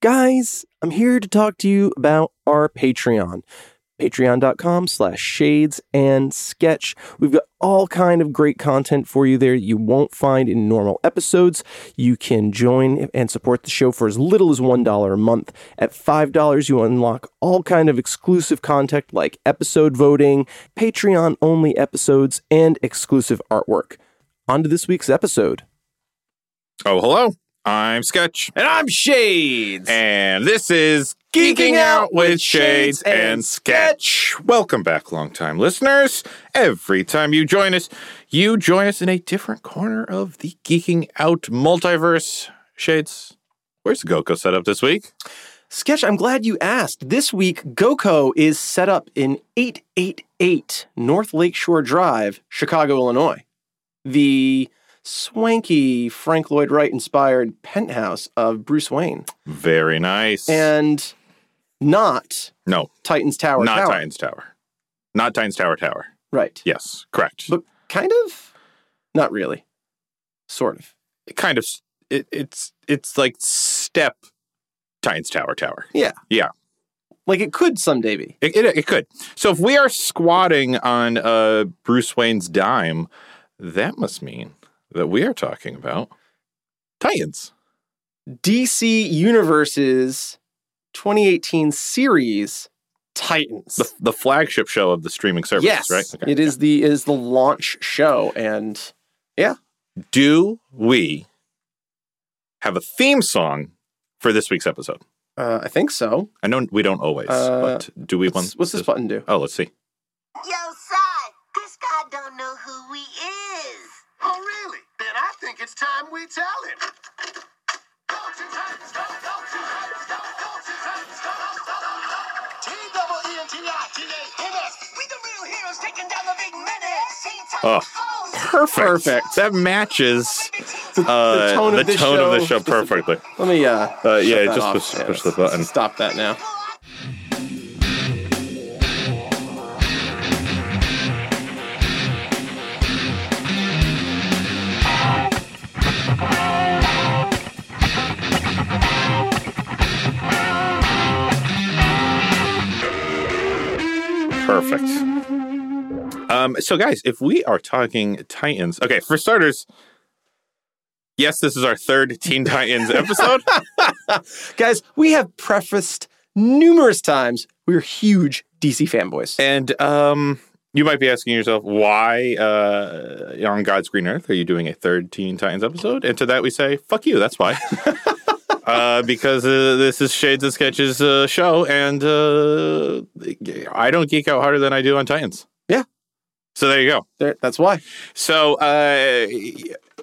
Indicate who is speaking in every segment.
Speaker 1: guys, I'm here to talk to you about our Patreon. Patreon.com slash shades and sketch. We've got all kind of great content for you there you won't find in normal episodes. You can join and support the show for as little as $1 a month. At $5, you unlock all kind of exclusive content like episode voting, Patreon only episodes, and exclusive artwork. On to this week's episode.
Speaker 2: Oh, hello. I'm Sketch.
Speaker 3: And I'm Shades.
Speaker 2: And this is Geeking Out with Shades and Sketch. Welcome back, longtime listeners. Every time you join us, you join us in a different corner of the Geeking Out multiverse. Shades, where's the Goku set up this week?
Speaker 1: Sketch, I'm glad you asked. This week, GoCo is set up in 888 North Lakeshore Drive, Chicago, Illinois. The swanky Frank Lloyd Wright inspired penthouse of Bruce Wayne
Speaker 2: Very nice.
Speaker 1: and not
Speaker 2: no,
Speaker 1: Titan's Tower.
Speaker 2: not
Speaker 1: Tower.
Speaker 2: Titan's Tower. Not Titan's Tower Tower.
Speaker 1: Right.
Speaker 2: Yes, correct.
Speaker 1: But kind of? Not really. Sort of.
Speaker 2: It kind of, s- it, it's it's like step Titan's Tower Tower.
Speaker 1: Like it could someday be.
Speaker 2: It, it, it could. So if we are squatting on uh, Bruce Wayne's dime, that must mean that we are talking about Titans.
Speaker 1: DC Universe's 2018 series Titans.
Speaker 2: The, the flagship show of the streaming service,
Speaker 1: yes,
Speaker 2: right?
Speaker 1: it is the it is the launch show, and
Speaker 2: Do we have a theme song for this week's episode?
Speaker 1: uh, I think so.
Speaker 2: I know we don't always,
Speaker 1: Uh,
Speaker 2: but do we want
Speaker 1: What's, what's this button do?
Speaker 2: Oh, let's see.
Speaker 4: Yo, Sai, this guy don't know who he is.
Speaker 5: Oh, really? Then I think it's time we tell him. Go to Titans, go, go to Titans, go, go to Titans, go, go, go, go, go.
Speaker 4: E
Speaker 5: T-double-E-N-T-I-T-A-N-S.
Speaker 4: We the real heroes taking down the big menace.
Speaker 2: Oh. Perfect.
Speaker 1: Perfect.
Speaker 2: That matches uh, the
Speaker 1: tone
Speaker 2: tone,
Speaker 1: of
Speaker 2: of, the
Speaker 1: this show.
Speaker 2: show perfectly.
Speaker 1: Let me uh,
Speaker 2: Uh,
Speaker 1: shut
Speaker 2: yeah,
Speaker 1: that
Speaker 2: just
Speaker 1: off.
Speaker 2: push-
Speaker 1: Yeah,
Speaker 2: push the
Speaker 1: let's
Speaker 2: button.
Speaker 1: Stop that now.
Speaker 2: Perfect. Um, so, guys, if we are talking Titans, okay, for starters, yes, this is our third Teen Titans episode.
Speaker 1: Guys, we have prefaced numerous times we're huge DC fanboys.
Speaker 2: and um, you might be asking yourself, why uh, on God's green earth are you doing a third Teen Titans episode? And to that, we say, fuck you, that's why. Uh, because uh, this is Shades and Sketches uh, show, and uh, I don't geek out harder than I do on Titans.
Speaker 1: Yeah.
Speaker 2: So there you go.
Speaker 1: There, that's why.
Speaker 2: So uh,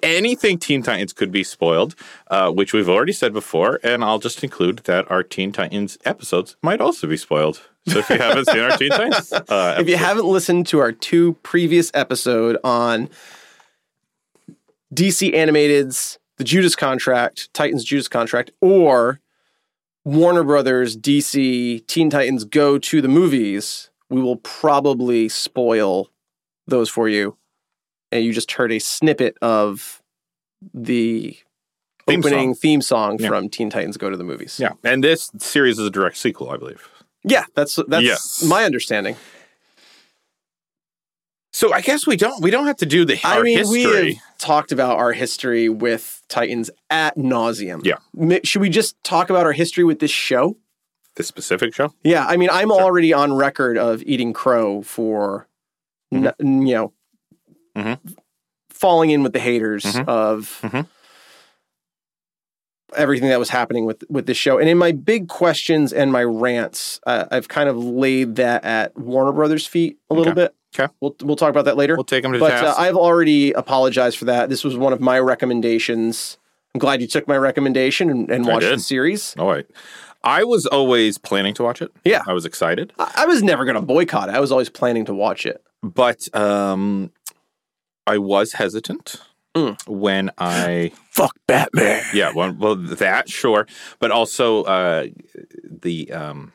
Speaker 2: anything Teen Titans could be spoiled, uh, which we've already said before, and I'll just include that our Teen Titans episodes might also be spoiled. So if you haven't seen our Teen Titans, uh,
Speaker 1: If you haven't listened to our two previous episode on DC Animated's The Judas Contract, Titans Judas Contract, or Warner Brothers DC Teen Titans Go to the Movies, we will probably spoil those for you. And you just heard a snippet of the
Speaker 2: Theme song.
Speaker 1: opening theme song
Speaker 2: Yeah.
Speaker 1: from Teen Titans Go to the Movies.
Speaker 2: yeah, and this series is a direct sequel, I believe.
Speaker 1: Yeah, that's that's
Speaker 2: Yes.
Speaker 1: my understanding.
Speaker 2: So I guess we don't we don't have to do the
Speaker 1: I
Speaker 2: our
Speaker 1: mean,
Speaker 2: history.
Speaker 1: we have talked about our history with Titans at nauseum.
Speaker 2: Yeah.
Speaker 1: Should we just talk about our history with this show?
Speaker 2: the specific show.
Speaker 1: Yeah, I mean, I'm already on record of eating crow for,
Speaker 2: Mm-hmm.
Speaker 1: n- you know,
Speaker 2: Mhm.
Speaker 1: falling in with the haters
Speaker 2: Mhm.
Speaker 1: of
Speaker 2: Mhm.
Speaker 1: everything that was happening with with this show. And in my big questions and my rants, uh, I've kind of laid that at Warner Brothers' feet a little
Speaker 2: Okay.
Speaker 1: bit.
Speaker 2: Okay.
Speaker 1: we'll we'll talk about that later.
Speaker 2: We'll take them to
Speaker 1: but uh,
Speaker 2: task.
Speaker 1: I've already apologized for that. This was one of my recommendations. I'm glad you took my recommendation and, and
Speaker 2: I
Speaker 1: watched the
Speaker 2: did.
Speaker 1: series.
Speaker 2: All right, I was always planning to watch it.
Speaker 1: Yeah.
Speaker 2: I was excited.
Speaker 1: I, I was never going to boycott it. I was always planning to watch it.
Speaker 2: but um i was hesitant
Speaker 1: Mm.
Speaker 2: when i
Speaker 1: Fuck Batman.
Speaker 2: yeah well, well that sure but also uh the um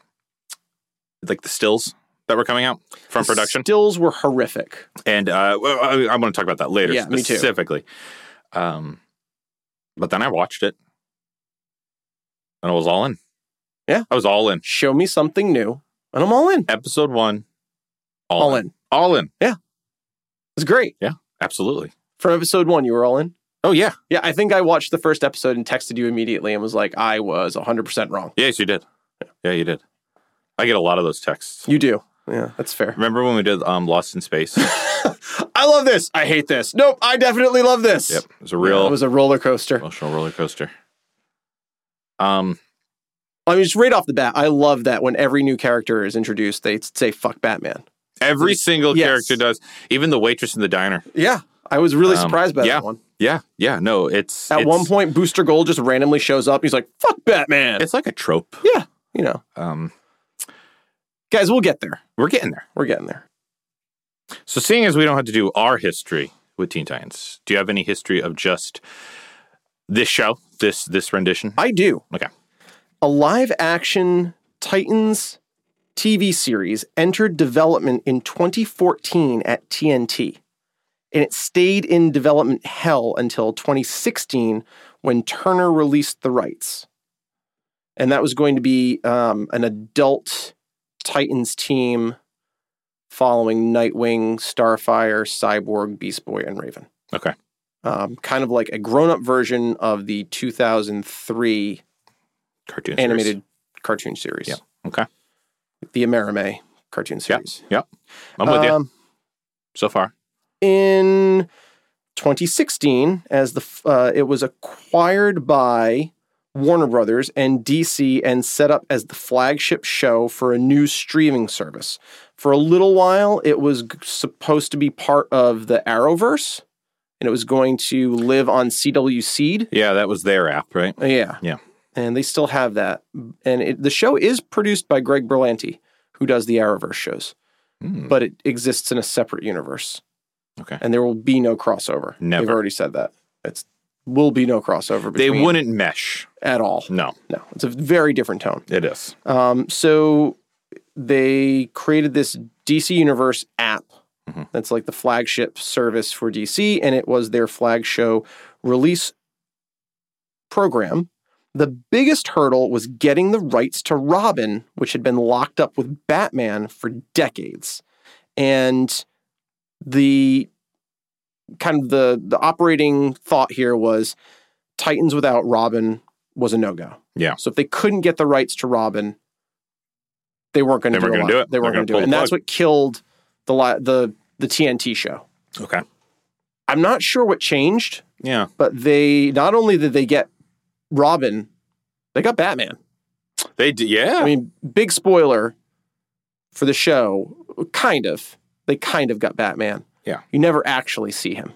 Speaker 2: like the stills that were coming out from production
Speaker 1: Stills were horrific.
Speaker 2: and uh well, i, I want to talk about that later
Speaker 1: Yeah, me too.
Speaker 2: specifically um but then i watched it and i was all in I was all in.
Speaker 1: Show me something new, and I'm all in.
Speaker 2: Episode one, all,
Speaker 1: All
Speaker 2: in.
Speaker 1: in.
Speaker 2: all in,
Speaker 1: It's great.
Speaker 2: absolutely.
Speaker 1: From episode one, you were all in.
Speaker 2: Oh yeah,
Speaker 1: Yeah, I think I watched the first episode and texted you immediately and was like, I was 100% wrong.
Speaker 2: yes, you did. Yeah, you did. I get a lot of those texts.
Speaker 1: You do. Yeah, that's fair.
Speaker 2: Remember when we did um, Lost in Space?
Speaker 1: I love this. I hate this. Nope, I definitely love this.
Speaker 2: yep, it was a real
Speaker 1: It was a roller coaster.
Speaker 2: emotional roller coaster. Um,
Speaker 1: I mean, just right off the bat, I love that when every new character is introduced, they say "fuck Batman."
Speaker 2: every single
Speaker 1: Yes.
Speaker 2: character does. Even the waitress in the diner.
Speaker 1: Yeah, I was really
Speaker 2: Um,
Speaker 1: surprised by
Speaker 2: yeah.
Speaker 1: that one.
Speaker 2: Yeah, yeah. No, it's
Speaker 1: At
Speaker 2: it's-
Speaker 1: one point, Booster Gold just randomly shows up. He's like, "Fuck Batman."
Speaker 2: it's like a trope.
Speaker 1: you know,
Speaker 2: Um,
Speaker 1: guys, we'll get there.
Speaker 2: we're getting there.
Speaker 1: We're getting there.
Speaker 2: So, seeing as we don't have to do our history with Teen Titans, do you have any history of just this show, this this rendition?
Speaker 1: I do.
Speaker 2: Okay.
Speaker 1: A live action Titans TV series entered development in 2014 at TNT. And it stayed in development hell until 2016 when Turner released the rights. And that was going to be um, an adult Titans team following Nightwing, Starfire, Cyborg, Beast Boy, and Raven.
Speaker 2: Okay.
Speaker 1: Um, kind of like a grown up version of the 2003
Speaker 2: Cartoon series.
Speaker 1: animated cartoon series.
Speaker 2: Yeah. Okay.
Speaker 1: The Amerime cartoon
Speaker 2: Yeah.
Speaker 1: series.
Speaker 2: I'm with you
Speaker 1: Um,
Speaker 2: so far.
Speaker 1: In 2016, as the f- uh, it was acquired by Warner Brothers and DC and set up as the flagship show for a new streaming service. For a little while, it was g- supposed to be part of the Arrowverse, and it was going to live on CW Seed.
Speaker 2: Yeah, that was their app, right?
Speaker 1: Yeah.
Speaker 2: Yeah.
Speaker 1: And they still have that. And it, the show is produced by Greg Berlanti, who does the Arrowverse shows,
Speaker 2: Hmm.
Speaker 1: but it exists in a separate universe.
Speaker 2: Okay.
Speaker 1: And there will be no crossover.
Speaker 2: Never.
Speaker 1: They've already said that. It's will be no crossover
Speaker 2: They
Speaker 1: between
Speaker 2: wouldn't mesh.
Speaker 1: at all.
Speaker 2: No,
Speaker 1: No, it's a very different tone.
Speaker 2: it is.
Speaker 1: Um, so they created this DC Universe app
Speaker 2: Mhm.
Speaker 1: that's like the flagship service for DC, and it was their flag show release program. The biggest hurdle was getting the rights to Robin, which had been locked up with Batman for decades. And the kind of the the operating thought here was Titans without Robin was a no-go.
Speaker 2: Yeah.
Speaker 1: So if they couldn't get the rights to Robin, they weren't going to
Speaker 2: They
Speaker 1: do,
Speaker 2: weren't
Speaker 1: a
Speaker 2: gonna
Speaker 1: lot.
Speaker 2: do it.
Speaker 1: They weren't going
Speaker 2: They're
Speaker 1: to
Speaker 2: gonna
Speaker 1: do it. And
Speaker 2: pull the
Speaker 1: that's what killed the li- the the TNT show.
Speaker 2: Okay.
Speaker 1: I'm not sure what changed,
Speaker 2: Yeah.
Speaker 1: but they not only did they get Robin, they got Batman.
Speaker 2: They did. Yeah.
Speaker 1: I mean, big spoiler for the show, kind of. They kind of got Batman.
Speaker 2: Yeah.
Speaker 1: You never actually see him.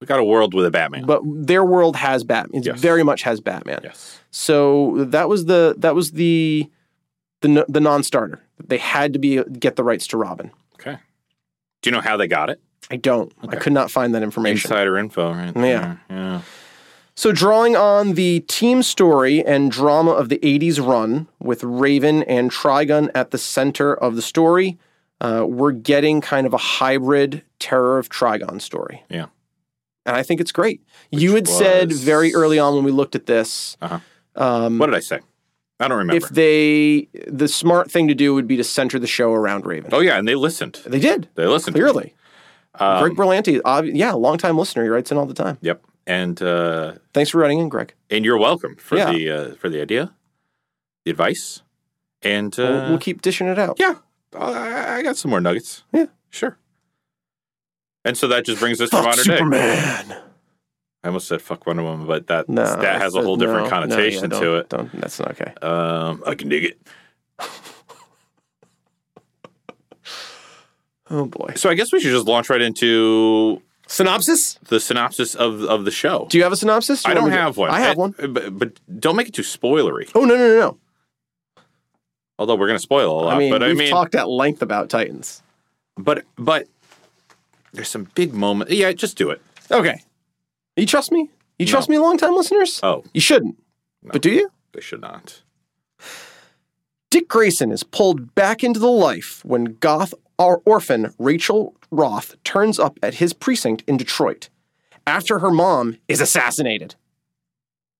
Speaker 2: we got a world with a Batman.
Speaker 1: But their world has Batman. It
Speaker 2: Yes.
Speaker 1: very much has Batman.
Speaker 2: yes.
Speaker 1: So that was the that was the the no- the non-starter. They had to be get the rights to Robin.
Speaker 2: Okay. Do you know how they got it?
Speaker 1: I don't. I
Speaker 2: Okay.
Speaker 1: could not find that information.
Speaker 2: Insider info, right?
Speaker 1: Yeah.
Speaker 2: there. Yeah.
Speaker 1: So, drawing on the team story and drama of the 80s run, with Raven and Trigun at the center of the story, uh, we're getting kind of a hybrid Terror of Trigon story.
Speaker 2: Yeah.
Speaker 1: And I think it's great. you had said
Speaker 2: was-
Speaker 1: very early on when we looked at this.
Speaker 2: Uh-huh.
Speaker 1: Um,
Speaker 2: What did I say? I don't remember.
Speaker 1: if they, the smart thing to do would be to center the show around Raven.
Speaker 2: oh yeah, and they listened.
Speaker 1: They did,
Speaker 2: They listened.
Speaker 1: clearly.
Speaker 2: Um,
Speaker 1: Greg Berlanti, ob- yeah, longtime listener. He writes in all the time.
Speaker 2: Yep. And uh,
Speaker 1: Thanks for writing in, Greg.
Speaker 2: and you're welcome for
Speaker 1: Yeah.
Speaker 2: the uh, for the idea, the advice, and
Speaker 1: We'll-
Speaker 2: uh,
Speaker 1: we'll keep dishing it out.
Speaker 2: yeah, I I got some more nuggets.
Speaker 1: Yeah.
Speaker 2: sure. And so that just brings us to
Speaker 1: Fuck
Speaker 2: modern day.
Speaker 1: Superman.
Speaker 2: I almost said fuck Wonder Woman, but that
Speaker 1: No,
Speaker 2: that has a
Speaker 1: that's-
Speaker 2: whole different
Speaker 1: no,
Speaker 2: connotation
Speaker 1: no, yeah,
Speaker 2: to
Speaker 1: don't-
Speaker 2: it.
Speaker 1: Don't, that's not okay.
Speaker 2: Um, I can dig it.
Speaker 1: Oh boy.
Speaker 2: So I guess we should just launch right into
Speaker 1: Synopsis?
Speaker 2: the synopsis of of the show.
Speaker 1: Do you have a synopsis? Do
Speaker 2: I
Speaker 1: you
Speaker 2: don't
Speaker 1: want me to-
Speaker 2: have one.
Speaker 1: I have
Speaker 2: Uh,
Speaker 1: one.
Speaker 2: but, but don't make it too spoilery.
Speaker 1: Oh no no no no!
Speaker 2: Although we're going to spoil a lot.
Speaker 1: I mean,
Speaker 2: but
Speaker 1: we've
Speaker 2: I mean,
Speaker 1: talked at length about Titans.
Speaker 2: but but there's some big moments. Yeah, just do it.
Speaker 1: Okay. You trust me? You
Speaker 2: No.
Speaker 1: trust me, long time listeners?
Speaker 2: Oh,
Speaker 1: You shouldn't, but do you?
Speaker 2: they should not.
Speaker 1: Dick Grayson is pulled back into the life when goth or- orphan Rachel Roth turns up at his precinct in Detroit after her mom is assassinated.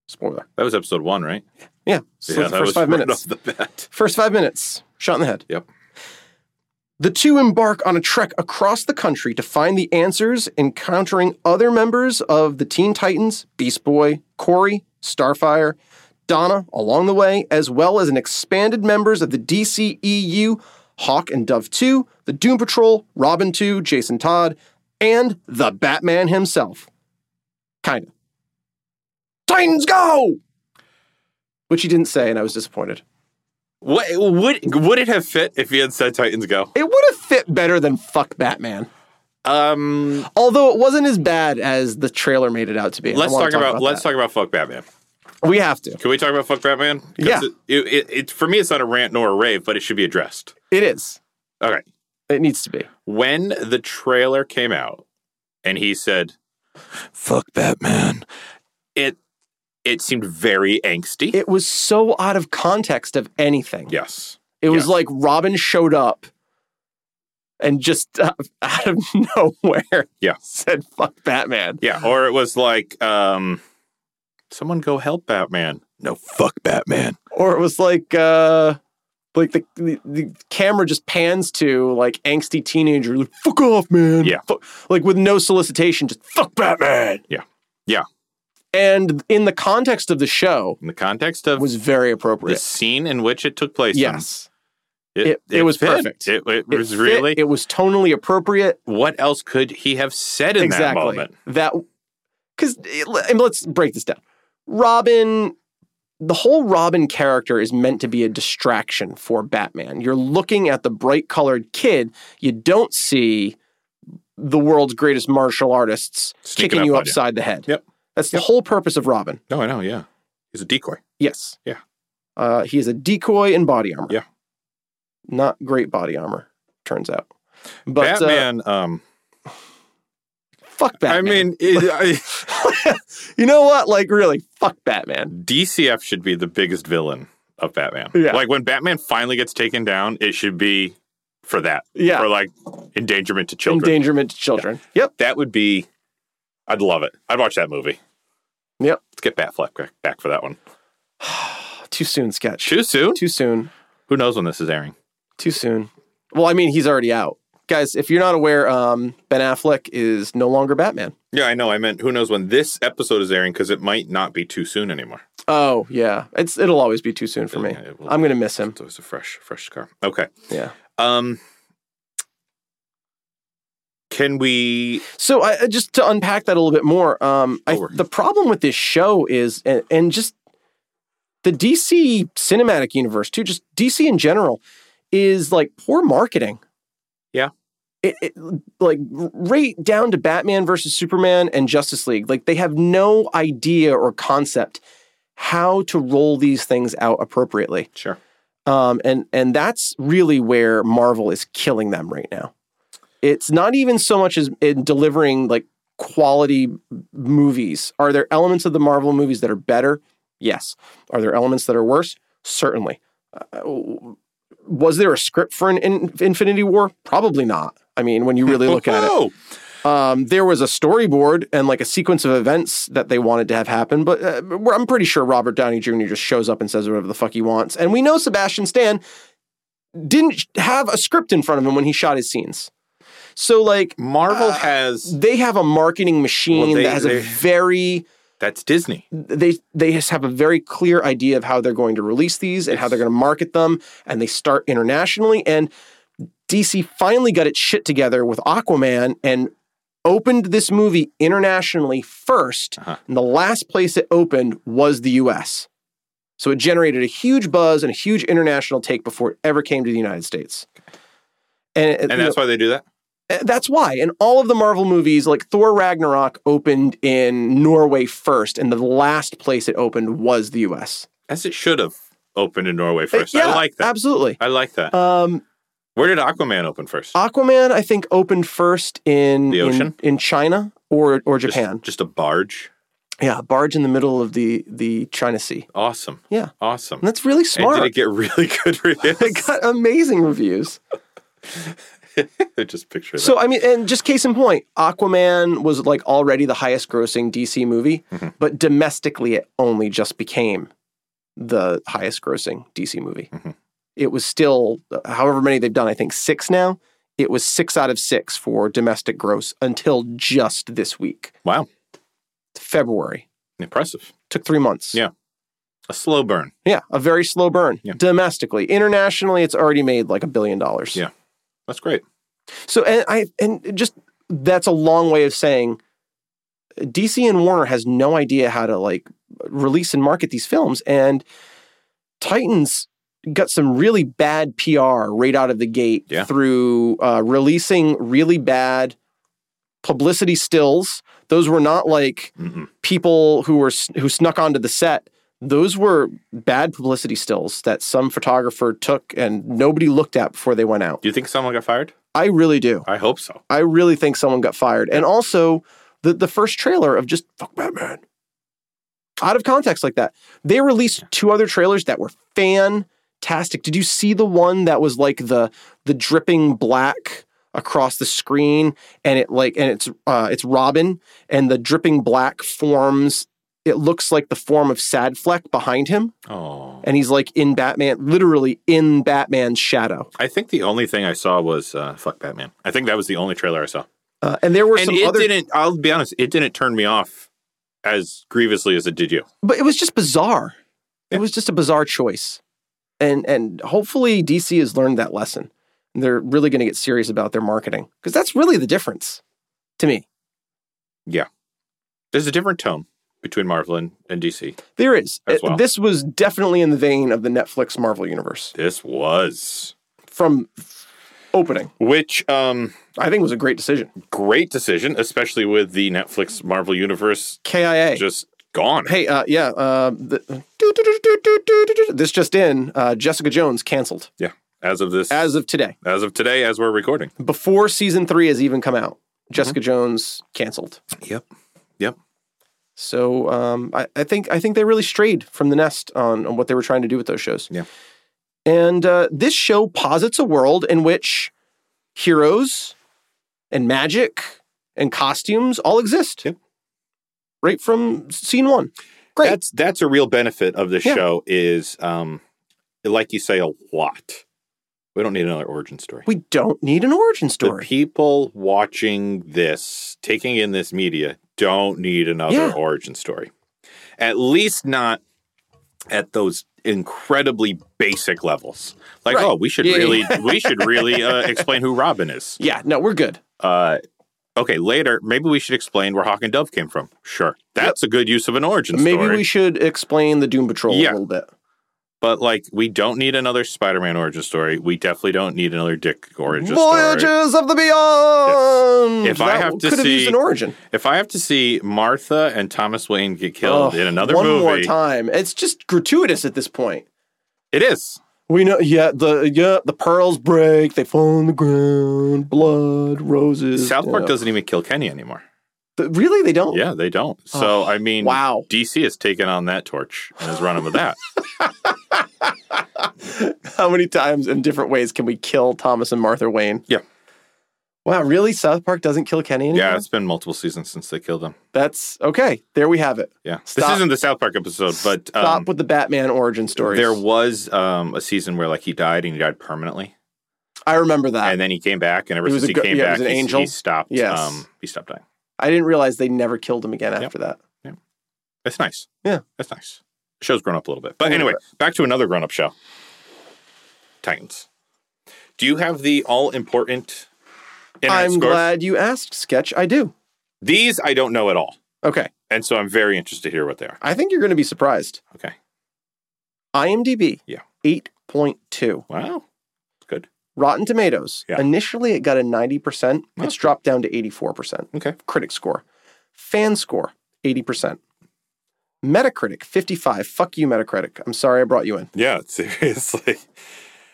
Speaker 1: Spoiler.
Speaker 2: That was episode one, right?
Speaker 1: Yeah. So the first five
Speaker 2: right
Speaker 1: minutes.
Speaker 2: off the bat.
Speaker 1: First five minutes. Shot in the head.
Speaker 2: Yep.
Speaker 1: The two embark on a trek across the country to find the answers, encountering other members of the Teen Titans, Beast Boy, Corey, Starfire, Donna along the way, as well as an expanded members of the DCEU, Hawk and Dove 2, the Doom Patrol, Robin 2, Jason Todd, and the Batman himself. Kinda. Titans go! Which he didn't say, and I was disappointed.
Speaker 2: What would would it have fit if he had said Titans Go?
Speaker 1: It would have fit better than fuck Batman.
Speaker 2: Um,
Speaker 1: Although it wasn't as bad as the trailer made it out to be. I
Speaker 2: let's
Speaker 1: wanna
Speaker 2: talk about, let's
Speaker 1: that.
Speaker 2: talk about fuck Batman.
Speaker 1: We have to.
Speaker 2: Can we talk about fuck Batman? 'Cause
Speaker 1: Yeah.
Speaker 2: It, it, it, it- for me, it's not a rant nor a rave, but it should be addressed.
Speaker 1: It is.
Speaker 2: All right.
Speaker 1: It needs to be.
Speaker 2: When the trailer came out, and he said, "Fuck Batman," it it seemed very angsty.
Speaker 1: It was so out of context of anything.
Speaker 2: yes.
Speaker 1: It was
Speaker 2: yeah.
Speaker 1: like Robin showed up and just uh, out of nowhere
Speaker 2: Yeah.
Speaker 1: said fuck Batman.
Speaker 2: Yeah. Or it was like, um, someone go help Batman. No, fuck Batman.
Speaker 1: Or it was like uh like the, the the camera just pans to like angsty teenager like fuck off man.
Speaker 2: Yeah.
Speaker 1: Fuck- like with no solicitation just fuck Batman.
Speaker 2: Yeah. Yeah.
Speaker 1: And in the context of the show,
Speaker 2: In the context of
Speaker 1: was very
Speaker 2: the
Speaker 1: appropriate.
Speaker 2: scene in which it took place, in,
Speaker 1: yes. It- it was
Speaker 2: fit.
Speaker 1: perfect.
Speaker 2: It, it
Speaker 1: It
Speaker 2: was
Speaker 1: fit,
Speaker 2: really.
Speaker 1: It was tonally appropriate.
Speaker 2: what else could he have said in that
Speaker 1: exactly.
Speaker 2: moment?
Speaker 1: That because and let's break this down. Robin, the whole Robin character is meant to be a distraction for Batman. You're looking at the bright colored kid. You don't see the world's greatest martial artists
Speaker 2: Sneaking
Speaker 1: kicking
Speaker 2: up
Speaker 1: you
Speaker 2: on you.
Speaker 1: upside the head.
Speaker 2: Yep.
Speaker 1: That's the
Speaker 2: Yep.
Speaker 1: whole purpose of Robin.
Speaker 2: No, I know. Yeah, he's a decoy.
Speaker 1: Yes.
Speaker 2: Yeah.
Speaker 1: Uh, he is a decoy in body armor.
Speaker 2: Yeah.
Speaker 1: Not great body armor, turns out. But uh,
Speaker 2: Batman. um,
Speaker 1: fuck Batman.
Speaker 2: I mean, it, I,
Speaker 1: you know what? Like, really, fuck Batman.
Speaker 2: DCF should be the biggest villain of Batman.
Speaker 1: Yeah.
Speaker 2: Like when Batman finally gets taken down, it should be for that,
Speaker 1: Yeah.
Speaker 2: for like endangerment to children.
Speaker 1: Endangerment to children. Yep.
Speaker 2: that would be. I'd love it. I'd watch that movie.
Speaker 1: Yep.
Speaker 2: Let's get Batfleck back- back for that one.
Speaker 1: Too soon, sketch.
Speaker 2: Too soon.
Speaker 1: Too soon.
Speaker 2: Who knows when this is airing?
Speaker 1: Too soon. Well, I mean, he's already out. Guys, if you're not aware, um, Ben Affleck is no longer Batman.
Speaker 2: Yeah, I know. I meant who knows when this episode is airing because it might not be too soon anymore.
Speaker 1: Oh, yeah. It's it'll always be too soon for me.
Speaker 2: Yeah, it will
Speaker 1: I'm
Speaker 2: be.
Speaker 1: gonna miss him.
Speaker 2: So it's a fresh, fresh scar. Okay.
Speaker 1: Yeah.
Speaker 2: Um, can we?
Speaker 1: So I I- just to unpack that a little bit more, um, I,
Speaker 2: Over.
Speaker 1: the problem with this show is, and, and just the DC cinematic universe too, just DC in general, is like poor marketing.
Speaker 2: Yeah.
Speaker 1: It, it like right down to Batman versus Superman and Justice League. Like they have no idea or concept how to roll these things out appropriately.
Speaker 2: Sure.
Speaker 1: Um, and and that's really where Marvel is killing them right now. It's not even so much as in delivering like quality movies. Are there elements of the Marvel movies that are better? Yes. Are there elements that are worse? Certainly. Uh, was there a script for an in, Infinity War? Probably not. I mean, when you really look at it,
Speaker 2: Oh,
Speaker 1: um, there was a storyboard and like a sequence of events that they wanted to have happen, but uh, we're- I'm pretty sure Robert Downey Jr. just shows up and says whatever the fuck he wants. And we know Sebastian Stan didn't sh- have a script in front of him when he shot his scenes. So like
Speaker 2: Marvel
Speaker 1: Uh,
Speaker 2: has
Speaker 1: they have a marketing machine
Speaker 2: Well, they-
Speaker 1: that has
Speaker 2: they-
Speaker 1: a very
Speaker 2: that's Disney.
Speaker 1: they they just have a very clear idea of how they're going to release these and how they're going to market them, and they start internationally. And DC finally got its shit together with Aquaman and opened this movie internationally 1st
Speaker 2: Uh-huh.
Speaker 1: And the last place it opened was the US. So it generated a huge buzz and a huge international take before it ever came to the United States. And, it- you
Speaker 2: And
Speaker 1: know-
Speaker 2: that's why they do that.
Speaker 1: uh, That's why. And all of the Marvel movies, like Thor Ragnarok, opened in Norway first, and the last place it opened was the U.S.
Speaker 2: As it should have opened in Norway first. I like that.
Speaker 1: Absolutely.
Speaker 2: I like that.
Speaker 1: Um,
Speaker 2: Where did Aquaman open
Speaker 1: uh,
Speaker 2: first?
Speaker 1: Aquaman, I think, opened first in
Speaker 2: The
Speaker 1: in-
Speaker 2: ocean?
Speaker 1: in, China or or
Speaker 2: Just-
Speaker 1: Japan.
Speaker 2: Just, a barge.
Speaker 1: yeah, barge in the middle of the the China Sea,
Speaker 2: Awesome.
Speaker 1: Yeah.
Speaker 2: Awesome.
Speaker 1: and that's really
Speaker 2: And
Speaker 1: smart.
Speaker 2: did it get really good
Speaker 1: it
Speaker 2: reviews?
Speaker 1: got amazing reviews.
Speaker 2: just picture that.
Speaker 1: So I mean, and just case in point, Aquaman was like already the highest grossing DC movie,
Speaker 2: Mhm.
Speaker 1: but domestically it only just became the highest grossing DC movie.
Speaker 2: Mhm.
Speaker 1: It was still however many they've done, I think six now. It was six out of six for domestic gross until just this week.
Speaker 2: Wow.
Speaker 1: February.
Speaker 2: Impressive.
Speaker 1: Took three months.
Speaker 2: Yeah. A slow burn.
Speaker 1: Yeah. A very slow burn.
Speaker 2: Yeah.
Speaker 1: Domestically. Internationally, it's already made like a billion dollars.
Speaker 2: Yeah. That's great.
Speaker 1: So and I and just that's a long way of saying DC and Warner has no idea how to like release and market these films and Titans got some really bad PR right out of the gate
Speaker 2: Yeah.
Speaker 1: through uh, releasing really bad publicity stills. Those were not like
Speaker 2: Mm-mm.
Speaker 1: people who were who snuck onto the set those were bad publicity stills that some photographer took and nobody looked at before they went out
Speaker 2: Do you think someone got fired?
Speaker 1: i really do
Speaker 2: I hope so.
Speaker 1: i really think someone got fired and also the, the first trailer of just fuck batman out of context like that they released two other trailers that were fantastic did you see the one that was like the the dripping black across the screen and it like and it's uh it's robin and the dripping black forms it looks like the form of sad fleck behind him
Speaker 2: Oh.
Speaker 1: and he's like in batman literally in batman's shadow
Speaker 2: I think the only thing I saw was uh, fuck Batman. I think that was the only trailer I saw.
Speaker 1: uh, and there were
Speaker 2: And
Speaker 1: some
Speaker 2: it
Speaker 1: other
Speaker 2: didn't. I'll be honest. It didn't turn me off as grievously as it did you.
Speaker 1: but it was just bizarre.
Speaker 2: Yeah.
Speaker 1: It was just a bizarre choice, and and hopefully DC has learned that lesson. And they're really going to get serious about their marketing because that's really the difference to me.
Speaker 2: There's a different tone between Marvel and, and DC.
Speaker 1: There is
Speaker 2: As well.
Speaker 1: this was definitely in the vein of the Netflix Marvel universe
Speaker 2: This was,
Speaker 1: from opening.
Speaker 2: which um,
Speaker 1: I think was a great decision.
Speaker 2: great decision, especially with the Netflix Marvel universe
Speaker 1: KIA.
Speaker 2: just gone.
Speaker 1: hey, uh, yeah. Uh, the, this just in: uh, Jessica Jones canceled
Speaker 2: As of this, as,
Speaker 1: as of today.
Speaker 2: of today, as we're recording.
Speaker 1: Before season three has even come out, Jessica Jones canceled.
Speaker 2: Mm-hmm. Yep. Yep.
Speaker 1: So um, I, I think I think they really strayed from the nest on, on what they were trying to do with those shows.
Speaker 2: Yeah.
Speaker 1: And uh, this show posits a world in which heroes and magic and costumes all exist.
Speaker 2: Yep.
Speaker 1: Right from scene one. Great.
Speaker 2: That's that's a real benefit of this
Speaker 1: Yeah.
Speaker 2: show is, um, like you say, a lot. We don't need another origin story.
Speaker 1: We don't need an origin
Speaker 2: The
Speaker 1: story.
Speaker 2: people watching this, taking in this media, don't need another
Speaker 1: Yeah.
Speaker 2: origin story. At least not at those incredibly basic levels. Like,
Speaker 1: Right.
Speaker 2: oh, we should
Speaker 1: Yeah, yeah,
Speaker 2: really, we should really uh, explain who Robin is.
Speaker 1: yeah, no, we're good.
Speaker 2: Uh, okay, later, maybe we should explain where Hawk and Dove came from. Sure, that's a good use of an origin
Speaker 1: Maybe
Speaker 2: story.
Speaker 1: we should explain the Doom Patrol
Speaker 2: Yeah.
Speaker 1: a little bit.
Speaker 2: but like, we don't need another Spider-Man origin story. We definitely don't need another Dick origin story.
Speaker 1: Voyages of the Beyond.
Speaker 2: If I
Speaker 1: That
Speaker 2: have to
Speaker 1: could have
Speaker 2: see-
Speaker 1: used an origin.
Speaker 2: If I have to see Martha and Thomas Wayne get killed
Speaker 1: Ugh,
Speaker 2: in another
Speaker 1: one more
Speaker 2: movie,
Speaker 1: time. It's just gratuitous at this point.
Speaker 2: it is.
Speaker 1: We know, yeah, the yeah, the pearls break, they fall on the ground, blood, roses.
Speaker 2: South Park
Speaker 1: yeah.
Speaker 2: doesn't even kill Kenny anymore.
Speaker 1: Th- really they don't.
Speaker 2: Yeah, they don't. So I mean,
Speaker 1: Oh. Wow.
Speaker 2: DC has taken on that torch and is running with that.
Speaker 1: How many times in different ways can we kill Thomas and Martha Wayne?
Speaker 2: Yeah.
Speaker 1: Wow, really? South Park doesn't kill Kenny anymore?
Speaker 2: yeah, it's been multiple seasons since they killed him.
Speaker 1: That's okay. There we have it.
Speaker 2: Yeah,
Speaker 1: Stop.
Speaker 2: this isn't the South Park episode, but
Speaker 1: Stop
Speaker 2: um,
Speaker 1: with the Batman origin stories.
Speaker 2: there was um, a season where like he died and he died permanently,
Speaker 1: I remember that.
Speaker 2: and then he came back, and ever
Speaker 1: Ah. He was a
Speaker 2: since he
Speaker 1: go-
Speaker 2: came
Speaker 1: yeah, he
Speaker 2: back,
Speaker 1: was an
Speaker 2: he's-
Speaker 1: angel.
Speaker 2: he stopped.
Speaker 1: Yes.
Speaker 2: Um, he stopped dying.
Speaker 1: I didn't realize they never killed him again
Speaker 2: Yep.
Speaker 1: after that.
Speaker 2: That's nice.
Speaker 1: Yeah.
Speaker 2: that's nice. The show's grown up a little bit,
Speaker 1: A
Speaker 2: but
Speaker 1: little
Speaker 2: anyway, back to another grown up show. Titans. Do you have the all important?
Speaker 1: I'm glad you asked, Sketch. I do.
Speaker 2: These I don't know at all.
Speaker 1: Okay.
Speaker 2: And so I'm very interested to hear what they are.
Speaker 1: I think you're going to be surprised.
Speaker 2: Okay.
Speaker 1: IMDb,
Speaker 2: Yeah.
Speaker 1: 8.2.
Speaker 2: Wow. Good.
Speaker 1: Rotten Tomatoes,
Speaker 2: Yeah.
Speaker 1: initially it got a 90%. It's
Speaker 2: That's
Speaker 1: dropped down to 84%.
Speaker 2: Okay.
Speaker 1: Critic score. Fan score, 80%. Metacritic, 55. Fuck you, Metacritic. I'm sorry I brought you in.
Speaker 2: Yeah, seriously.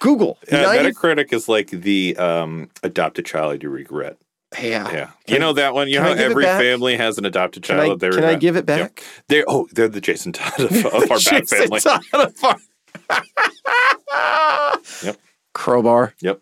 Speaker 1: Google,
Speaker 2: Yeah,
Speaker 1: 90
Speaker 2: Metacritic is like the um, adopted child you regret.
Speaker 1: yeah.
Speaker 2: Yeah.
Speaker 1: Ah, Can
Speaker 2: you know that one? You
Speaker 1: can
Speaker 2: know
Speaker 1: I
Speaker 2: how
Speaker 1: give it
Speaker 2: every
Speaker 1: back?
Speaker 2: family has an adopted
Speaker 1: Can, I,
Speaker 2: child that they
Speaker 1: can I
Speaker 2: regret?
Speaker 1: give it back?
Speaker 2: They're, oh, they're the Jason Todd of, of our bad
Speaker 1: Jason
Speaker 2: family.
Speaker 1: Todd of our-
Speaker 2: Yep.
Speaker 1: Crowbar.
Speaker 2: Yep.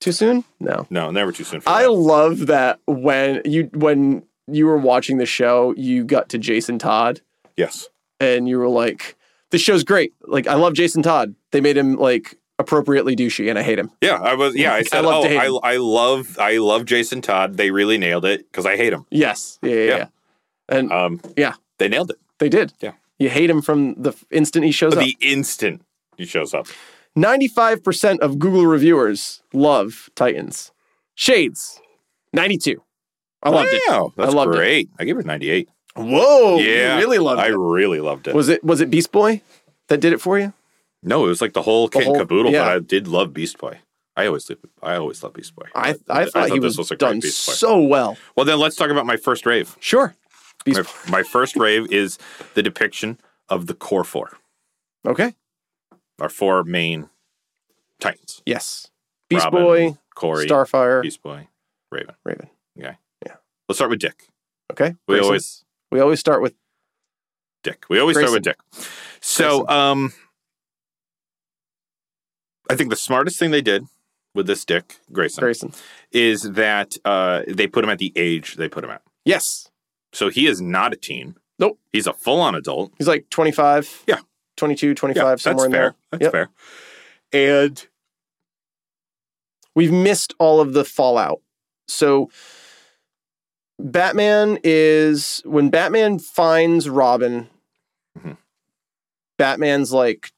Speaker 6: Too soon? No.
Speaker 2: No, never too soon. For
Speaker 1: I
Speaker 2: that.
Speaker 1: love that when you when you were watching the show, you got to Jason Todd
Speaker 2: Yes.
Speaker 1: and you were like, "This show's great. Like, I love Jason Todd. They made him like appropriately douchey, and I hate him."
Speaker 2: Yeah, I was. Yeah, I
Speaker 1: I
Speaker 2: said,
Speaker 1: love to hate
Speaker 2: oh,
Speaker 1: him."
Speaker 2: I, I love, I love Jason Todd. They really nailed it because I hate him.
Speaker 1: Yes, yeah, yeah,
Speaker 2: Yeah.
Speaker 1: yeah. and
Speaker 2: Um,
Speaker 1: Yeah.
Speaker 2: they nailed it.
Speaker 1: they did.
Speaker 2: yeah.
Speaker 1: you hate him from the f- instant he shows up.
Speaker 2: The instant he shows up,
Speaker 1: Ninety-five percent of Google reviewers love Titans. Shades, ninety-two. I loved it.
Speaker 2: Wow, that's
Speaker 1: I loved it.
Speaker 2: great. I gave it ninety eight.
Speaker 1: Whoa!
Speaker 2: Yeah,
Speaker 1: you really loved
Speaker 2: I
Speaker 1: it.
Speaker 2: really loved it.
Speaker 1: Was it was it Beast Boy that did it for you?
Speaker 2: no, it was like the whole kit
Speaker 1: whole-
Speaker 2: and caboodle.
Speaker 1: yeah.
Speaker 2: But I did love Beast Boy. I always, did- I always love Beast Boy.
Speaker 1: I I thought, he
Speaker 2: this
Speaker 1: was,
Speaker 2: was a great
Speaker 1: done
Speaker 2: Beast Boy.
Speaker 1: so well.
Speaker 2: Well, then let's talk about my first rave.
Speaker 1: Sure. Beast
Speaker 2: My, my first rave is the depiction of the core four,
Speaker 1: Okay.
Speaker 2: our four main titans:
Speaker 1: Yes. Beast
Speaker 2: Robin,
Speaker 1: Boy,
Speaker 2: Corey,
Speaker 1: Starfire,
Speaker 2: Beast Boy, Raven.
Speaker 1: Raven.
Speaker 2: Let's start with Dick.
Speaker 1: Okay.
Speaker 2: We
Speaker 1: Grayson.
Speaker 2: always
Speaker 1: we always start with
Speaker 2: Dick. We always
Speaker 1: Grayson.
Speaker 2: start with Dick. So, um, I think the smartest thing they did with this Dick Grayson
Speaker 1: Grayson.
Speaker 2: is that uh, they put him at the age they put him at.
Speaker 1: Yes.
Speaker 2: So he is not a teen.
Speaker 1: Nope.
Speaker 2: He's a full-on adult.
Speaker 1: He's like 25.
Speaker 2: Yeah.
Speaker 1: 22, 25,
Speaker 2: Yeah,
Speaker 1: somewhere in
Speaker 2: that's fair.
Speaker 1: there.
Speaker 2: That's
Speaker 1: Yep.
Speaker 2: fair. And
Speaker 1: We've missed all of the fallout. So Batman is when Batman finds Robin,
Speaker 2: Mhm.
Speaker 1: Batman's like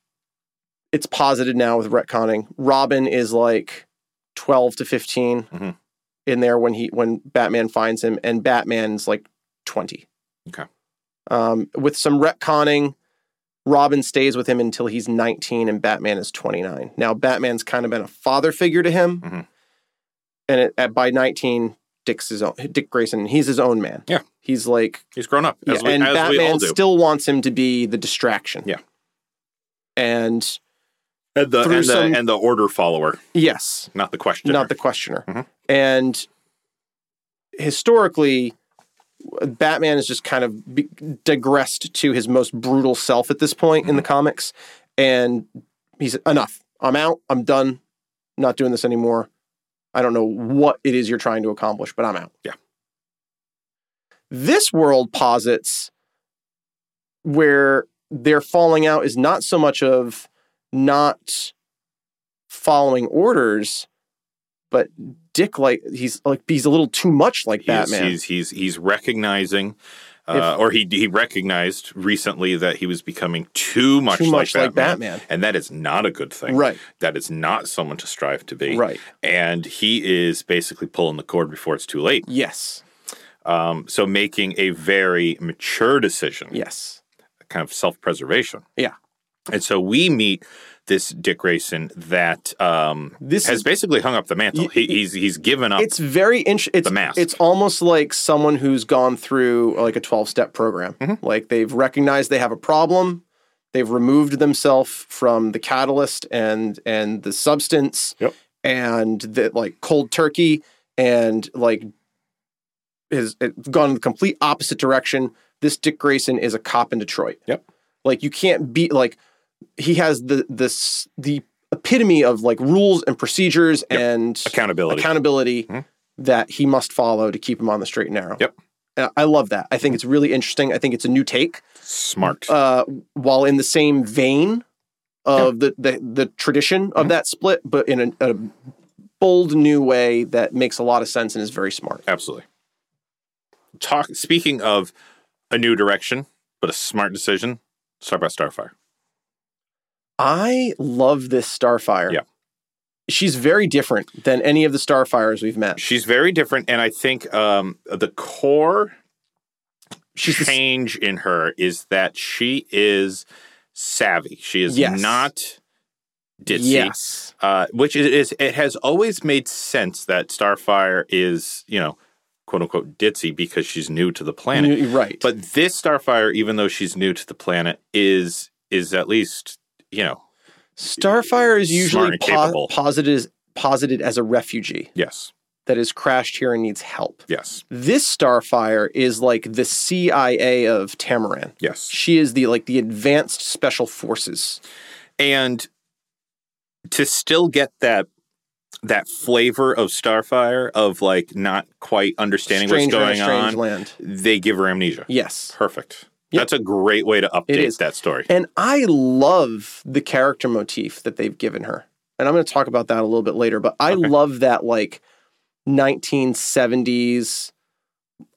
Speaker 1: it's posited now with retconning. Robin is like 12 to 15
Speaker 2: Mhm.
Speaker 1: in there when he when Batman finds him and Batman's like 20.
Speaker 2: Okay.
Speaker 1: Um, with some retconning, Robin stays with him until he's 19 and Batman is 29. Now, Batman's kind of been a father figure to him.
Speaker 2: Mhm.
Speaker 1: And it, at, by 19, Dick's his own, Dick Grayson, he's his own man.
Speaker 2: Yeah.
Speaker 1: He's like,
Speaker 2: he's grown up, as,
Speaker 1: yeah,
Speaker 2: we,
Speaker 1: and
Speaker 2: as we all
Speaker 1: Batman
Speaker 2: do.
Speaker 1: still wants him to be the distraction.
Speaker 2: Yeah.
Speaker 1: And
Speaker 2: and, the,
Speaker 1: through
Speaker 2: and, the,
Speaker 1: some-
Speaker 2: and the order follower,
Speaker 1: yes,
Speaker 2: not the questioner.
Speaker 1: not the questioner.
Speaker 2: Mhm.
Speaker 1: And historically, Batman has just kind of be- digressed to his most brutal self at this point
Speaker 2: Mm-hmm.
Speaker 1: in the comics, and he's enough. I'm out. I'm done. Not doing this anymore. I don't know what it is you're trying to accomplish, but I'm out.
Speaker 2: Yeah.
Speaker 1: This world posits where their falling out is not so much of not following orders, but Dick like he's like he's a little too much like
Speaker 2: He's,
Speaker 1: Batman.
Speaker 2: He's he's he's recognizing, uh, or he he recognized recently that he was becoming too much,
Speaker 1: too much
Speaker 2: like,
Speaker 1: like Batman.
Speaker 2: and that is not a good thing.
Speaker 1: Right,
Speaker 2: That is not someone to strive to be.
Speaker 1: right.
Speaker 2: And he is basically pulling the cord before it's too late.
Speaker 1: Yes,
Speaker 2: Um, so making a very mature decision,
Speaker 1: yes.
Speaker 2: kind of self preservation.
Speaker 1: Yeah.
Speaker 2: And so we meet this Dick Grayson that um,
Speaker 1: This
Speaker 2: has
Speaker 1: is-
Speaker 2: basically hung up the mantle.
Speaker 1: Y-
Speaker 2: he, he's he's given up.
Speaker 1: It's very interesting. It's
Speaker 2: The mask.
Speaker 1: It's almost like someone who's gone through like a twelve step program.
Speaker 2: Mhm.
Speaker 1: Like they've recognized they have a problem. They've removed themselves from the catalyst and and the substance.
Speaker 2: Yep.
Speaker 1: And that like cold turkey and like has it gone in the complete opposite direction. This Dick Grayson is a cop in Detroit.
Speaker 2: Yep.
Speaker 1: Like you can't be like he has the this the epitome of like rules and procedures
Speaker 2: Yep.
Speaker 1: and
Speaker 2: accountability.
Speaker 1: accountability
Speaker 2: Mhm.
Speaker 1: that he must follow to keep him on the straight and narrow.
Speaker 2: Yep.
Speaker 1: And I love that. I think it's really interesting. I think it's a new take.
Speaker 2: Smart.
Speaker 1: Uh, while in the same vein of the, the the tradition
Speaker 2: Hmm?
Speaker 1: of that split, but in a, a bold new way that makes a lot of sense and is very smart.
Speaker 2: Absolutely. Talk. Speaking of a new direction, but a smart decision. Let's talk about Starfire.
Speaker 1: I love this Starfire.
Speaker 2: Yeah.
Speaker 1: She's very different than any of the Starfires we've met.
Speaker 2: She's very different, and I think um, the core
Speaker 1: She's the s-
Speaker 2: change in her is that she is savvy. She is
Speaker 1: Yes.
Speaker 2: not ditzy.
Speaker 1: Yes.
Speaker 2: Uh, which it is it has always made sense that Starfire is, you know, quote unquote ditzy because she's new to the planet.
Speaker 1: You- you're right.
Speaker 2: But this Starfire, even though she's new to the planet, is is at least you know
Speaker 1: Starfire is usually
Speaker 2: Smart and capable.
Speaker 1: po- posited as, posited as a refugee.
Speaker 2: yes
Speaker 1: that has crashed here and needs help.
Speaker 2: yes
Speaker 1: This Starfire is like the CIA of Tamaran.
Speaker 2: yes
Speaker 1: She is the like the advanced special forces.
Speaker 2: and to still get that that flavor of Starfire of like not quite understanding
Speaker 1: Stranger in a
Speaker 2: what's going
Speaker 1: strange
Speaker 2: on.
Speaker 1: land.
Speaker 2: They give her amnesia.
Speaker 1: Yes.
Speaker 2: Perfect.
Speaker 1: Yep.
Speaker 2: That's a great way to
Speaker 1: It
Speaker 2: update
Speaker 1: is.
Speaker 2: that story.
Speaker 1: And I love the character motif that they've given her. And I'm going to talk about that a little bit later, but I
Speaker 2: Okay.
Speaker 1: love that like 1970s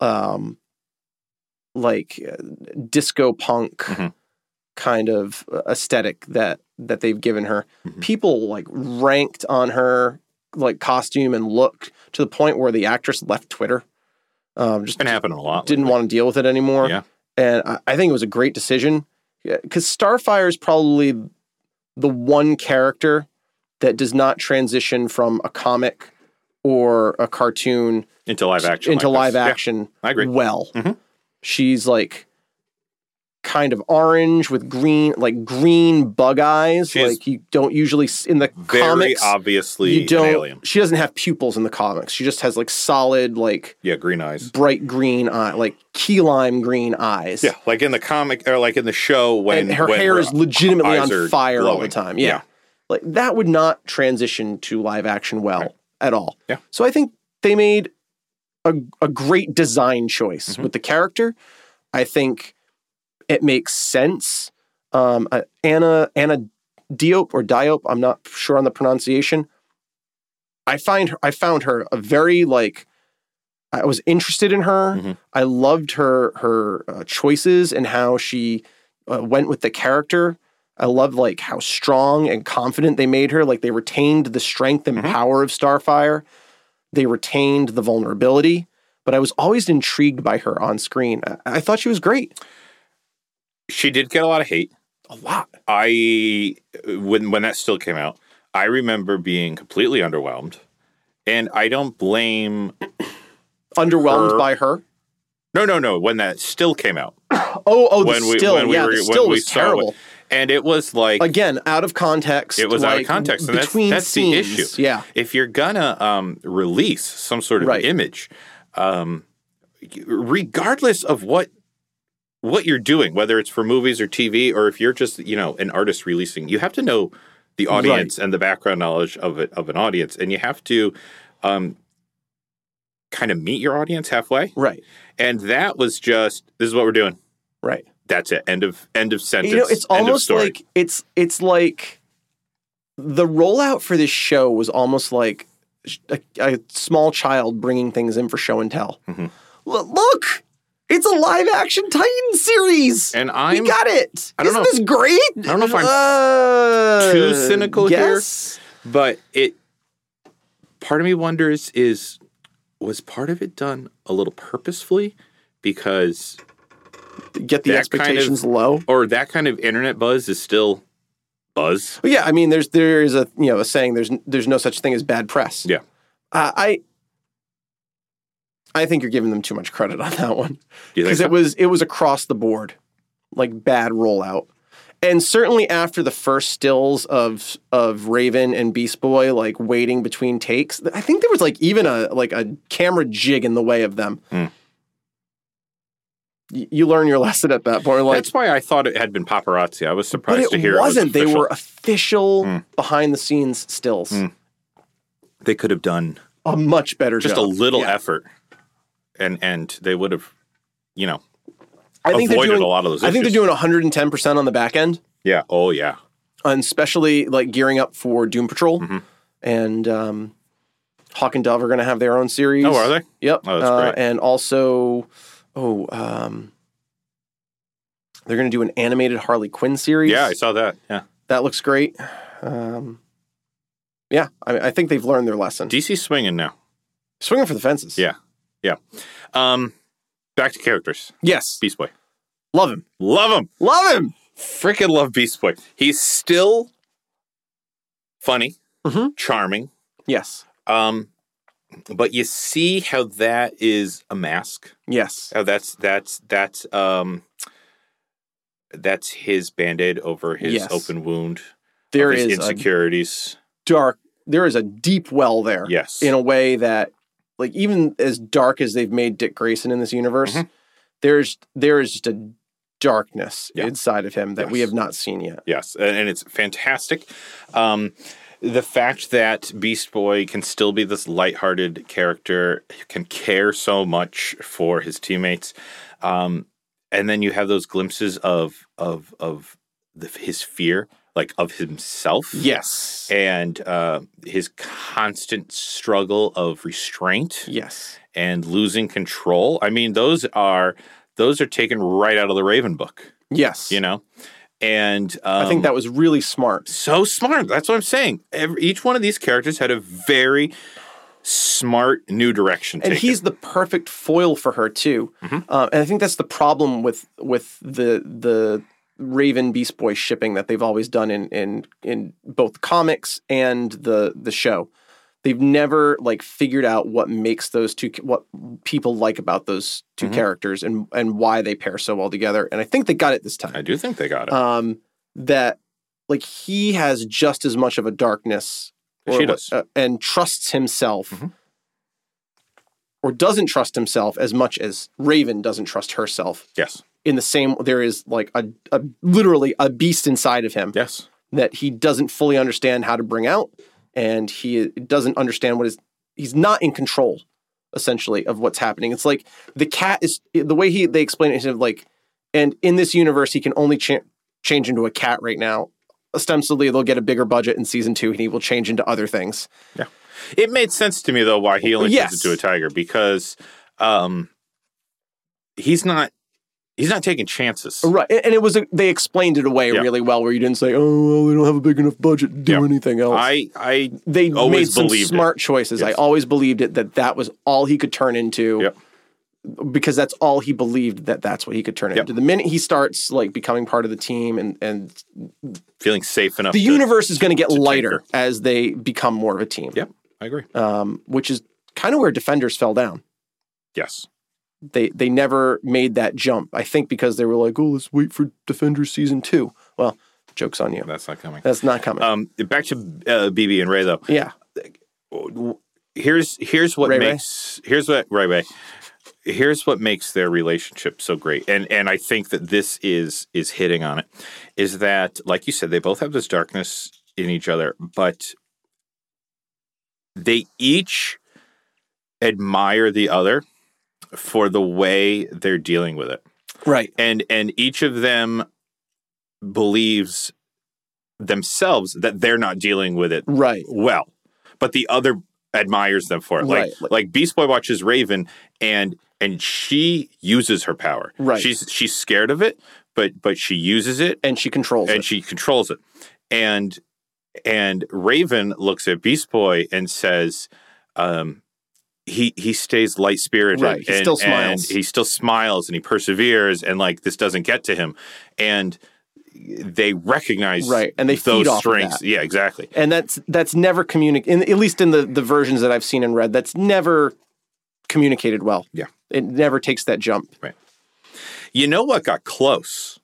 Speaker 1: um like uh, disco punk
Speaker 2: Mhm.
Speaker 1: kind of aesthetic that that they've given her.
Speaker 2: Mhm.
Speaker 1: People like ranked on her like costume and look to the point where the actress left Twitter. Um just
Speaker 2: It's been happening a lot.
Speaker 1: didn't
Speaker 2: lately.
Speaker 1: want to deal with it anymore.
Speaker 2: Yeah.
Speaker 1: And I, I think it was a great decision because Starfire is probably the one character that does not transition from a comic or a cartoon
Speaker 2: into live action.
Speaker 1: into live
Speaker 2: like this. Yeah,
Speaker 1: action
Speaker 2: I agree.
Speaker 1: well.
Speaker 2: Mhm.
Speaker 1: She's like kind of orange with green, like green bug eyes.
Speaker 2: She's
Speaker 1: like you don't usually s- in the
Speaker 2: Very
Speaker 1: comics.
Speaker 2: obviously
Speaker 1: You don't.
Speaker 2: an alien.
Speaker 1: She doesn't have pupils in the comics. She just has like solid, like
Speaker 2: Yeah, green eyes.
Speaker 1: bright green eye, like key lime green eyes.
Speaker 2: Yeah, like in the comic or like in the show when
Speaker 1: and her
Speaker 2: when
Speaker 1: hair is legitimately
Speaker 2: eyes
Speaker 1: on
Speaker 2: are
Speaker 1: fire all the
Speaker 2: glowing.
Speaker 1: time. Yeah.
Speaker 2: Yeah.
Speaker 1: Like that would not transition to live action well
Speaker 2: Right.
Speaker 1: at all.
Speaker 2: Yeah.
Speaker 1: So I think they made a, a great design choice
Speaker 2: Mhm.
Speaker 1: with the character. I think it makes sense. Um, uh, Anna Anna Diop or Diop, I'm not sure on the pronunciation. I find her, I found her a very like I was interested in her.
Speaker 2: Mhm.
Speaker 1: I loved her her uh, choices and how she uh, went with the character. I love like how strong and confident they made her. Like they retained the strength and
Speaker 2: Mhm.
Speaker 1: power of Starfire. They retained the vulnerability. But I was always intrigued by her on screen. I, I thought she was great.
Speaker 2: she did get a lot of hate.
Speaker 1: A lot.
Speaker 2: I when when that still came out, I remember being completely underwhelmed, and I don't blame.
Speaker 1: Underwhelmed
Speaker 2: Her-
Speaker 1: by her.
Speaker 2: No, no, no. When that still came out,
Speaker 1: Oh, oh, the
Speaker 2: When we-
Speaker 1: still,
Speaker 2: when we
Speaker 1: yeah,
Speaker 2: were-
Speaker 1: the
Speaker 2: when
Speaker 1: still
Speaker 2: we
Speaker 1: was
Speaker 2: saw it,
Speaker 1: terrible.
Speaker 2: and it was like
Speaker 1: Again, out of context.
Speaker 2: It was out of
Speaker 1: like,
Speaker 2: context, and that's-
Speaker 1: between
Speaker 2: that's the
Speaker 1: scenes.
Speaker 2: issue.
Speaker 1: Yeah,
Speaker 2: if you're gonna um, release some sort of
Speaker 1: Right.
Speaker 2: image, um, regardless of what what you're doing, whether it's for movies or TV, or if you're just you know an artist releasing, you have to know the audience and the background knowledge of it, of an audience, and you have to um, kind of meet your audience halfway.
Speaker 1: right,
Speaker 2: And that was just this is what we're doing.
Speaker 1: right.
Speaker 2: That's it. End of end of sentence.
Speaker 1: You know, it's
Speaker 2: end of
Speaker 1: almost
Speaker 2: story.
Speaker 1: like it's it's like the rollout for this show was almost like sh- a, a small child bringing things in for show and tell.
Speaker 2: Mhm.
Speaker 1: L- look, it's a live action Titan series.
Speaker 2: and
Speaker 1: we
Speaker 2: I'm
Speaker 1: got it.
Speaker 2: I don't
Speaker 1: Isn't
Speaker 2: know.
Speaker 1: this great? I
Speaker 2: don't know if I'm
Speaker 1: uh,
Speaker 2: too cynical here.
Speaker 1: yes?
Speaker 2: but it part of me wonders is was part of it done a little purposefully because
Speaker 1: Get the
Speaker 2: That kind of-
Speaker 1: expectations low.
Speaker 2: or that kind of internet buzz is still buzz
Speaker 1: But yeah, I mean, there's there is a you know a saying there's there's no such thing as bad press.
Speaker 2: Yeah.
Speaker 1: uh, I I think you're giving them too much credit on that one
Speaker 2: Do you think
Speaker 1: because
Speaker 2: so?
Speaker 1: it was it was across the board like bad rollout, and certainly after the first stills of of Raven and Beast Boy like waiting between takes, I think there was like even a like a camera jig in the way of them.
Speaker 2: Hmm.
Speaker 1: Y- You learn your lesson at that point. Like,
Speaker 2: that's why i thought it had been paparazzi i was
Speaker 1: but
Speaker 2: surprised
Speaker 1: it
Speaker 2: to hear
Speaker 1: wasn't.
Speaker 2: it was
Speaker 1: they
Speaker 2: official.
Speaker 1: were official
Speaker 2: Hmm.
Speaker 1: behind the scenes stills.
Speaker 2: Hmm. they could have done
Speaker 1: a much better
Speaker 2: just
Speaker 1: job.
Speaker 2: a little
Speaker 1: Yeah.
Speaker 2: effort and and they would have you know
Speaker 1: I think they're
Speaker 2: avoided
Speaker 1: doing.
Speaker 2: a lot of those
Speaker 1: I think they're
Speaker 2: issues.
Speaker 1: doing 110 percent on the back end,
Speaker 2: yeah oh yeah
Speaker 1: and especially like gearing up for Doom Patrol,
Speaker 2: Mhm.
Speaker 1: and um, Hawk and Dove are going to have their own series.
Speaker 2: oh are they
Speaker 1: Yep.
Speaker 2: Oh, that's
Speaker 1: Uh,
Speaker 2: great.
Speaker 1: And also, oh, um, they're going to do an animated Harley Quinn series.
Speaker 2: yeah i saw that yeah
Speaker 1: that looks great. Um, yeah, I, mean, I think they've learned their lesson.
Speaker 2: dc swinging now
Speaker 1: Swinging for the fences.
Speaker 2: Yeah. um back to characters
Speaker 1: Yes.
Speaker 2: beast boy
Speaker 1: Love him.
Speaker 2: love him
Speaker 1: Love him.
Speaker 2: freaking love Beast Boy. He's still funny,
Speaker 1: Mhm.
Speaker 2: charming.
Speaker 1: Yes.
Speaker 2: Um, but you see how that is a mask.
Speaker 1: Yes.
Speaker 2: How that's that's that's um that's his band-aid over his
Speaker 1: Yes.
Speaker 2: open wound. of
Speaker 1: There
Speaker 2: his
Speaker 1: is a
Speaker 2: insecurities.
Speaker 1: dark there is a deep well there
Speaker 2: yes.
Speaker 1: in a way that like even as dark as they've made dick grayson in this universe
Speaker 2: Mhm.
Speaker 1: there's there is just a darkness
Speaker 2: Yeah.
Speaker 1: inside of him that we
Speaker 2: Yes.
Speaker 1: have not seen yet
Speaker 2: yes. And, and it's fantastic. Um the fact that Beast Boy can still be this lighthearted character, can care so much for his teammates, um, and then you have those glimpses of of of the, his fear, like of himself,
Speaker 1: Yes.
Speaker 2: and uh, his constant struggle of restraint
Speaker 1: Yes.
Speaker 2: and losing control. I mean, those are those are taken right out of the Raven book,
Speaker 1: Yes.
Speaker 2: you know, and
Speaker 1: I
Speaker 2: um,
Speaker 1: think that was really smart.
Speaker 2: so smart. That's what I'm saying. Every, each one of these characters had a very smart new direction.
Speaker 1: And
Speaker 2: taken.
Speaker 1: he's the perfect foil for her too.
Speaker 2: Mm-hmm.
Speaker 1: Uh, and I think that's the problem with with the the Raven Beast Boy shipping that they've always done in in in both comics and the the show. They've never like figured out what makes those two what people like about those 2
Speaker 2: Mhm.
Speaker 1: characters and and why they pair so well together. And I think they got it this time.
Speaker 2: I do think they got it.
Speaker 1: um, that like he has just as much of a darkness
Speaker 2: She does.
Speaker 1: uh, and trusts himself
Speaker 2: Mhm.
Speaker 1: or doesn't trust himself as much as Raven doesn't trust herself
Speaker 2: yes,
Speaker 1: in the same there is like a, a literally a beast inside of him
Speaker 2: yes,
Speaker 1: that he doesn't fully understand how to bring out and he doesn't understand what is he's not in control essentially of what's happening it's like the cat is the way he they explain it is like and in this universe he can only cha- change into a cat right now ostensibly they'll get a bigger budget in season two and he will change into other things
Speaker 2: it made sense to me though why he only
Speaker 1: Yes.
Speaker 2: turns into a tiger because um, he's not he's not taking chances.
Speaker 1: right and and it was a, they explained it away
Speaker 2: Yeah.
Speaker 1: really well where you didn't say oh well, we don't have a big enough budget to do
Speaker 2: Yeah.
Speaker 1: anything else
Speaker 2: I I
Speaker 1: they made
Speaker 2: always
Speaker 1: some
Speaker 2: believed it.
Speaker 1: smart choices. I
Speaker 2: Yes.
Speaker 1: always believed it that that was all he could turn into.
Speaker 2: Yep.
Speaker 1: Because that's all he believed that that's what he could turn
Speaker 2: Yep.
Speaker 1: into. The minute he starts like becoming part of the team, and and
Speaker 2: feeling safe enough.
Speaker 1: the
Speaker 2: to-
Speaker 1: universe is going to get
Speaker 2: to
Speaker 1: lighter
Speaker 2: tinker.
Speaker 1: as they become more of a team.
Speaker 2: Yep, I agree.
Speaker 1: Um, which is kind of where Defenders fell down.
Speaker 2: Yes,
Speaker 1: They they never made that jump. I think because they were like, oh, let's wait for Defenders season two. Well, jokes on you.
Speaker 2: that's not coming.
Speaker 1: That's not coming.
Speaker 2: Um, back to uh, BB and Ray though.
Speaker 1: yeah.
Speaker 2: here's here's what
Speaker 1: Ray Ray?
Speaker 2: makes here's what Ray Ray here's what makes their relationship so great and and I think that this is is hitting on it is that like you said they both have this darkness in each other but they each admire the other for the way they're dealing with it
Speaker 1: Right.
Speaker 2: and and each of them believes themselves that they're not dealing with it
Speaker 1: Right.
Speaker 2: well, but the other admires them for it. Like
Speaker 1: Right.
Speaker 2: like Beast Boy watches Raven and and she uses her power.
Speaker 1: Right.
Speaker 2: She's she's scared of it, but but she uses it
Speaker 1: And she controls
Speaker 2: and
Speaker 1: it.
Speaker 2: she controls it. And and Raven looks at Beast Boy and says, um, he he stays light spirited.
Speaker 1: Right, he
Speaker 2: and,
Speaker 1: still smiles.
Speaker 2: And he still smiles and he perseveres and like this doesn't get to him. And they recognize
Speaker 1: Right, and they feed
Speaker 2: those
Speaker 1: off of
Speaker 2: strengths.
Speaker 1: that.
Speaker 2: Yeah, exactly.
Speaker 1: and that's that's never communicated at least in the the versions that i've seen and read that's never communicated well
Speaker 2: Yeah.
Speaker 1: it never takes that jump
Speaker 2: You know what got close?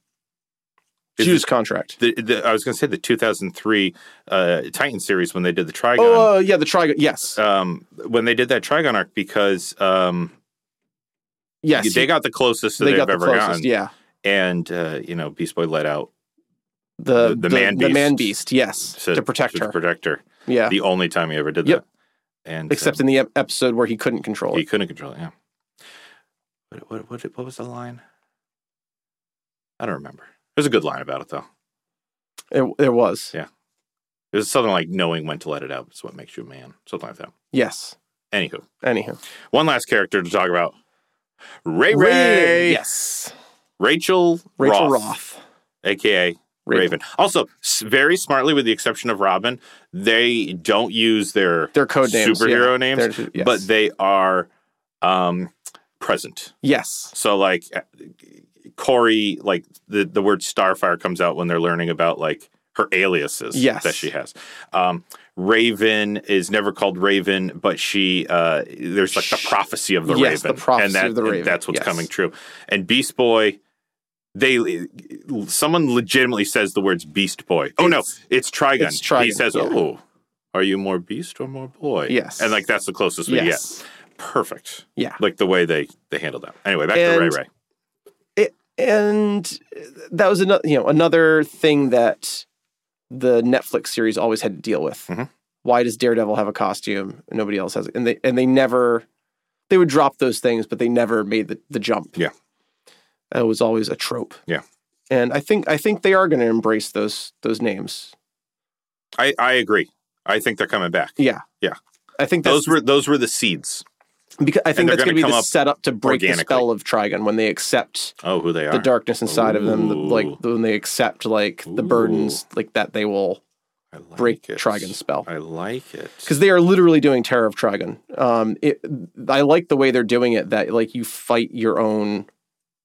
Speaker 2: Is
Speaker 1: Jews contract
Speaker 2: The, the, I was going to say the 2003 uh, Titan series when they did the Trigon.
Speaker 1: oh uh, yeah the trigon yes
Speaker 2: um, when they did that Trigon arc, because um,
Speaker 1: yes
Speaker 2: they got the closest that
Speaker 1: they
Speaker 2: they've
Speaker 1: got the
Speaker 2: ever
Speaker 1: closest
Speaker 2: gotten.
Speaker 1: yeah
Speaker 2: And, uh, you know, Beast Boy let out
Speaker 1: the
Speaker 2: The- the man
Speaker 1: the man
Speaker 2: beast.
Speaker 1: beast yes to, protect her
Speaker 2: protect her.
Speaker 1: yeah
Speaker 2: The only time he ever did
Speaker 1: Yep.
Speaker 2: that. And
Speaker 1: except in the ep- episode where he couldn't control
Speaker 2: um, he
Speaker 1: it
Speaker 2: couldn't control it. Yeah. What, what, what, what was the line? I don't remember. There's a good line about it, though.
Speaker 1: there, there was
Speaker 2: Yeah. It was something like knowing when to let it out is what makes you a man, something like that.
Speaker 1: yes
Speaker 2: Anywho.
Speaker 1: anywho
Speaker 2: One last character to talk about. Ray Ray.
Speaker 1: yes
Speaker 2: Rachel,
Speaker 1: rachel
Speaker 2: Roth,
Speaker 1: roth,
Speaker 2: aka Raven. Also, s- very smartly, with the exception of Robin, they don't use their,
Speaker 1: their code names
Speaker 2: superhero
Speaker 1: yeah.
Speaker 2: names,
Speaker 1: They're- yes.
Speaker 2: but they are um, present.
Speaker 1: yes
Speaker 2: So, like uh, Corey, like the, the word Starfire comes out when they're learning about like her aliases
Speaker 1: Yes.
Speaker 2: that she has. Um, Raven is never called Raven, but she uh, there's like the prophecy of the
Speaker 1: Yes,
Speaker 2: Raven,
Speaker 1: the prophecy
Speaker 2: and that,
Speaker 1: of the
Speaker 2: and
Speaker 1: Raven,
Speaker 2: that's what's
Speaker 1: yes.
Speaker 2: coming true. And Beast Boy, they someone legitimately says the words Beast Boy. Oh no,
Speaker 1: It's-
Speaker 2: it's Trigun.
Speaker 1: it's Trigun,
Speaker 2: He says,
Speaker 1: yeah.
Speaker 2: "Oh, are you more Beast or more Boy?"
Speaker 1: Yes.
Speaker 2: and like that's the closest we get.
Speaker 1: yes
Speaker 2: Perfect.
Speaker 1: yeah
Speaker 2: Like the way they they handle that. Anyway, back to
Speaker 1: And-
Speaker 2: Ray Ray.
Speaker 1: and that was another you know another thing that the Netflix series always had to deal with
Speaker 2: Mhm.
Speaker 1: why does Daredevil have a costume and nobody else has it? And they and they never they would drop those things, but they never made the, the jump.
Speaker 2: Yeah.
Speaker 1: It was always a trope.
Speaker 2: Yeah.
Speaker 1: And I think I think they are gonna embrace those those names.
Speaker 2: I, I agree. I think they're coming back.
Speaker 1: Yeah.
Speaker 2: Yeah.
Speaker 1: I think that's
Speaker 2: Those were those were the seeds.
Speaker 1: because I think
Speaker 2: they're
Speaker 1: that's gonna
Speaker 2: gonna
Speaker 1: be
Speaker 2: come
Speaker 1: the
Speaker 2: up
Speaker 1: setup to break the
Speaker 2: organically.
Speaker 1: spell of Trigon when they accept
Speaker 2: Oh, who they are.
Speaker 1: the darkness inside of them, the, like
Speaker 2: Ooh.
Speaker 1: when they accept like the burdens like that they will
Speaker 2: I like
Speaker 1: break
Speaker 2: it.
Speaker 1: Trigon's spell.
Speaker 2: I like it.
Speaker 1: because they are literally doing Terror of Trigon. Um, it, I like the way they're doing it. That like you fight your own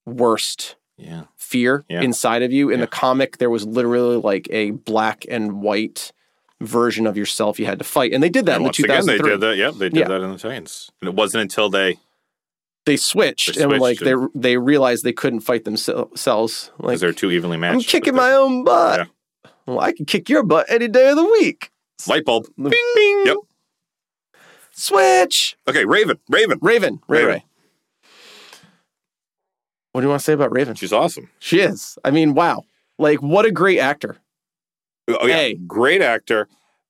Speaker 1: worst
Speaker 2: yeah.
Speaker 1: fear
Speaker 2: Yeah.
Speaker 1: inside of you. In the
Speaker 2: Yeah.
Speaker 1: comic, there was literally like a black and white version of yourself you had to fight, and they did that
Speaker 2: And
Speaker 1: in the
Speaker 2: once again, they
Speaker 1: 2003.
Speaker 2: did that. Yep, they did
Speaker 1: Yeah.
Speaker 2: that in the Titans. And it wasn't until they
Speaker 1: they, switched,
Speaker 2: They
Speaker 1: and like
Speaker 2: switched
Speaker 1: they they realized they couldn't fight themselves. Like
Speaker 2: because they're too evenly matched.
Speaker 1: I'm kicking
Speaker 2: that
Speaker 1: my own butt. Well, I can kick your butt any day of the week.
Speaker 2: the light bulb.
Speaker 1: Bing,
Speaker 2: Yep.
Speaker 1: Switch.
Speaker 2: Okay, Raven. Raven.
Speaker 1: Raven. Ray
Speaker 2: Raven.
Speaker 1: Ray. What do you want to say about Raven?
Speaker 2: She's awesome.
Speaker 1: She is. I mean, wow. Like, what a great actor.
Speaker 2: Oh yeah,
Speaker 1: Hey.
Speaker 2: great actor.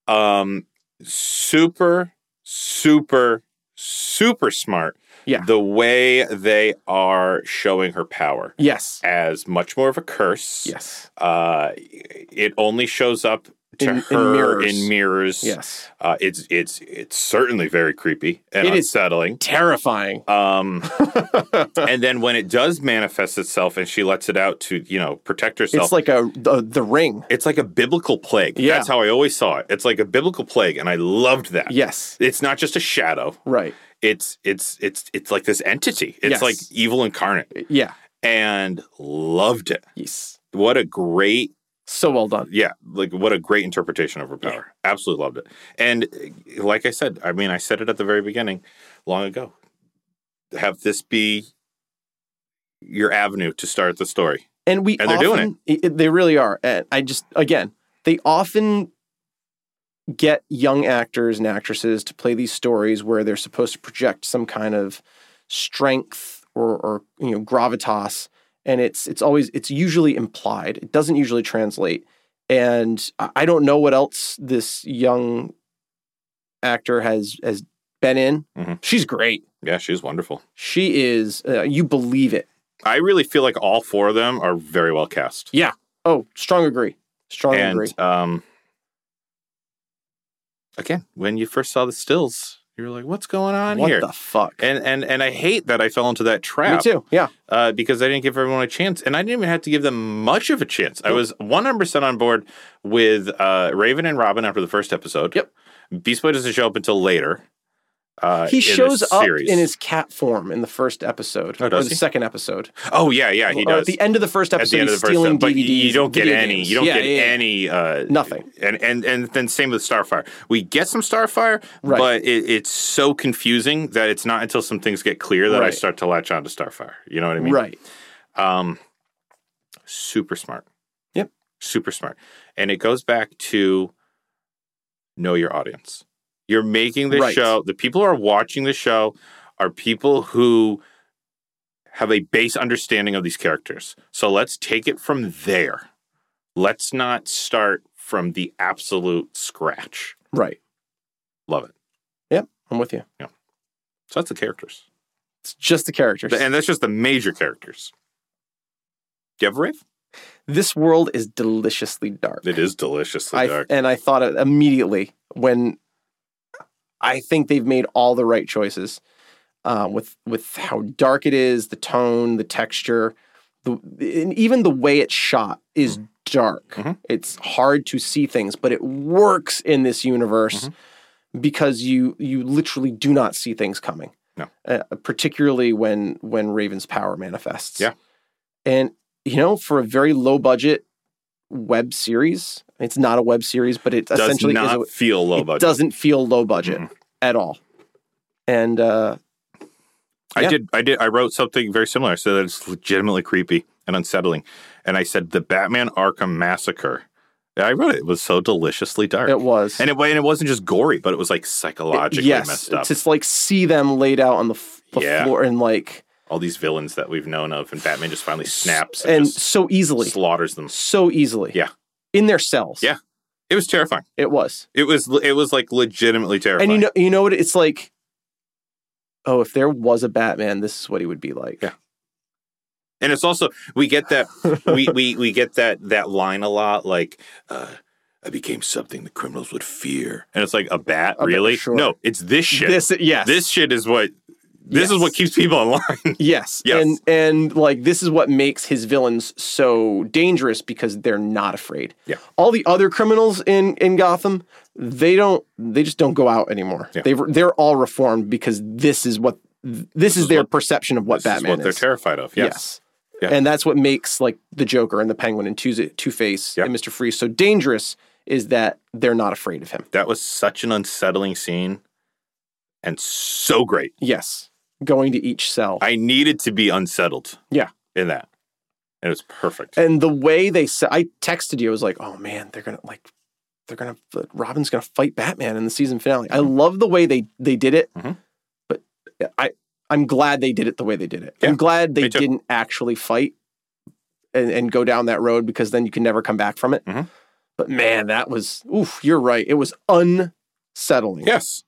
Speaker 2: Um, super, super, super smart.
Speaker 1: Yeah.
Speaker 2: The way they are showing her power
Speaker 1: Yes.
Speaker 2: as much more of a curse.
Speaker 1: Yes.
Speaker 2: Uh, it only shows up to
Speaker 1: In- in
Speaker 2: her
Speaker 1: mirrors.
Speaker 2: in mirrors.
Speaker 1: Yes.
Speaker 2: Uh, it's it's it's certainly very creepy and
Speaker 1: It is-
Speaker 2: unsettling.
Speaker 1: Terrifying.
Speaker 2: Um, and then when it does manifest itself and she lets it out to you know protect herself,
Speaker 1: It's like a the, the ring.
Speaker 2: it's like a biblical plague.
Speaker 1: Yeah.
Speaker 2: That's how I always saw it. It's like a biblical plague, and I loved that.
Speaker 1: Yes.
Speaker 2: It's not just a shadow.
Speaker 1: Right.
Speaker 2: It's it's it's it's like this entity. It's
Speaker 1: Yes.
Speaker 2: like evil incarnate.
Speaker 1: Yeah.
Speaker 2: And loved it.
Speaker 1: Yes.
Speaker 2: What a great
Speaker 1: So well done.
Speaker 2: yeah, like what a great interpretation of her power. Absolutely loved it. And uh, like I said, I mean I said it at the very beginning long ago. Have this be your avenue to start the story.
Speaker 1: And we
Speaker 2: And they're
Speaker 1: often,
Speaker 2: doing
Speaker 1: it- it- They really are. And I just again, they often get young actors and actresses to play these stories where they're supposed to project some kind of strength or, or you know gravitas, and it's it's always it's usually implied. It doesn't usually translate. And I I don't know what else this young actor has has been in.
Speaker 2: Mhm.
Speaker 1: She's great.
Speaker 2: Yeah, she's wonderful.
Speaker 1: She is. Uh, you believe it.
Speaker 2: I really feel like all four of them are very well cast.
Speaker 1: Oh, strong agree. Strong agree.
Speaker 2: and um, again, when you first saw the stills, you were like, "What's going on
Speaker 1: what
Speaker 2: here?"
Speaker 1: the fuck?
Speaker 2: and and and I hate that I fell into
Speaker 1: Me
Speaker 2: that trap
Speaker 1: too. Yeah.
Speaker 2: uh, because I didn't give everyone a chance, and I didn't even have to give them much of a chance. I was one hundred percent on board with uh, Raven and Robin after the first episode.
Speaker 1: Yep.
Speaker 2: Beast Boy doesn't show up until later. Uh,
Speaker 1: He
Speaker 2: in the
Speaker 1: shows up
Speaker 2: series.
Speaker 1: in his cat form in the first episode
Speaker 2: Oh,
Speaker 1: or
Speaker 2: does
Speaker 1: the
Speaker 2: he?
Speaker 1: second episode.
Speaker 2: oh yeah yeah he
Speaker 1: Or
Speaker 2: does
Speaker 1: at uh, the end of the first
Speaker 2: at
Speaker 1: episode,
Speaker 2: the end
Speaker 1: he's
Speaker 2: of the first
Speaker 1: stealing
Speaker 2: one, but
Speaker 1: DVDs.
Speaker 2: you don't get
Speaker 1: video
Speaker 2: any.
Speaker 1: games.
Speaker 2: You don't
Speaker 1: Yeah,
Speaker 2: get
Speaker 1: yeah, yeah.
Speaker 2: any. Uh,
Speaker 1: Nothing.
Speaker 2: And and and then same with Starfire. We get some Starfire,
Speaker 1: Right.
Speaker 2: but it, it's so confusing that it's not until some things get clear that I
Speaker 1: Right.
Speaker 2: start to latch on to Starfire. You know what I mean?
Speaker 1: Right.
Speaker 2: Um, super smart.
Speaker 1: Yep.
Speaker 2: Super smart, and it goes back to know your audience. You're making this
Speaker 1: Right.
Speaker 2: show. The people who are watching the show are people who have a base understanding of these characters. So let's take it from there. Let's not start from the absolute scratch.
Speaker 1: Right.
Speaker 2: Love it.
Speaker 1: I'm with you.
Speaker 2: So that's the characters.
Speaker 1: It's just the characters.
Speaker 2: And that's just the major characters. Do you have a rave?
Speaker 1: this world is deliciously dark.
Speaker 2: It is deliciously
Speaker 1: I,
Speaker 2: dark.
Speaker 1: and I thought it immediately when I think they've made all the right choices uh, with with how dark it is, the tone, the texture, the and even the way it's shot is dark.
Speaker 2: Mhm.
Speaker 1: It's hard to see things, but it works in this universe
Speaker 2: Mm-hmm.
Speaker 1: because you you literally do not see things coming.
Speaker 2: No.
Speaker 1: Uh, particularly when when Raven's power manifests.
Speaker 2: Yeah.
Speaker 1: and you know, for a very low budget web series. It's not a web series, but it
Speaker 2: Does
Speaker 1: essentially
Speaker 2: not
Speaker 1: is a,
Speaker 2: feel low
Speaker 1: it
Speaker 2: budget. Mm-hmm.
Speaker 1: doesn't feel low budget at all. And uh,
Speaker 2: I
Speaker 1: yeah.
Speaker 2: did. I did. I wrote something very similar. I said that it's legitimately creepy and unsettling, and I said the Batman Arkham Massacre. I wrote it, it was so deliciously dark,
Speaker 1: it was
Speaker 2: and it and it wasn't just gory, but it was like psychologically
Speaker 1: yes,
Speaker 2: messed up.
Speaker 1: to s- like see them laid out on the, f- the
Speaker 2: Yeah.
Speaker 1: floor and like
Speaker 2: All these villains that we've known of, and Batman just finally snaps
Speaker 1: and
Speaker 2: and, just
Speaker 1: so easily,
Speaker 2: slaughters them.
Speaker 1: so easily,
Speaker 2: Yeah.
Speaker 1: in their cells,
Speaker 2: Yeah. It was terrifying.
Speaker 1: It was.
Speaker 2: It was it was like legitimately terrifying.
Speaker 1: And you know you know what it's like oh, if there was a Batman, this is what he would be like.
Speaker 2: Yeah. and it's also we get that we, we we get that that line a lot like uh I became something the criminals would fear. And it's like a bat,
Speaker 1: A bat,
Speaker 2: really?
Speaker 1: sure.
Speaker 2: No, it's this shit. This,
Speaker 1: This yes.
Speaker 2: shit is what this is
Speaker 1: Yes.
Speaker 2: what keeps people in line.
Speaker 1: Yes.
Speaker 2: Yes.
Speaker 1: And and like this is what makes his villains so dangerous because they're not afraid.
Speaker 2: Yeah.
Speaker 1: All the other criminals in in Gotham, they don't they just don't go out anymore.
Speaker 2: Yeah.
Speaker 1: They were- they're all reformed because this is what this, is,
Speaker 2: is
Speaker 1: their
Speaker 2: what-
Speaker 1: perception of what
Speaker 2: this
Speaker 1: Batman
Speaker 2: is what they're terrified of. Yes. Yeah.
Speaker 1: And that's what makes like the Joker and the Penguin and Two Face
Speaker 2: Yeah.
Speaker 1: and Mister Freeze so dangerous is that they're not afraid of him.
Speaker 2: That was such an unsettling scene and so great.
Speaker 1: Yes, going to each cell.
Speaker 2: I needed to be unsettled.
Speaker 1: Yeah.
Speaker 2: In that. And it was perfect.
Speaker 1: and the way they said, I texted you. I was like, oh man, they're gonna like, they're gonna Robin's gonna fight Batman in the season finale. I
Speaker 2: Mm-hmm.
Speaker 1: love the way they they did it,
Speaker 2: Mhm.
Speaker 1: but uh, I I'm glad they did it the way they did it.
Speaker 2: Yeah,
Speaker 1: I'm glad they
Speaker 2: me too.
Speaker 1: didn't actually fight and, and go down that road because then you can never come back from it.
Speaker 2: Mhm.
Speaker 1: But man, that was oof. You're right. It was unsettling
Speaker 2: yes.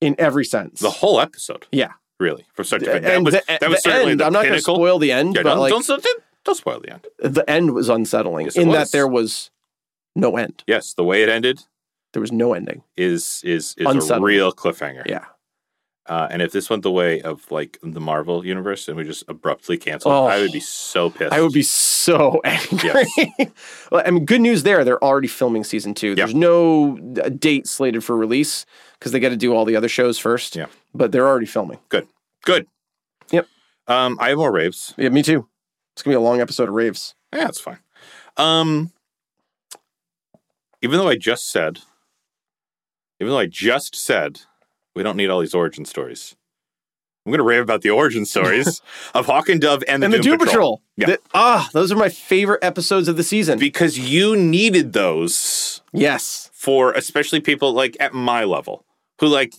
Speaker 1: in every sense.
Speaker 2: The whole episode.
Speaker 1: Yeah.
Speaker 2: Really. From start to finish.
Speaker 1: and
Speaker 2: That was,
Speaker 1: the,
Speaker 2: that was
Speaker 1: the
Speaker 2: certainly
Speaker 1: end,
Speaker 2: the
Speaker 1: I'm not going to
Speaker 2: pinnacle.
Speaker 1: spoil the end,
Speaker 2: Yeah,
Speaker 1: but
Speaker 2: don't,
Speaker 1: like
Speaker 2: don't, don't, don't spoil the end.
Speaker 1: the end was unsettling
Speaker 2: Yes, it
Speaker 1: in
Speaker 2: was.
Speaker 1: that there was no end.
Speaker 2: Yes, the way it ended
Speaker 1: There was no ending.
Speaker 2: is is is
Speaker 1: Unsettling.
Speaker 2: a real cliffhanger.
Speaker 1: Yeah.
Speaker 2: Uh, and if this went the way of like the Marvel universe and we just abruptly canceled,
Speaker 1: Oh.
Speaker 2: I would be so pissed.
Speaker 1: I would be so angry. well, I mean, good news there. They're already filming season two. There's no uh, date slated for release because they got to do all the other shows first.
Speaker 2: Yeah.
Speaker 1: But they're already filming.
Speaker 2: good.
Speaker 1: Yep.
Speaker 2: Um, I have more raves.
Speaker 1: Yeah, me too. It's going to be a long episode of Raves.
Speaker 2: Yeah, that's fine. Um, even though I just said, even though I just said, we don't need all these origin stories. I'm going to rave about the origin stories of Hawk and Dove and the,
Speaker 1: and the Doom Patrol.
Speaker 2: Yeah.
Speaker 1: The- ah, those are my favorite episodes of the season.
Speaker 2: because you needed those
Speaker 1: yes.
Speaker 2: for especially people like at my level who like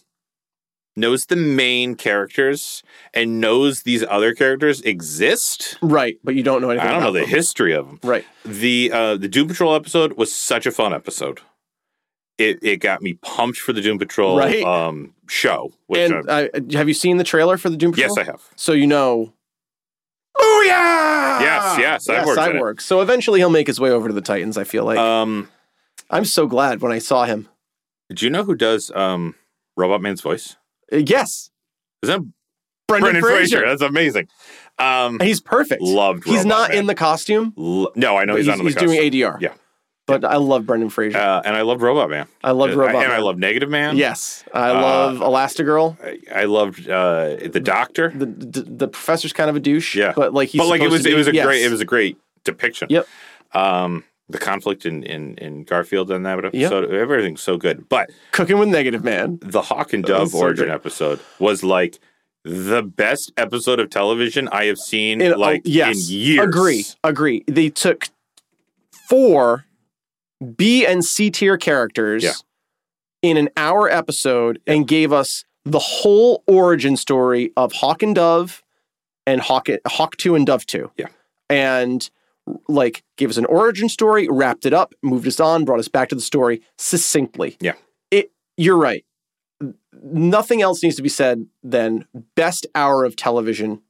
Speaker 2: knows the main characters and knows these other characters exist.
Speaker 1: Right. But you don't know anything
Speaker 2: I don't know
Speaker 1: about
Speaker 2: the
Speaker 1: them.
Speaker 2: history of them.
Speaker 1: Right.
Speaker 2: the uh the Doom Patrol episode was such a fun episode. It it got me pumped for the Doom Patrol
Speaker 1: Right.
Speaker 2: um show. Which
Speaker 1: and
Speaker 2: uh,
Speaker 1: uh, have you seen the trailer for the Doom Patrol?
Speaker 2: yes, I have.
Speaker 1: So you know. Booyah!
Speaker 2: Yes, yes, I've worked in it.
Speaker 1: work. So eventually he'll make his way over to the Titans, I feel like.
Speaker 2: Um,
Speaker 1: I'm so glad when I saw him.
Speaker 2: do you know who does um Robot Man's voice?
Speaker 1: Uh, yes,
Speaker 2: Is that
Speaker 1: Brendan,
Speaker 2: Brendan Fraser?
Speaker 1: Fraser.
Speaker 2: That's amazing. Um,
Speaker 1: He's perfect.
Speaker 2: loved.
Speaker 1: he's
Speaker 2: Robot
Speaker 1: not
Speaker 2: Man.
Speaker 1: in the costume.
Speaker 2: L- no, I know
Speaker 1: but
Speaker 2: he's,
Speaker 1: he's
Speaker 2: not in the
Speaker 1: he's doing ADR.
Speaker 2: Yeah.
Speaker 1: But I love Brendan Fraser.
Speaker 2: Uh, and I love Robot Man.
Speaker 1: I love
Speaker 2: Uh,
Speaker 1: Robot.
Speaker 2: and I
Speaker 1: Man.
Speaker 2: love Negative Man.
Speaker 1: Yes, I
Speaker 2: Uh,
Speaker 1: love Elastigirl.
Speaker 2: I, I loved uh, the Doctor.
Speaker 1: The, the the professor's kind of a douche.
Speaker 2: Yeah.
Speaker 1: But like he's
Speaker 2: but like
Speaker 1: supposed
Speaker 2: it was
Speaker 1: to be-
Speaker 2: it was a
Speaker 1: yes.
Speaker 2: great it was a great depiction.
Speaker 1: Yep.
Speaker 2: Um, the conflict in in in Garfield in that episode, everything's so good. But
Speaker 1: cooking with Negative Man.
Speaker 2: the Hawk and
Speaker 1: That was
Speaker 2: Dove
Speaker 1: so
Speaker 2: origin
Speaker 1: great.
Speaker 2: episode was like the best episode of television I have seen
Speaker 1: In-
Speaker 2: like
Speaker 1: oh, yes.
Speaker 2: in years.
Speaker 1: Agree. Agree. They took four B and C tier characters
Speaker 2: Yeah.
Speaker 1: in an hour episode and gave us the whole origin story of Hawk and Dove and Hawk Hawk 2 and Dove 2.
Speaker 2: Yeah.
Speaker 1: And like gave us an origin story, wrapped it up, moved us on, brought us back to the story succinctly.
Speaker 2: Yeah.
Speaker 1: It you're right. Nothing else needs to be said than best hour of television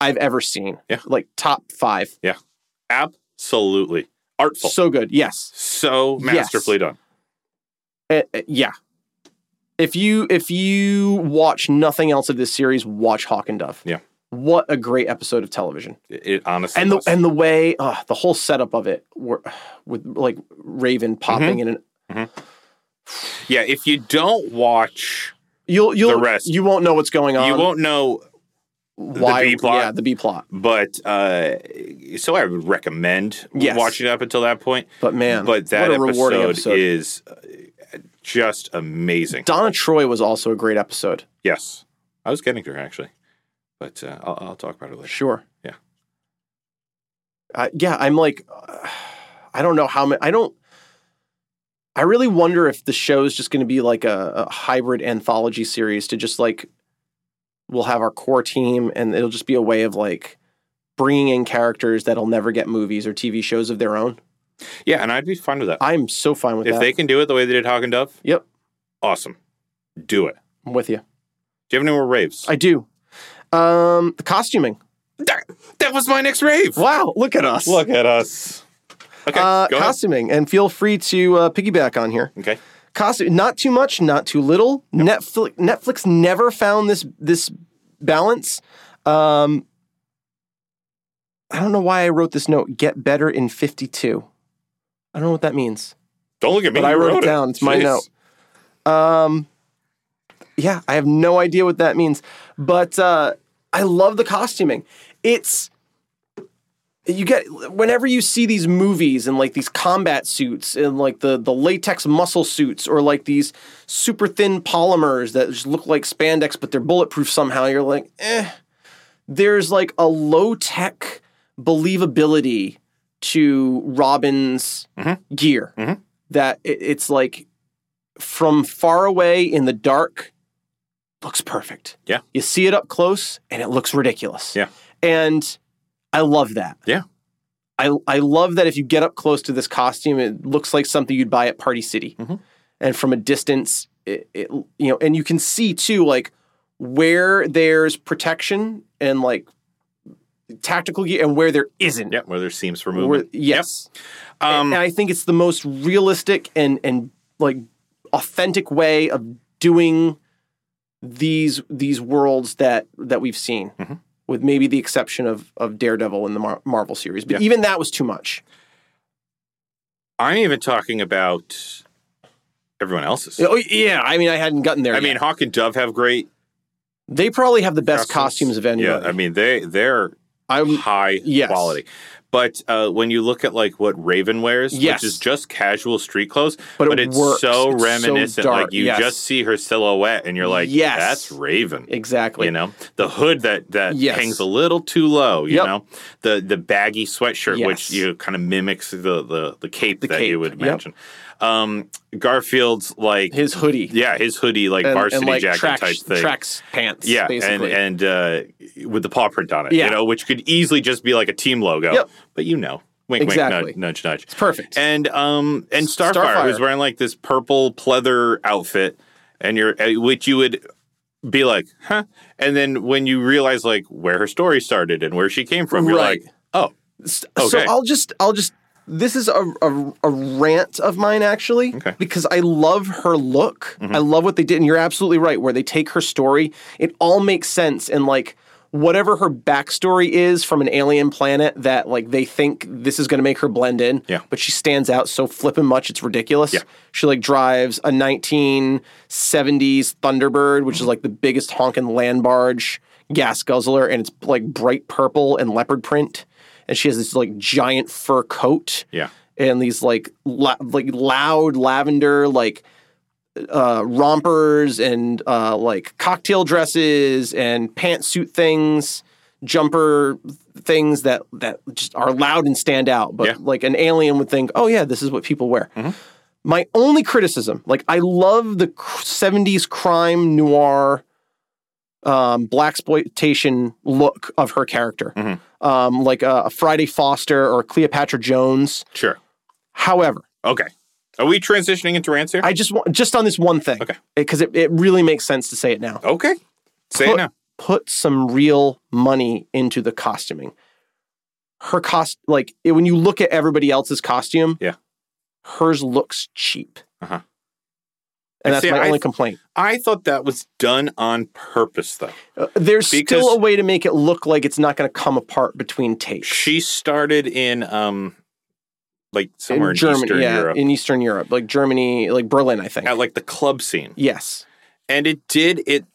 Speaker 1: I've ever seen.
Speaker 2: Yeah.
Speaker 1: Like top five.
Speaker 2: Absolutely artful, so,
Speaker 1: So good. Yes. Yes.
Speaker 2: masterfully done.
Speaker 1: Uh, uh, yeah. If you if you watch nothing else of this series, watch Hawk and Dove.
Speaker 2: Yeah.
Speaker 1: What a great episode of television.
Speaker 2: It, it honestly
Speaker 1: And the
Speaker 2: was.
Speaker 1: and the way uh, the whole setup of it were, with like Raven
Speaker 2: Mm-hmm.
Speaker 1: popping in and
Speaker 2: yeah, if you don't watch,
Speaker 1: you'll you'll
Speaker 2: rest.
Speaker 1: you won't know what's going on.
Speaker 2: you won't know
Speaker 1: why
Speaker 2: B plot.
Speaker 1: yeah the B plot.
Speaker 2: but uh so I would recommend
Speaker 1: Yes.
Speaker 2: watching it up until that point.
Speaker 1: But man,
Speaker 2: but that
Speaker 1: what a rewarding
Speaker 2: episode,
Speaker 1: episode.
Speaker 2: is uh, just amazing.
Speaker 1: Donna Troy was also a great episode.
Speaker 2: yes, I was getting to her actually, but uh, I'll, I'll talk about it later.
Speaker 1: Sure.
Speaker 2: Yeah.
Speaker 1: Uh, yeah, I'm like, uh, I don't know how many. I don't. I really wonder if the show is just going to be like a, a hybrid anthology series to just like, we'll have our core team and it'll just be a way of like bringing in characters that'll never get movies or TV shows of their own.
Speaker 2: Yeah, and I'd be fine with that.
Speaker 1: I'm so fine with
Speaker 2: if
Speaker 1: that.
Speaker 2: they can do it the way they did Haagen Dove,
Speaker 1: Yep.
Speaker 2: awesome. Do it.
Speaker 1: I'm with you.
Speaker 2: Do you have any more raves?
Speaker 1: I do. Um, the costuming.
Speaker 2: that, that was my next rave.
Speaker 1: Wow, look at us.
Speaker 2: Look at us. Okay,
Speaker 1: uh,
Speaker 2: go ahead.
Speaker 1: costuming, and feel free to uh, piggyback on here.
Speaker 2: Okay.
Speaker 1: Costume, not too much, not too little. Netflix, Netflix never found this this balance. Um, I don't know why I wrote this note. Get better in fifty two. I don't know what that means.
Speaker 2: Don't look at me.
Speaker 1: But I
Speaker 2: you
Speaker 1: wrote it down. It's my
Speaker 2: Jeez.
Speaker 1: note. Um, yeah, I have no idea what that means, but uh, I love the costuming. It's you get whenever you see these movies and like these combat suits and like the the latex muscle suits or like these super thin polymers that just look like spandex but they're bulletproof somehow. You're like, eh. There's like a low tech believability to Robin's
Speaker 2: Mhm.
Speaker 1: gear
Speaker 2: Mhm.
Speaker 1: that it, it's like from far away in the dark looks perfect.
Speaker 2: Yeah.
Speaker 1: You see it up close and it looks ridiculous.
Speaker 2: Yeah.
Speaker 1: And I love that.
Speaker 2: Yeah.
Speaker 1: I, I love that if you get up close to this costume, it looks like something you'd buy at Party City.
Speaker 2: Mhm.
Speaker 1: And from a distance, it, it you know, and you can see too, like where there's protection and like tactical gear and where there isn't.
Speaker 2: Yep, where there's seams for
Speaker 1: Where-
Speaker 2: movement.
Speaker 1: yes
Speaker 2: Um,
Speaker 1: and I think it's the most realistic and and like authentic way of doing these these worlds that that we've seen,
Speaker 2: Mhm.
Speaker 1: with maybe the exception of of Daredevil in the Mar- Marvel series. But
Speaker 2: Yeah.
Speaker 1: even that was too much.
Speaker 2: I'm even talking about everyone else's.
Speaker 1: Oh yeah, I mean I hadn't gotten there.
Speaker 2: I
Speaker 1: yet.
Speaker 2: mean, Hawk and Dove have great
Speaker 1: they probably have the best
Speaker 2: costumes.
Speaker 1: costumes of anybody.
Speaker 2: Yeah, I mean they they're
Speaker 1: I'm
Speaker 2: high
Speaker 1: yes.
Speaker 2: quality. But uh, when you look at like what Raven wears,
Speaker 1: Yes.
Speaker 2: which is just casual street clothes,
Speaker 1: But
Speaker 2: but,
Speaker 1: it
Speaker 2: it's
Speaker 1: works.
Speaker 2: so
Speaker 1: It's so
Speaker 2: reminiscent.
Speaker 1: dark.
Speaker 2: like you
Speaker 1: Yes.
Speaker 2: just see her silhouette, and you're like,
Speaker 1: Yes.
Speaker 2: that's Raven."
Speaker 1: exactly.
Speaker 2: You know, the hood that that
Speaker 1: Yes.
Speaker 2: hangs a little too low. You
Speaker 1: Yep.
Speaker 2: know, the the baggy sweatshirt,
Speaker 1: Yes.
Speaker 2: which you know, kind of mimics the the the cape
Speaker 1: The
Speaker 2: that you
Speaker 1: cape,
Speaker 2: would
Speaker 1: yep.
Speaker 2: mention. Um, Garfield's like
Speaker 1: His hoodie
Speaker 2: yeah, his hoodie like
Speaker 1: and,
Speaker 2: varsity
Speaker 1: and like
Speaker 2: jacket
Speaker 1: tracks,
Speaker 2: type thing.
Speaker 1: tracks pants.
Speaker 2: yeah,
Speaker 1: basically.
Speaker 2: and and uh, with the paw print on it,
Speaker 1: Yeah.
Speaker 2: you know, which could easily just be like a team logo.
Speaker 1: Yep.
Speaker 2: But you know, wink,
Speaker 1: Exactly.
Speaker 2: wink, nudge, nudge, nudge.
Speaker 1: it's perfect.
Speaker 2: And um and
Speaker 1: S-
Speaker 2: Starfire,
Speaker 1: Starfire.
Speaker 2: who's wearing like this purple pleather outfit, and you're uh, which you would be like, huh? And then when you realize like where her story started and where she came from, you're
Speaker 1: Right.
Speaker 2: like, oh,
Speaker 1: S- So
Speaker 2: Okay.
Speaker 1: I'll just I'll just this is a, a, a rant of mine actually
Speaker 2: Okay. Mm-hmm.
Speaker 1: because I love her look. I love what they did, and you're absolutely right. Where they take her story, it all makes sense, and like whatever her backstory is from an alien planet that like they think this is going to make her blend in.
Speaker 2: Yeah.
Speaker 1: But she stands out so flippin' much, it's ridiculous.
Speaker 2: Yeah.
Speaker 1: She like drives a 1970s Thunderbird, which is like the biggest honkin' land barge gas guzzler, and it's like bright purple and leopard print. And she has this like giant fur coat
Speaker 2: yeah,
Speaker 1: and these like la- like loud lavender like uh, rompers and uh, like cocktail dresses and pantsuit things, jumper things that that just are loud and stand out. But
Speaker 2: Yeah.
Speaker 1: like an alien would think, oh yeah, this is what people wear. My only criticism, like I love the cr- '70s crime noir, um, black exploitation look of her character,
Speaker 2: Mhm.
Speaker 1: um, like a, a Friday Foster or Cleopatra Jones.
Speaker 2: sure,
Speaker 1: However,
Speaker 2: okay. Are we transitioning into rants here?
Speaker 1: I just want just on this one thing,
Speaker 2: Okay.
Speaker 1: because it, it really makes sense to say it now.
Speaker 2: okay, say
Speaker 1: Put-
Speaker 2: it now.
Speaker 1: Put some real money into the costuming. Her cost, like it- when you look at everybody else's costume,
Speaker 2: Yeah.
Speaker 1: hers looks cheap,
Speaker 2: Uh-huh.
Speaker 1: and
Speaker 2: I
Speaker 1: that's
Speaker 2: see,
Speaker 1: my
Speaker 2: I-
Speaker 1: only complaint.
Speaker 2: I thought that was done on purpose, though.
Speaker 1: Uh, There's
Speaker 2: Because-
Speaker 1: still a way to make it look like it's not going to come apart between takes.
Speaker 2: She started in um like
Speaker 1: In
Speaker 2: somewhere in,
Speaker 1: Germany,
Speaker 2: Eastern
Speaker 1: yeah,
Speaker 2: Europe
Speaker 1: in Eastern Europe, like Germany, like Berlin, I think.
Speaker 2: at like the club scene.
Speaker 1: yes,
Speaker 2: And it did it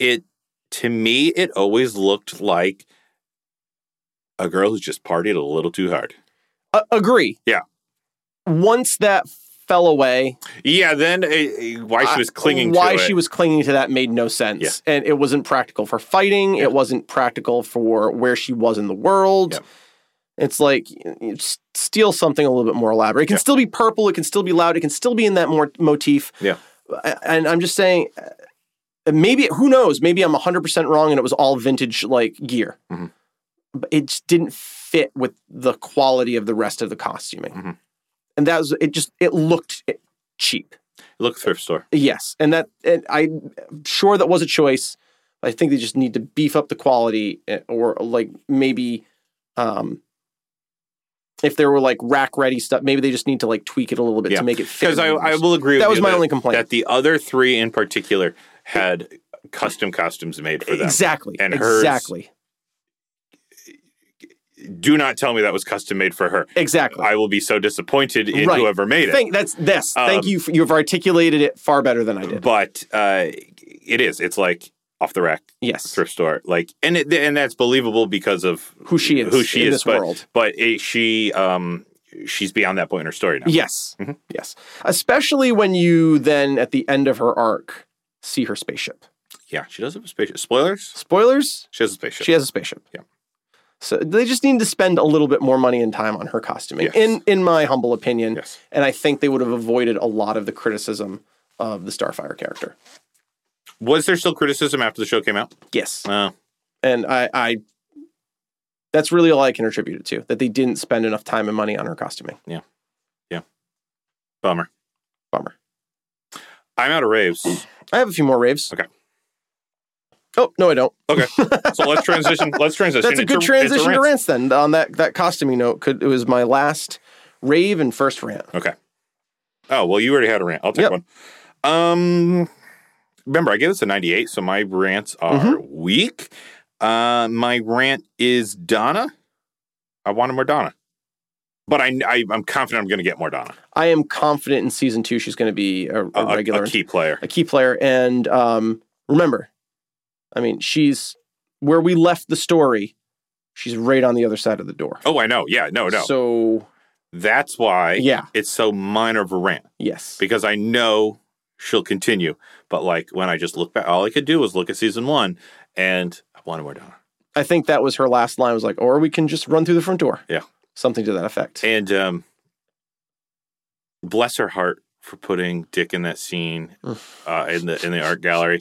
Speaker 2: it to me it always looked like a girl who's just partied a little too hard.
Speaker 1: A- agree.
Speaker 2: Yeah.
Speaker 1: Once that fell away,
Speaker 2: Yeah, then uh, uh, why she
Speaker 1: I-
Speaker 2: was clinging
Speaker 1: why
Speaker 2: to
Speaker 1: she
Speaker 2: it.
Speaker 1: was clinging to that made no sense
Speaker 2: Yeah.
Speaker 1: and it wasn't practical for fighting
Speaker 2: Yeah.
Speaker 1: it wasn't practical for where she was in the world
Speaker 2: Yeah.
Speaker 1: it's like y- y- s- steal something a little bit more elaborate it can
Speaker 2: Yeah.
Speaker 1: still be purple it can still be loud it can still be in that more motif
Speaker 2: Yeah.
Speaker 1: A- and i'm just saying uh, maybe who knows maybe i'm 100% wrong and it was all vintage like gear
Speaker 2: Mhm.
Speaker 1: but it just didn't fit with the quality of the rest of the costuming
Speaker 2: Mhm.
Speaker 1: and that was it. Just it looked cheap.
Speaker 2: Look thrift store.
Speaker 1: Yes, and that and I'm sure that was a choice. I think they just need to beef up the quality, eh, or like maybe, um, if there were like rack ready stuff, maybe they just need to like tweak it a little bit
Speaker 2: Yeah.
Speaker 1: to make it fit.
Speaker 2: Because I, I will agree with
Speaker 1: that was
Speaker 2: you
Speaker 1: my only complaint.
Speaker 2: that the other three in particular had custom costumes made for them.
Speaker 1: exactly,
Speaker 2: And hers-
Speaker 1: exactly,
Speaker 2: Do not tell me that was custom made for her.
Speaker 1: exactly.
Speaker 2: I will be so disappointed in
Speaker 1: Right.
Speaker 2: whoever made it.
Speaker 1: Thank that's this. Thank
Speaker 2: Um,
Speaker 1: you. For, you've articulated it far better than I did.
Speaker 2: but uh, it is. It's like off the rack
Speaker 1: Yes,
Speaker 2: thrift store. Like, and it, and that's believable because of
Speaker 1: who she is?
Speaker 2: Who she
Speaker 1: in
Speaker 2: is,
Speaker 1: this world?
Speaker 2: But it, she, um, she's beyond that point in her story now.
Speaker 1: Yes,
Speaker 2: Mhm.
Speaker 1: yes. Especially when you then at the end of her arc see her spaceship.
Speaker 2: Yeah, she does have a spaceship. Spoilers?
Speaker 1: Spoilers.
Speaker 2: She has a spaceship.
Speaker 1: She has a spaceship.
Speaker 2: Yeah.
Speaker 1: So they just need to spend a little bit more money and time on her costuming,
Speaker 2: Yes.
Speaker 1: in in my humble opinion.
Speaker 2: yes.
Speaker 1: And I think they would have avoided a lot of the criticism of the Starfire character.
Speaker 2: Was there still criticism after the show came out?
Speaker 1: Yes.
Speaker 2: Uh,
Speaker 1: And I, I that's really all I can attribute it to that they didn't spend enough time and money on her costuming.
Speaker 2: bummer.
Speaker 1: Bummer.
Speaker 2: I'm out of raves.
Speaker 1: I have a few more raves.
Speaker 2: Okay.
Speaker 1: Oh no, I don't.
Speaker 2: So let's transition. Let's transition.
Speaker 1: That's a
Speaker 2: It's
Speaker 1: good
Speaker 2: it's
Speaker 1: transition to
Speaker 2: rant.
Speaker 1: rants then. On that that costuming note, could it was my last rave and first rant.
Speaker 2: Oh, well, you already had a rant. I'll
Speaker 1: Yep.
Speaker 2: take one. Um, remember, I gave this a 98, so my rants are
Speaker 1: Mm-hmm.
Speaker 2: weak. Uh, my rant is Donna. I wanted more Donna. But I, I, I'm confident I'm going to get more Donna,
Speaker 1: I am confident in season two she's going to be a, a
Speaker 2: a, a-
Speaker 1: regular,
Speaker 2: a key player.
Speaker 1: a key player. And um, remember, I mean, she's where we left the story. She's right on the other side of the door.
Speaker 2: Oh, I know. Yeah, no, no.
Speaker 1: So
Speaker 2: That's why
Speaker 1: yeah,
Speaker 2: it's so minor of a rant
Speaker 1: yes,
Speaker 2: because I know she'll continue. But like when I just look back, all I could do was look at season one and I wanted more Donna.
Speaker 1: I think that was her last line. Was like, or we can just run through the front door.
Speaker 2: Yeah.
Speaker 1: something to that effect.
Speaker 2: And um, bless her heart for putting Dick in that scene
Speaker 1: Oh,
Speaker 2: uh, in the in the art gallery.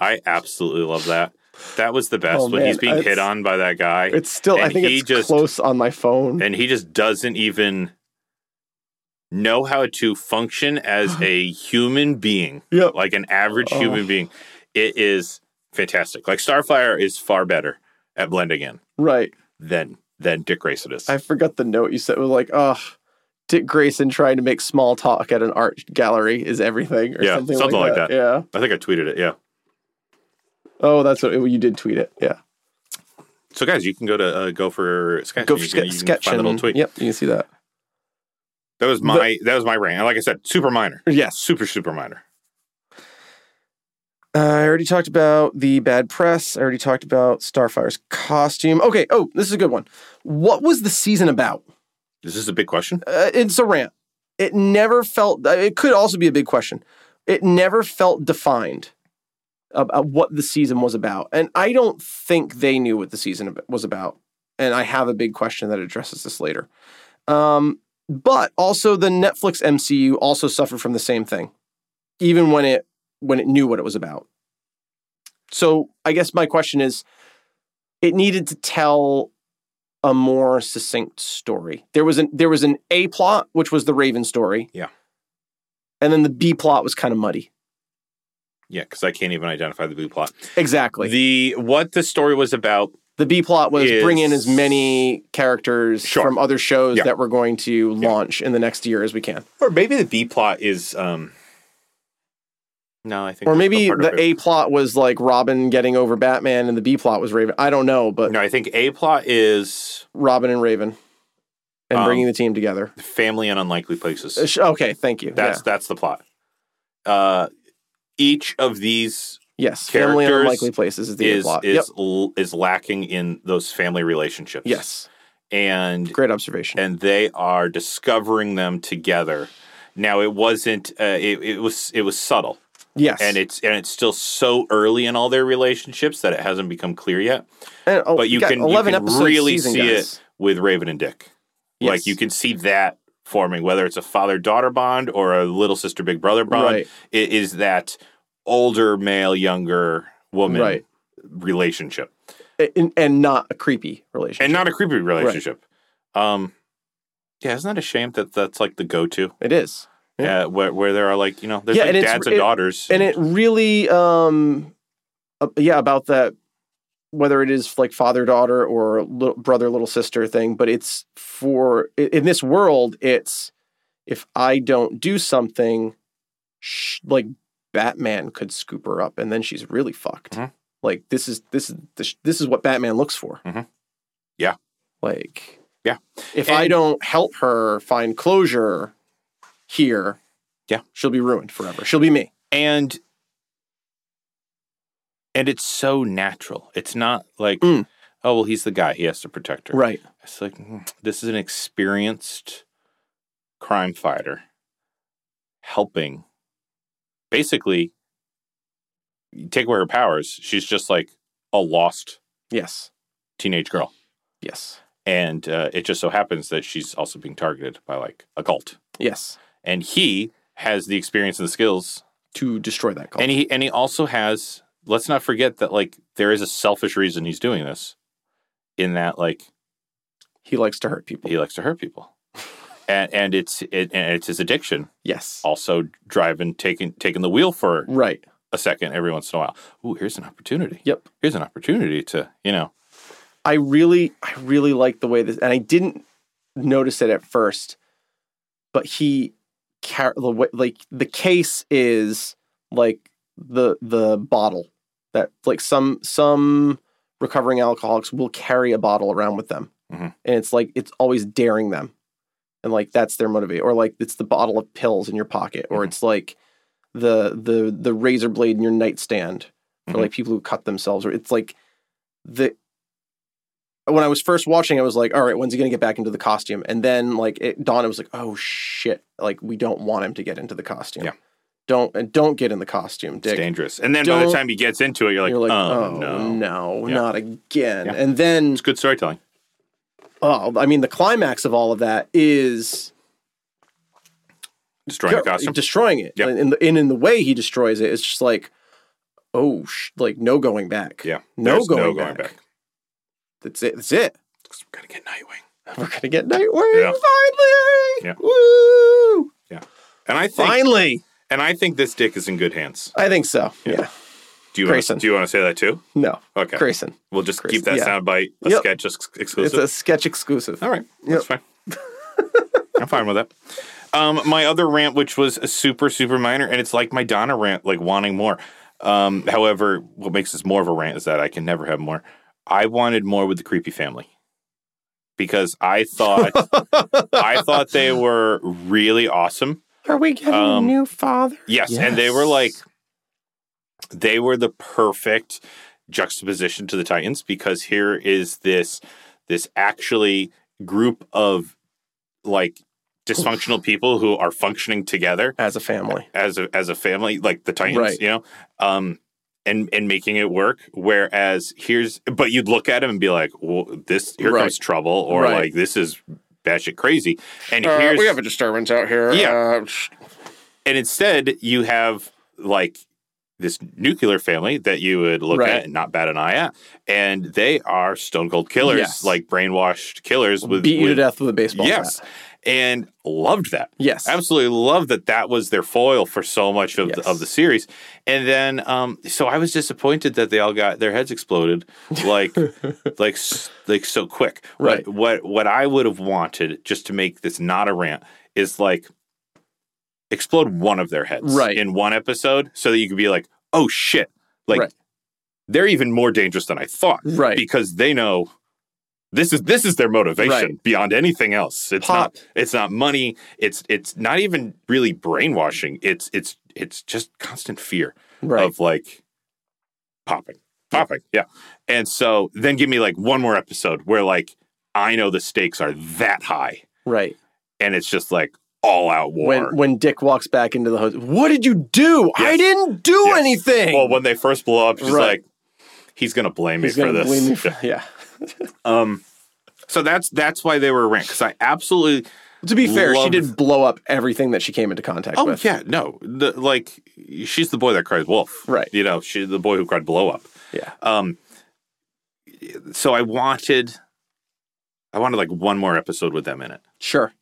Speaker 2: I absolutely love that. That was the best
Speaker 1: Oh,
Speaker 2: when he's
Speaker 1: man,
Speaker 2: being hit
Speaker 1: it's-
Speaker 2: on by that guy,
Speaker 1: It's still, I
Speaker 2: and
Speaker 1: think
Speaker 2: he
Speaker 1: it's
Speaker 2: just-
Speaker 1: close on my phone.
Speaker 2: and he just doesn't even know how to function as a human being,
Speaker 1: Yep.
Speaker 2: like an average
Speaker 1: Oh.
Speaker 2: human being. It is fantastic. Like Starfire is far better at blending in
Speaker 1: Right.
Speaker 2: than than Dick Grayson is.
Speaker 1: I forgot the note you said. It was like, oh, Dick Grayson trying to make small talk at an art gallery is everything, or
Speaker 2: Yeah,
Speaker 1: something,
Speaker 2: something
Speaker 1: like,
Speaker 2: like
Speaker 1: that. Yeah.
Speaker 2: I think I tweeted it. Yeah.
Speaker 1: Oh, that's what you did tweet it. Yeah.
Speaker 2: So, guys, you can go to uh, go for sketch.
Speaker 1: Go for
Speaker 2: you
Speaker 1: ske-
Speaker 2: can, you
Speaker 1: sketch
Speaker 2: Can find that little
Speaker 1: and-
Speaker 2: tweet.
Speaker 1: Yep, you can see that.
Speaker 2: That was my that was my rant. And Like I said, super minor,
Speaker 1: Yes.
Speaker 2: super super minor.
Speaker 1: Uh, I already talked about the bad press. I already talked about Starfire's costume. Okay. Oh, this is a good one. What was the season about?
Speaker 2: This is a big question.
Speaker 1: Uh, it's a rant. It never felt. uh, It could also be a big question. It never felt defined about what the season was about, and I don't think they knew what the season ab- was about. And I have a big question that addresses this later. Um, but also, the Netflix MCU also suffered from the same thing, even when it when it knew what it was about. So I guess my question is, it needed to tell a more succinct story. There was an there was an A plot, which was the Raven story.
Speaker 2: Yeah.
Speaker 1: And then the B plot was kind of muddy.
Speaker 2: Yeah, because I can't even identify the blue plot.
Speaker 1: Exactly. The,
Speaker 2: the what the story was about.
Speaker 1: B plot was
Speaker 2: is-
Speaker 1: bring in as many characters
Speaker 2: Sure.
Speaker 1: from other shows
Speaker 2: Yeah.
Speaker 1: that we're going to
Speaker 2: Yeah.
Speaker 1: launch in the next year as we can.
Speaker 2: Or maybe the B plot is. um No, I think.
Speaker 1: Or
Speaker 2: that's
Speaker 1: maybe
Speaker 2: still part
Speaker 1: the
Speaker 2: of it.
Speaker 1: A plot was like Robin getting over Batman and the B plot was Raven. I don't know, but
Speaker 2: No, I think A plot is
Speaker 1: Robin and Raven and
Speaker 2: Um,
Speaker 1: bringing the team together.
Speaker 2: family in unlikely places.
Speaker 1: Uh, sh- Okay, thank you.
Speaker 2: That's that's the plot. Uh, each of these
Speaker 1: yeah. Yes, family in
Speaker 2: characters
Speaker 1: unlikely places is the A
Speaker 2: is
Speaker 1: plot.
Speaker 2: is
Speaker 1: yep.
Speaker 2: l- is lacking in those family relationships.
Speaker 1: Yes.
Speaker 2: and
Speaker 1: Great observation.
Speaker 2: and they are discovering them together. Now it wasn't. Uh, it, it was. It was subtle,
Speaker 1: yes.
Speaker 2: and it's and it's still so early in all their relationships that it hasn't become clear yet.
Speaker 1: And, oh,
Speaker 2: But you
Speaker 1: got
Speaker 2: can, you
Speaker 1: 11
Speaker 2: can
Speaker 1: episodes
Speaker 2: really
Speaker 1: season,
Speaker 2: see
Speaker 1: guys.
Speaker 2: it with Raven and Dick.
Speaker 1: Yes.
Speaker 2: Like you can see that forming, whether it's a father daughter bond or a little sister big brother bond.
Speaker 1: Right.
Speaker 2: It is that older male younger woman
Speaker 1: Right.
Speaker 2: relationship,
Speaker 1: and, and not a creepy relationship.
Speaker 2: and not a creepy relationship. Um, Yeah, isn't that a shame that that's like the go-to?
Speaker 1: It is.
Speaker 2: Yeah, where, where there are like you know, there's
Speaker 1: Yeah,
Speaker 2: like
Speaker 1: and it's-
Speaker 2: dads and
Speaker 1: it-
Speaker 2: daughters,
Speaker 1: and it really um uh, yeah about that whether it is like father daughter or little brother little sister thing but it's for i- in this world it's if i don't do something sh- like batman could scoop her up and then she's really fucked
Speaker 2: Mhm.
Speaker 1: like this is this is the sh- this is what batman looks for
Speaker 2: Mhm. Yeah.
Speaker 1: like
Speaker 2: Yeah.
Speaker 1: if i
Speaker 2: And-
Speaker 1: don't help her find closure here
Speaker 2: Yeah.
Speaker 1: she'll be ruined forever she'll be me
Speaker 2: and and it's so natural. It's not like
Speaker 1: Mm.
Speaker 2: oh well, he's the guy, he has to protect her.
Speaker 1: Right.
Speaker 2: It's like mm, this is an experienced crime fighter helping. Basically, you take away her powers, she's just like a lost
Speaker 1: Yes.
Speaker 2: teenage girl.
Speaker 1: Yes.
Speaker 2: and uh, it just so happens that she's also being targeted by like a cult
Speaker 1: Yes.
Speaker 2: and he has the experience and the skills
Speaker 1: To destroy that cult.
Speaker 2: and he and he also has let's not forget that like there is a selfish reason he's doing this in that like
Speaker 1: he likes to hurt people.
Speaker 2: he likes to hurt people and and it's it, and it's his addiction
Speaker 1: Yes.
Speaker 2: also driving taking taking the wheel for
Speaker 1: Right.
Speaker 2: a second every once in a while ooh here's an opportunity
Speaker 1: Yep.
Speaker 2: here's an opportunity to you know
Speaker 1: I really, I really like the way this, and I didn't notice it at first, but he, car- the way, like the case is like the the bottle that like some some recovering alcoholics will carry a bottle around with them,
Speaker 2: Mhm.
Speaker 1: and it's like it's always daring them, and like that's their motivate, or like it's the bottle of pills in your pocket, or
Speaker 2: Mhm.
Speaker 1: it's like the the the razor blade in your nightstand for
Speaker 2: Mhm.
Speaker 1: like people who cut themselves, or it's like the when I was first watching, I was like, all right, when's he going to get back into the costume? And then like it dawned, I was like, oh shit, like we don't want him to get into the costume.
Speaker 2: Yeah.
Speaker 1: Don't and don't get in the costume,
Speaker 2: it's
Speaker 1: Dick.
Speaker 2: dangerous and then by the
Speaker 1: Don't-
Speaker 2: time he gets into it you're like,
Speaker 1: You're like,
Speaker 2: oh,
Speaker 1: oh,
Speaker 2: no.
Speaker 1: no,
Speaker 2: Yeah.
Speaker 1: not again.
Speaker 2: Yeah.
Speaker 1: And then,
Speaker 2: it's good storytelling
Speaker 1: oh, I mean, the climax of all of that is
Speaker 2: destroying the
Speaker 1: Go-
Speaker 2: costume
Speaker 1: destroying it.
Speaker 2: Yep.
Speaker 1: And, in the, and in the way he destroys it, it's just like, oh, sh- like no going back.
Speaker 2: Yeah.
Speaker 1: no
Speaker 2: There's
Speaker 1: going, back. That's it. That's it.
Speaker 2: Because we're going to get Nightwing.
Speaker 1: We're gonna get Nightwing
Speaker 2: Yeah.
Speaker 1: finally. Woo!
Speaker 2: Yeah. And I think
Speaker 1: Finally,
Speaker 2: and I think this dick is in good hands.
Speaker 1: I think so. Yeah.
Speaker 2: Do you want
Speaker 1: Grayson.
Speaker 2: do you want to say that too?
Speaker 1: No,
Speaker 2: Okay.
Speaker 1: Grayson.
Speaker 2: We'll just
Speaker 1: Grayson,
Speaker 2: keep that
Speaker 1: yeah.
Speaker 2: sound bite a
Speaker 1: Yep.
Speaker 2: sketch ex-
Speaker 1: It's
Speaker 2: exclusive.
Speaker 1: a sketch exclusive.
Speaker 2: All right. That's fine. I'm fine with that. Um, my other rant, which was a super, super minor, and it's like my Donna rant, like wanting more. Um, however, what makes this more of a rant is that I can never have more. I wanted more with the creepy family because I thought I thought they were really awesome.
Speaker 1: Are we getting
Speaker 2: Um,
Speaker 1: new father?
Speaker 2: Yes, and they were
Speaker 1: Yes.
Speaker 2: like they were the perfect juxtaposition to the Titans because here is this this actually group of like dysfunctional people who are functioning together
Speaker 1: As a family.
Speaker 2: as a as a family like the Titans,
Speaker 1: Right.
Speaker 2: you know. Um and and making it work whereas here's but you'd look at him and be like, "Well, this here
Speaker 1: Right.
Speaker 2: comes trouble," or
Speaker 1: Right. Uh,
Speaker 2: like, "This is batshit crazy." And here's
Speaker 5: Uh, a disturbance out here.
Speaker 2: Yeah.
Speaker 5: Uh,
Speaker 2: and instead you have like this nuclear family that you would look
Speaker 1: Right.
Speaker 2: at and not bat an eye at, and they are stone cold killers,
Speaker 1: Yes.
Speaker 2: like brainwashed killers with
Speaker 1: Beat you to
Speaker 2: with-
Speaker 1: death with a baseball
Speaker 2: Yes,
Speaker 1: bat.
Speaker 2: and loved that.
Speaker 1: Yes.
Speaker 2: Absolutely loved that. That was their foil for so much of
Speaker 1: Yes.
Speaker 2: the, of the series, and then um, so I was disappointed that they all got their heads exploded, like like s- like so quick.
Speaker 1: Right.
Speaker 2: What what, what I would have wanted just to make this not a rant is like explode one of their heads
Speaker 1: Right.
Speaker 2: in one episode so that you could be like, oh shit, like
Speaker 1: Right.
Speaker 2: they're even more dangerous than I thought,
Speaker 1: Right.
Speaker 2: Because they know this is this is their motivation
Speaker 1: Right.
Speaker 2: beyond anything else. It's
Speaker 1: Pop.
Speaker 2: not it's not money. It's it's not even really brainwashing. It's it's it's just constant fear
Speaker 1: Right.
Speaker 2: of like popping, popping, yeah. And so then give me like one more episode where like I know the stakes are that high,
Speaker 1: right.
Speaker 2: and it's just like all out war.
Speaker 1: When when Dick walks back into the hotel, what did you do? I
Speaker 2: Yes.
Speaker 1: didn't do
Speaker 2: Yes.
Speaker 1: anything.
Speaker 2: well, when they first blow up, she's
Speaker 1: Right.
Speaker 2: like, he's gonna blame
Speaker 1: He's
Speaker 2: me for
Speaker 1: gonna
Speaker 2: this.
Speaker 1: blame me for- yeah.
Speaker 2: Um, so that's that's why they were ranked because I absolutely.
Speaker 1: To be fair, she
Speaker 2: Love-
Speaker 1: did blow up everything that she came into contact
Speaker 2: Oh
Speaker 1: with.
Speaker 2: yeah, no, the, like she's the boy that cries wolf,
Speaker 1: Right.
Speaker 2: You know, she the boy who cried blow up.
Speaker 1: Yeah.
Speaker 2: Um, so I wanted, I wanted like one more episode with them in it.
Speaker 1: Sure.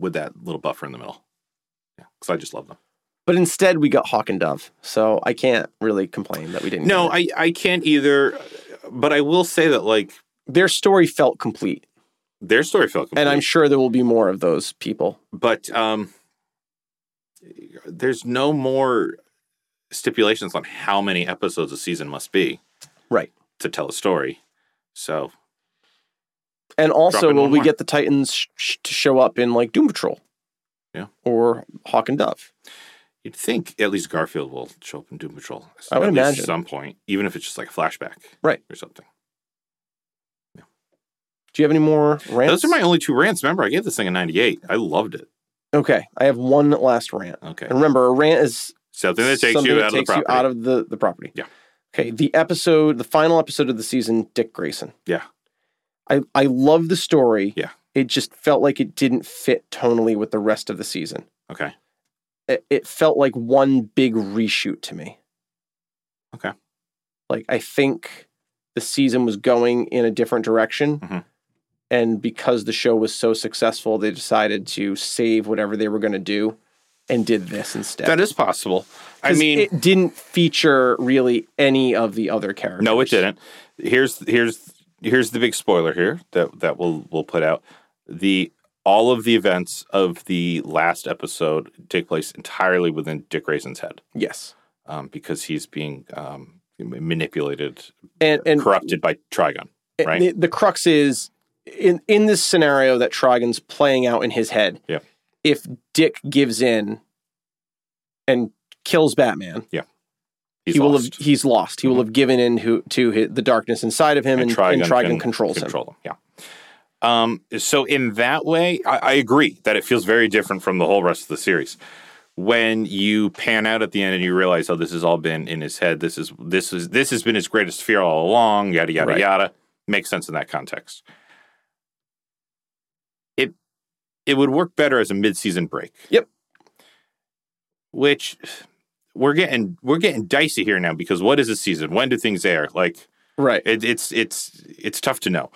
Speaker 2: with that little buffer in the middle. Yeah, because I just love them.
Speaker 1: But instead, we got Hawk and Dove. So I can't really complain that we didn't.
Speaker 2: No,
Speaker 1: get it.
Speaker 2: I I can't either, but I will say that like
Speaker 1: their story felt complete,
Speaker 2: their story felt complete.
Speaker 1: and I'm sure there will be more of those people.
Speaker 2: but um, there's no more stipulations on how many episodes a season must be,
Speaker 1: Right.
Speaker 2: to tell a story. So
Speaker 1: And also,
Speaker 2: Dropping
Speaker 1: will
Speaker 2: one
Speaker 1: we
Speaker 2: more.
Speaker 1: get the Titans sh- sh- to show up in like Doom Patrol?
Speaker 2: Yeah.
Speaker 1: Or Hawk and Dove.
Speaker 2: you'd think at least Garfield will show up in Doom Patrol.
Speaker 1: I would
Speaker 2: at least
Speaker 1: imagine.
Speaker 2: at some point, even if it's just like a flashback,
Speaker 1: Right.
Speaker 2: or something.
Speaker 1: Do you have any more rants?
Speaker 2: Those are my only two rants. Remember, I gave this thing a 98. I loved it.
Speaker 1: Okay, I have one last rant.
Speaker 2: Okay,
Speaker 1: And remember, a rant is
Speaker 2: something that takes
Speaker 1: something
Speaker 2: you
Speaker 1: that
Speaker 2: out
Speaker 1: takes
Speaker 2: of the
Speaker 1: you
Speaker 2: property.
Speaker 1: out of the, the property.
Speaker 2: Yeah.
Speaker 1: Okay. The episode, the final episode of the season, Dick Grayson.
Speaker 2: Yeah.
Speaker 1: I, I love the story.
Speaker 2: Yeah.
Speaker 1: It just felt like it didn't fit tonally with the rest of the season.
Speaker 2: okay,
Speaker 1: It, it felt like one big reshoot to me.
Speaker 2: Okay.
Speaker 1: Like I think the season was going in a different direction.
Speaker 2: Mhm.
Speaker 1: And because the show was so successful, they decided to save whatever they were going to do and did this instead.
Speaker 2: that is possible. I
Speaker 1: 'Cause
Speaker 2: mean,
Speaker 1: it didn't feature really any of the other characters.
Speaker 2: No, it didn't. Here's here's here's the big spoiler here that that we'll we'll put out. The all of the events of the last episode take place entirely within Dick Grayson's head
Speaker 1: Yes,
Speaker 2: um, because he's being um, manipulated,
Speaker 1: and and,
Speaker 2: corrupted by Trigon.
Speaker 1: and
Speaker 2: right?
Speaker 1: the, the crux is in in this scenario that Trigon's playing out in his head.
Speaker 2: Yeah.
Speaker 1: If Dick gives in and kills Batman,
Speaker 2: He's
Speaker 1: he will
Speaker 2: lost. Mm-hmm.
Speaker 1: have he's lost. He will have given in who, to hi the darkness inside of him, and, and Trigon,
Speaker 2: can
Speaker 1: controls him.
Speaker 2: control him. Yeah. Um, so in that way, I, I agree that it feels very different from the whole rest of the series. When you pan out at the end and you realize, oh, this has all been in his head. This is this is this has been his greatest fear all along. Yada yada
Speaker 1: Right.
Speaker 2: yada. Makes sense in that context. It it would work better as a mid season break.
Speaker 1: Yep.
Speaker 2: Which we're getting we're getting dicey here now because what is a season? When do things air? Like
Speaker 1: Right.
Speaker 2: it, it's it's it's tough to know.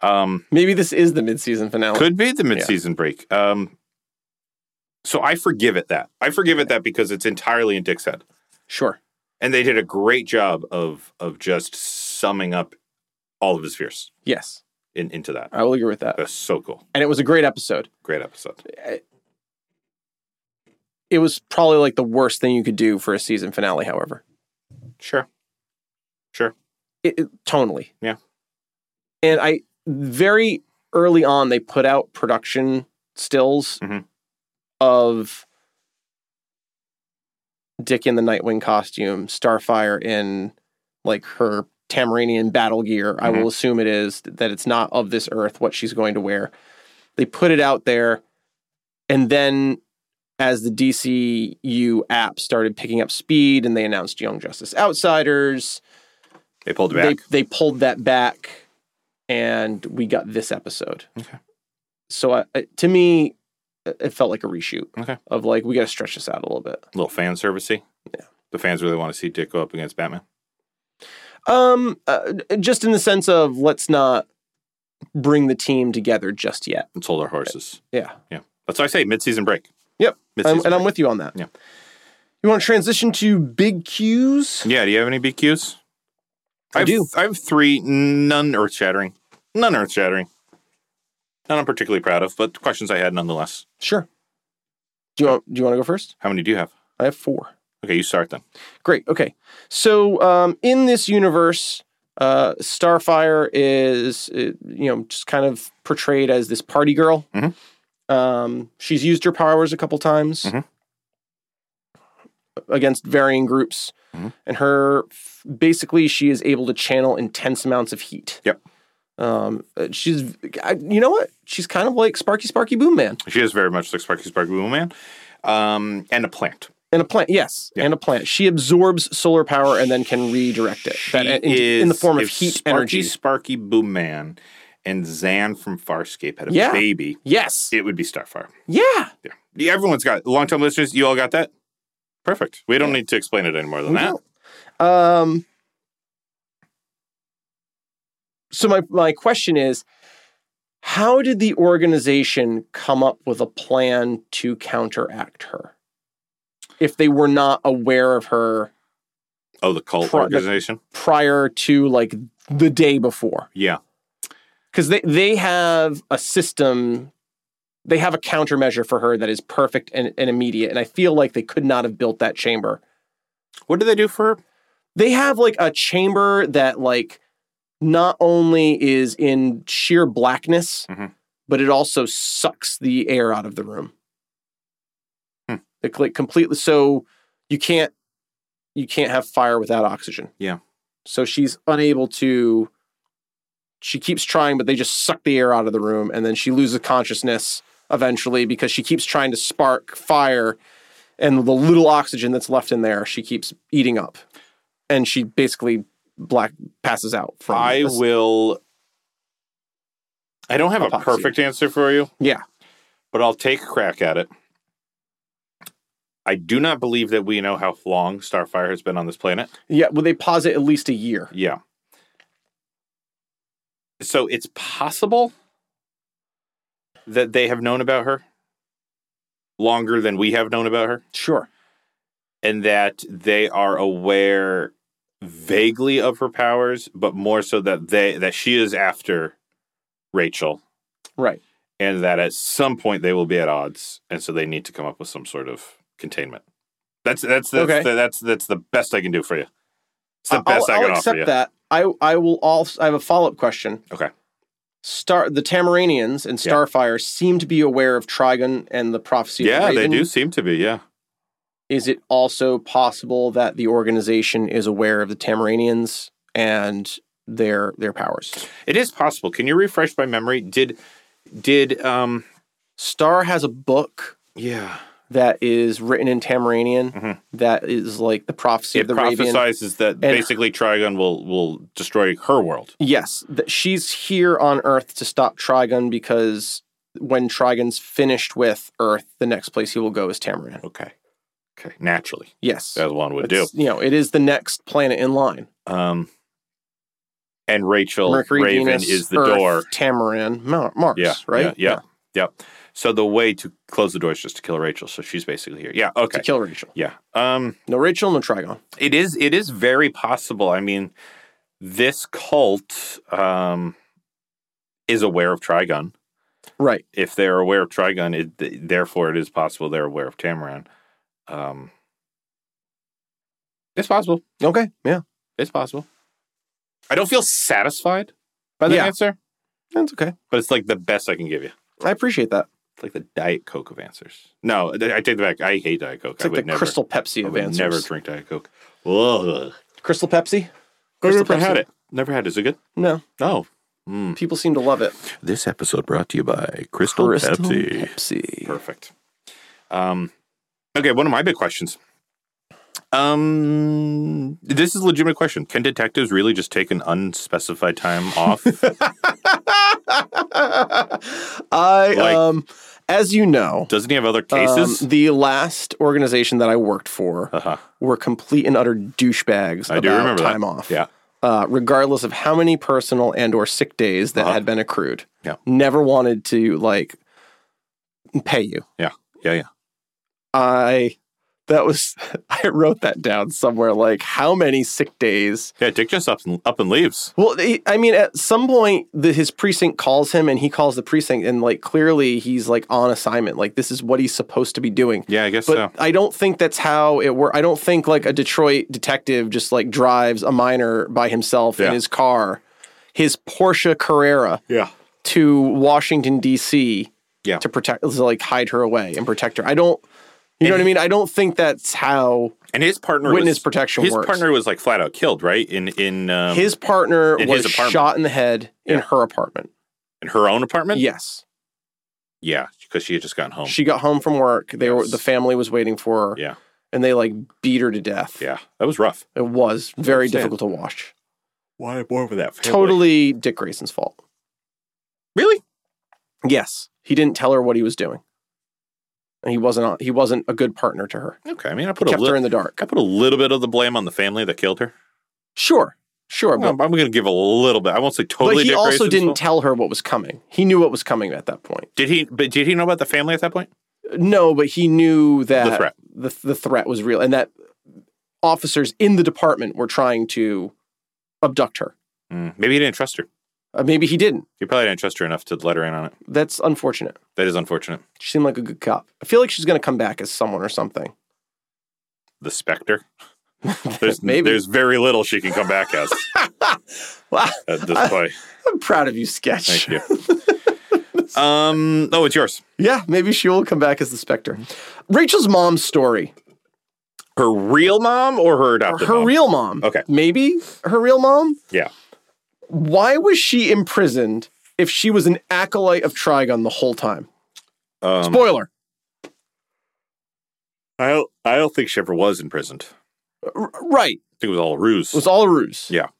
Speaker 2: Um,
Speaker 1: Maybe this is the midseason finale.
Speaker 2: could be the midseason break. Um, so I forgive it that I forgive it that because it's entirely in Dick's head,
Speaker 1: sure.
Speaker 2: and they did a great job of of just summing up all of his fears
Speaker 1: Yes,
Speaker 2: in, into that.
Speaker 1: I will agree with that.
Speaker 2: That's so cool.
Speaker 1: And it was a great episode.
Speaker 2: Great episode.
Speaker 1: It was probably like the worst thing you could do for a season finale. However.
Speaker 2: Sure.
Speaker 1: it, it- tonally.
Speaker 2: Yeah.
Speaker 1: And I very early on they put out production stills
Speaker 2: Mhm.
Speaker 1: of Dick in the Nightwing costume, Starfire in like her Tamaranian battle gear. I will assume it is that it's not of this earth what she's going to wear. They put it out there and then as the DCU app started picking up speed and they announced Young Justice Outsiders,
Speaker 2: They pulled it back.
Speaker 1: they they pulled that back, and we got this episode.
Speaker 2: Okay.
Speaker 1: So I, I- to me, it it felt like a reshoot.
Speaker 2: Okay.
Speaker 1: Of like we got to stretch this out a little bit.
Speaker 2: a little fan servicey.
Speaker 1: Yeah.
Speaker 2: The fans really want to see Dick go up against Batman.
Speaker 1: Um, uh, just in the sense of let's not bring the team together just yet.
Speaker 2: Let's hold our horses.
Speaker 1: Yeah.
Speaker 2: Yeah. That's why I say midseason break.
Speaker 1: Yep.
Speaker 2: Midseason
Speaker 1: I'm, and I'm with you on that.
Speaker 2: Yeah.
Speaker 1: You want to transition to big cues?
Speaker 2: Yeah, do you have any BQs?
Speaker 1: I
Speaker 2: have,
Speaker 1: do.
Speaker 2: I have three, none earth shattering, none earth shattering. None I'm particularly proud of, but questions I had nonetheless.
Speaker 1: Sure. Do you want Do you want to go first?
Speaker 2: How many do you have?
Speaker 1: I have four.
Speaker 2: Okay, you start then.
Speaker 1: Great. Okay. So um, in this universe, uh, Starfire is uh, you know just kind of portrayed as this party girl.
Speaker 2: Mhm.
Speaker 1: Um, she's used her powers a couple times
Speaker 2: Mhm.
Speaker 1: against varying groups,
Speaker 2: Mhm.
Speaker 1: and her basically she is able to channel intense amounts of heat.
Speaker 2: Yep.
Speaker 1: Um, uh, she's I, you know what? She's kind of like Sparky Sparky Boom Man
Speaker 2: She is very much like Sparky Sparky Boom Man, um, and a plant.
Speaker 1: and a plant. Yes,
Speaker 2: Yeah.
Speaker 1: and a plant. She absorbs solar power and then can redirect it that, in, in the form of
Speaker 2: if
Speaker 1: heat
Speaker 2: Sparky,
Speaker 1: energy.
Speaker 2: Sparky Boom Man and Zan from Farscape had a
Speaker 1: Yeah.
Speaker 2: baby.
Speaker 1: Yes.
Speaker 2: It would be Starfire.
Speaker 1: yeah.
Speaker 2: Yeah. yeah, everyone's got long time listeners. You all got that. Perfect. We don't need to explain it any more than
Speaker 1: We
Speaker 2: that.
Speaker 1: Um. So my my question is, How did the organization come up with a plan to counteract her? If they were not aware of her
Speaker 2: Oh, the cult
Speaker 1: Pro-
Speaker 2: organization.
Speaker 1: prior to like the day before,
Speaker 2: Yeah.
Speaker 1: because they they have a system, they have a countermeasure for her that is perfect and, and immediate, and I feel like they could not have built that chamber
Speaker 2: What do they do for?
Speaker 1: they have like a chamber that like not only is in sheer blackness
Speaker 2: Mhm.
Speaker 1: but it also sucks the air out of the room
Speaker 2: Hmm.
Speaker 1: It, like completely so you can't you can't have fire without oxygen
Speaker 2: Yeah.
Speaker 1: so she's unable to she keeps trying but they just suck the air out of the room and then she loses consciousness eventually because she keeps trying to spark fire and the little oxygen that's left in there she keeps eating up and she basically black passes out from
Speaker 2: I
Speaker 1: this.
Speaker 2: will. I don't have a
Speaker 1: Hypoxia.
Speaker 2: perfect answer for you.
Speaker 1: Yeah.
Speaker 2: But I'll take a crack at it. I do not believe that we know how long Starfire has been on this planet.
Speaker 1: yeah well they pause it at least a year
Speaker 2: Yeah. So it's possible that they have known about her longer than we have known about her,
Speaker 1: sure
Speaker 2: and that they are aware vaguely of her powers, but more so that they that she is after Rachel,
Speaker 1: right
Speaker 2: and that at some point they will be at odds, and so they need to come up with some sort of containment. That's that's that's
Speaker 1: Okay.
Speaker 2: the, that's that's the best I can do for you. It's the
Speaker 1: I'll-
Speaker 2: best I
Speaker 1: I'll
Speaker 2: can offer
Speaker 1: accept
Speaker 2: you.
Speaker 1: that i i will also i have a follow-up question
Speaker 2: Okay.
Speaker 1: Star the Tamaranians and
Speaker 2: Yeah.
Speaker 1: Starfire seem to be aware of Trigon and the prophecy. of the
Speaker 2: Yeah, they
Speaker 1: Raven.
Speaker 2: do seem to be. Yeah.
Speaker 1: Is it also possible that the organization is aware of the Tamaranians and their their powers?
Speaker 2: It is possible. Can you refresh my memory? Did did um
Speaker 1: Star has a book
Speaker 2: yeah
Speaker 1: that is written in Tamaranian
Speaker 2: Mhm.
Speaker 1: that is like the prophecy
Speaker 2: it
Speaker 1: of the Raven.
Speaker 2: prophesizes that basically Trigon will will destroy her world.
Speaker 1: Yes, that she's here on Earth to stop Trigon because when Trigon's finished with Earth, the next place he will go is Tamaran.
Speaker 2: Okay. Okay. Naturally,
Speaker 1: Yes,
Speaker 2: as one would
Speaker 1: It's- You know, it is the next planet in line.
Speaker 2: do. Um and Rachel
Speaker 1: Mercury,
Speaker 2: Raven
Speaker 1: Venus,
Speaker 2: is the
Speaker 1: Earth,
Speaker 2: door.
Speaker 1: Tamaran, Mar- Mars,
Speaker 2: Yeah.
Speaker 1: right?
Speaker 2: Yeah. Yeah. yeah. So the way to close the door is just to kill Rachel. So she's basically here. Yeah.
Speaker 1: To
Speaker 2: Okay.
Speaker 1: kill Rachel.
Speaker 2: Yeah. Um
Speaker 1: No Rachel, no Trigon.
Speaker 2: it is it is very possible i mean this cult um is aware of trigun
Speaker 1: Right.
Speaker 2: if they're aware of trigun it th- therefore it is possible they're aware of tamaran um it's possible
Speaker 1: Okay. Yeah.
Speaker 2: it's possible i don't feel satisfied by the
Speaker 1: Yeah.
Speaker 2: answer
Speaker 1: That's okay.
Speaker 2: but it's like the best i can give you
Speaker 1: I appreciate that.
Speaker 2: it's like the diet coke of answers no th- i take that back i hate diet coke
Speaker 1: It's
Speaker 2: i
Speaker 1: like the
Speaker 2: would never
Speaker 1: Crystal Pepsi
Speaker 2: I
Speaker 1: of
Speaker 2: would
Speaker 1: answers.
Speaker 2: never drink diet coke Ugh.
Speaker 1: Crystal Pepsi?
Speaker 2: i
Speaker 1: Crystal
Speaker 2: never had
Speaker 1: Pepsi?
Speaker 2: it never had it is it good
Speaker 1: No.
Speaker 2: oh Mm.
Speaker 1: People seem to love it.
Speaker 2: This episode brought to you by Crystal, Pepsi.
Speaker 1: Pepsi.
Speaker 2: Perfect. Um, okay, one of my big questions. Um, this is a legitimate question. Can detectives really just take an unspecified time off?
Speaker 1: I
Speaker 2: Like-
Speaker 1: um as you know,
Speaker 2: Doesn't he have other cases?
Speaker 1: Um, the last organization that I worked for
Speaker 2: uh-huh.
Speaker 1: were complete and utter douchebags
Speaker 2: I
Speaker 1: about
Speaker 2: do remember that.
Speaker 1: time off.
Speaker 2: Yeah.
Speaker 1: Uh, regardless of how many personal and or sick days that
Speaker 2: Uh-huh.
Speaker 1: had been accrued.
Speaker 2: Yeah.
Speaker 1: Never wanted to like pay you.
Speaker 2: Yeah, yeah.
Speaker 1: I that was I wrote that down somewhere like how many sick days
Speaker 2: Yeah, Dick just up and, up and leaves.
Speaker 1: Well, they- I mean, at some point, the, his precinct calls him, and he calls the precinct, and like clearly, he's like on assignment. Like this is what he's supposed to be doing.
Speaker 2: Yeah, I guess
Speaker 1: But
Speaker 2: so.
Speaker 1: I don't think that's how it works. I don't think like a Detroit detective just like drives a minor by himself
Speaker 2: Yeah.
Speaker 1: in his car, his Porsche Carrera,
Speaker 2: Yeah.
Speaker 1: to Washington D.C.
Speaker 2: Yeah.
Speaker 1: to protect, to like hide her away and protect her. I don't, you know what I mean? I don't think that's how
Speaker 2: And his partner
Speaker 1: witness
Speaker 2: was,
Speaker 1: protection
Speaker 2: his
Speaker 1: works.
Speaker 2: partner was like flat out killed, right? In in um,
Speaker 1: his partner
Speaker 2: in
Speaker 1: was
Speaker 2: his apartment.
Speaker 1: shot in the head in
Speaker 2: Yeah.
Speaker 1: her apartment.
Speaker 2: in her own apartment?
Speaker 1: Yes.
Speaker 2: Yeah, because she had just gotten home.
Speaker 1: She got home from work. They were
Speaker 2: Oh. Yes.
Speaker 1: the family was waiting for her.
Speaker 2: Yeah.
Speaker 1: And they like beat her to death.
Speaker 2: yeah. That was rough.
Speaker 1: It was very
Speaker 2: Understand.
Speaker 1: difficult to watch.
Speaker 2: Why more with that
Speaker 1: Totally Dick Grayson's fault.
Speaker 2: Really?
Speaker 1: Yes. He didn't tell her what he was doing. And he wasn't on, he wasn't a good partner to her.
Speaker 2: Okay, I mean, I
Speaker 1: He
Speaker 2: put a
Speaker 1: kept
Speaker 2: little,
Speaker 1: her in the dark.
Speaker 2: I put a little bit of the blame on the family that killed her.
Speaker 1: Sure. Sure,
Speaker 2: I'm,
Speaker 1: but,
Speaker 2: I'm going to give a little bit. I won't say Oh, totally.
Speaker 1: but he
Speaker 2: Dick
Speaker 1: also
Speaker 2: Grayson's
Speaker 1: didn't
Speaker 2: fault.
Speaker 1: tell her what was coming. He knew what was coming at that point.
Speaker 2: did he? But did he know about the family at that point?
Speaker 1: No, but he knew that
Speaker 2: The threat.
Speaker 1: the, the threat was real and that officers in the department were trying to abduct her.
Speaker 2: Mm, maybe he didn't trust her.
Speaker 1: Uh, maybe he didn't.
Speaker 2: He probably didn't trust her enough to let her in on it.
Speaker 1: That's unfortunate.
Speaker 2: That is unfortunate.
Speaker 1: She seemed like a good cop. I feel like she's going to come back as someone or something.
Speaker 2: The specter. There's
Speaker 1: Maybe.
Speaker 2: there's very little she can come back as
Speaker 1: Wow,
Speaker 2: at
Speaker 1: Uh,
Speaker 2: this point.
Speaker 1: I'm proud of you, Sketch.
Speaker 2: Thank you. Um. Oh, it's yours.
Speaker 1: Yeah, maybe she will come back as the Spectre. Rachel's mom's story,
Speaker 2: Her real mom or her
Speaker 1: or
Speaker 2: adopted
Speaker 1: her
Speaker 2: mom?
Speaker 1: real mom.
Speaker 2: Okay.
Speaker 1: Maybe her real mom.
Speaker 2: yeah.
Speaker 1: Why was she imprisoned if she was an acolyte of Trigon the whole time?
Speaker 2: Um,
Speaker 1: Spoiler.
Speaker 2: I don't, I don't think she ever was imprisoned. I
Speaker 1: R- right.
Speaker 2: think it was all a ruse.
Speaker 1: It was all a ruse.
Speaker 2: Yeah.
Speaker 1: It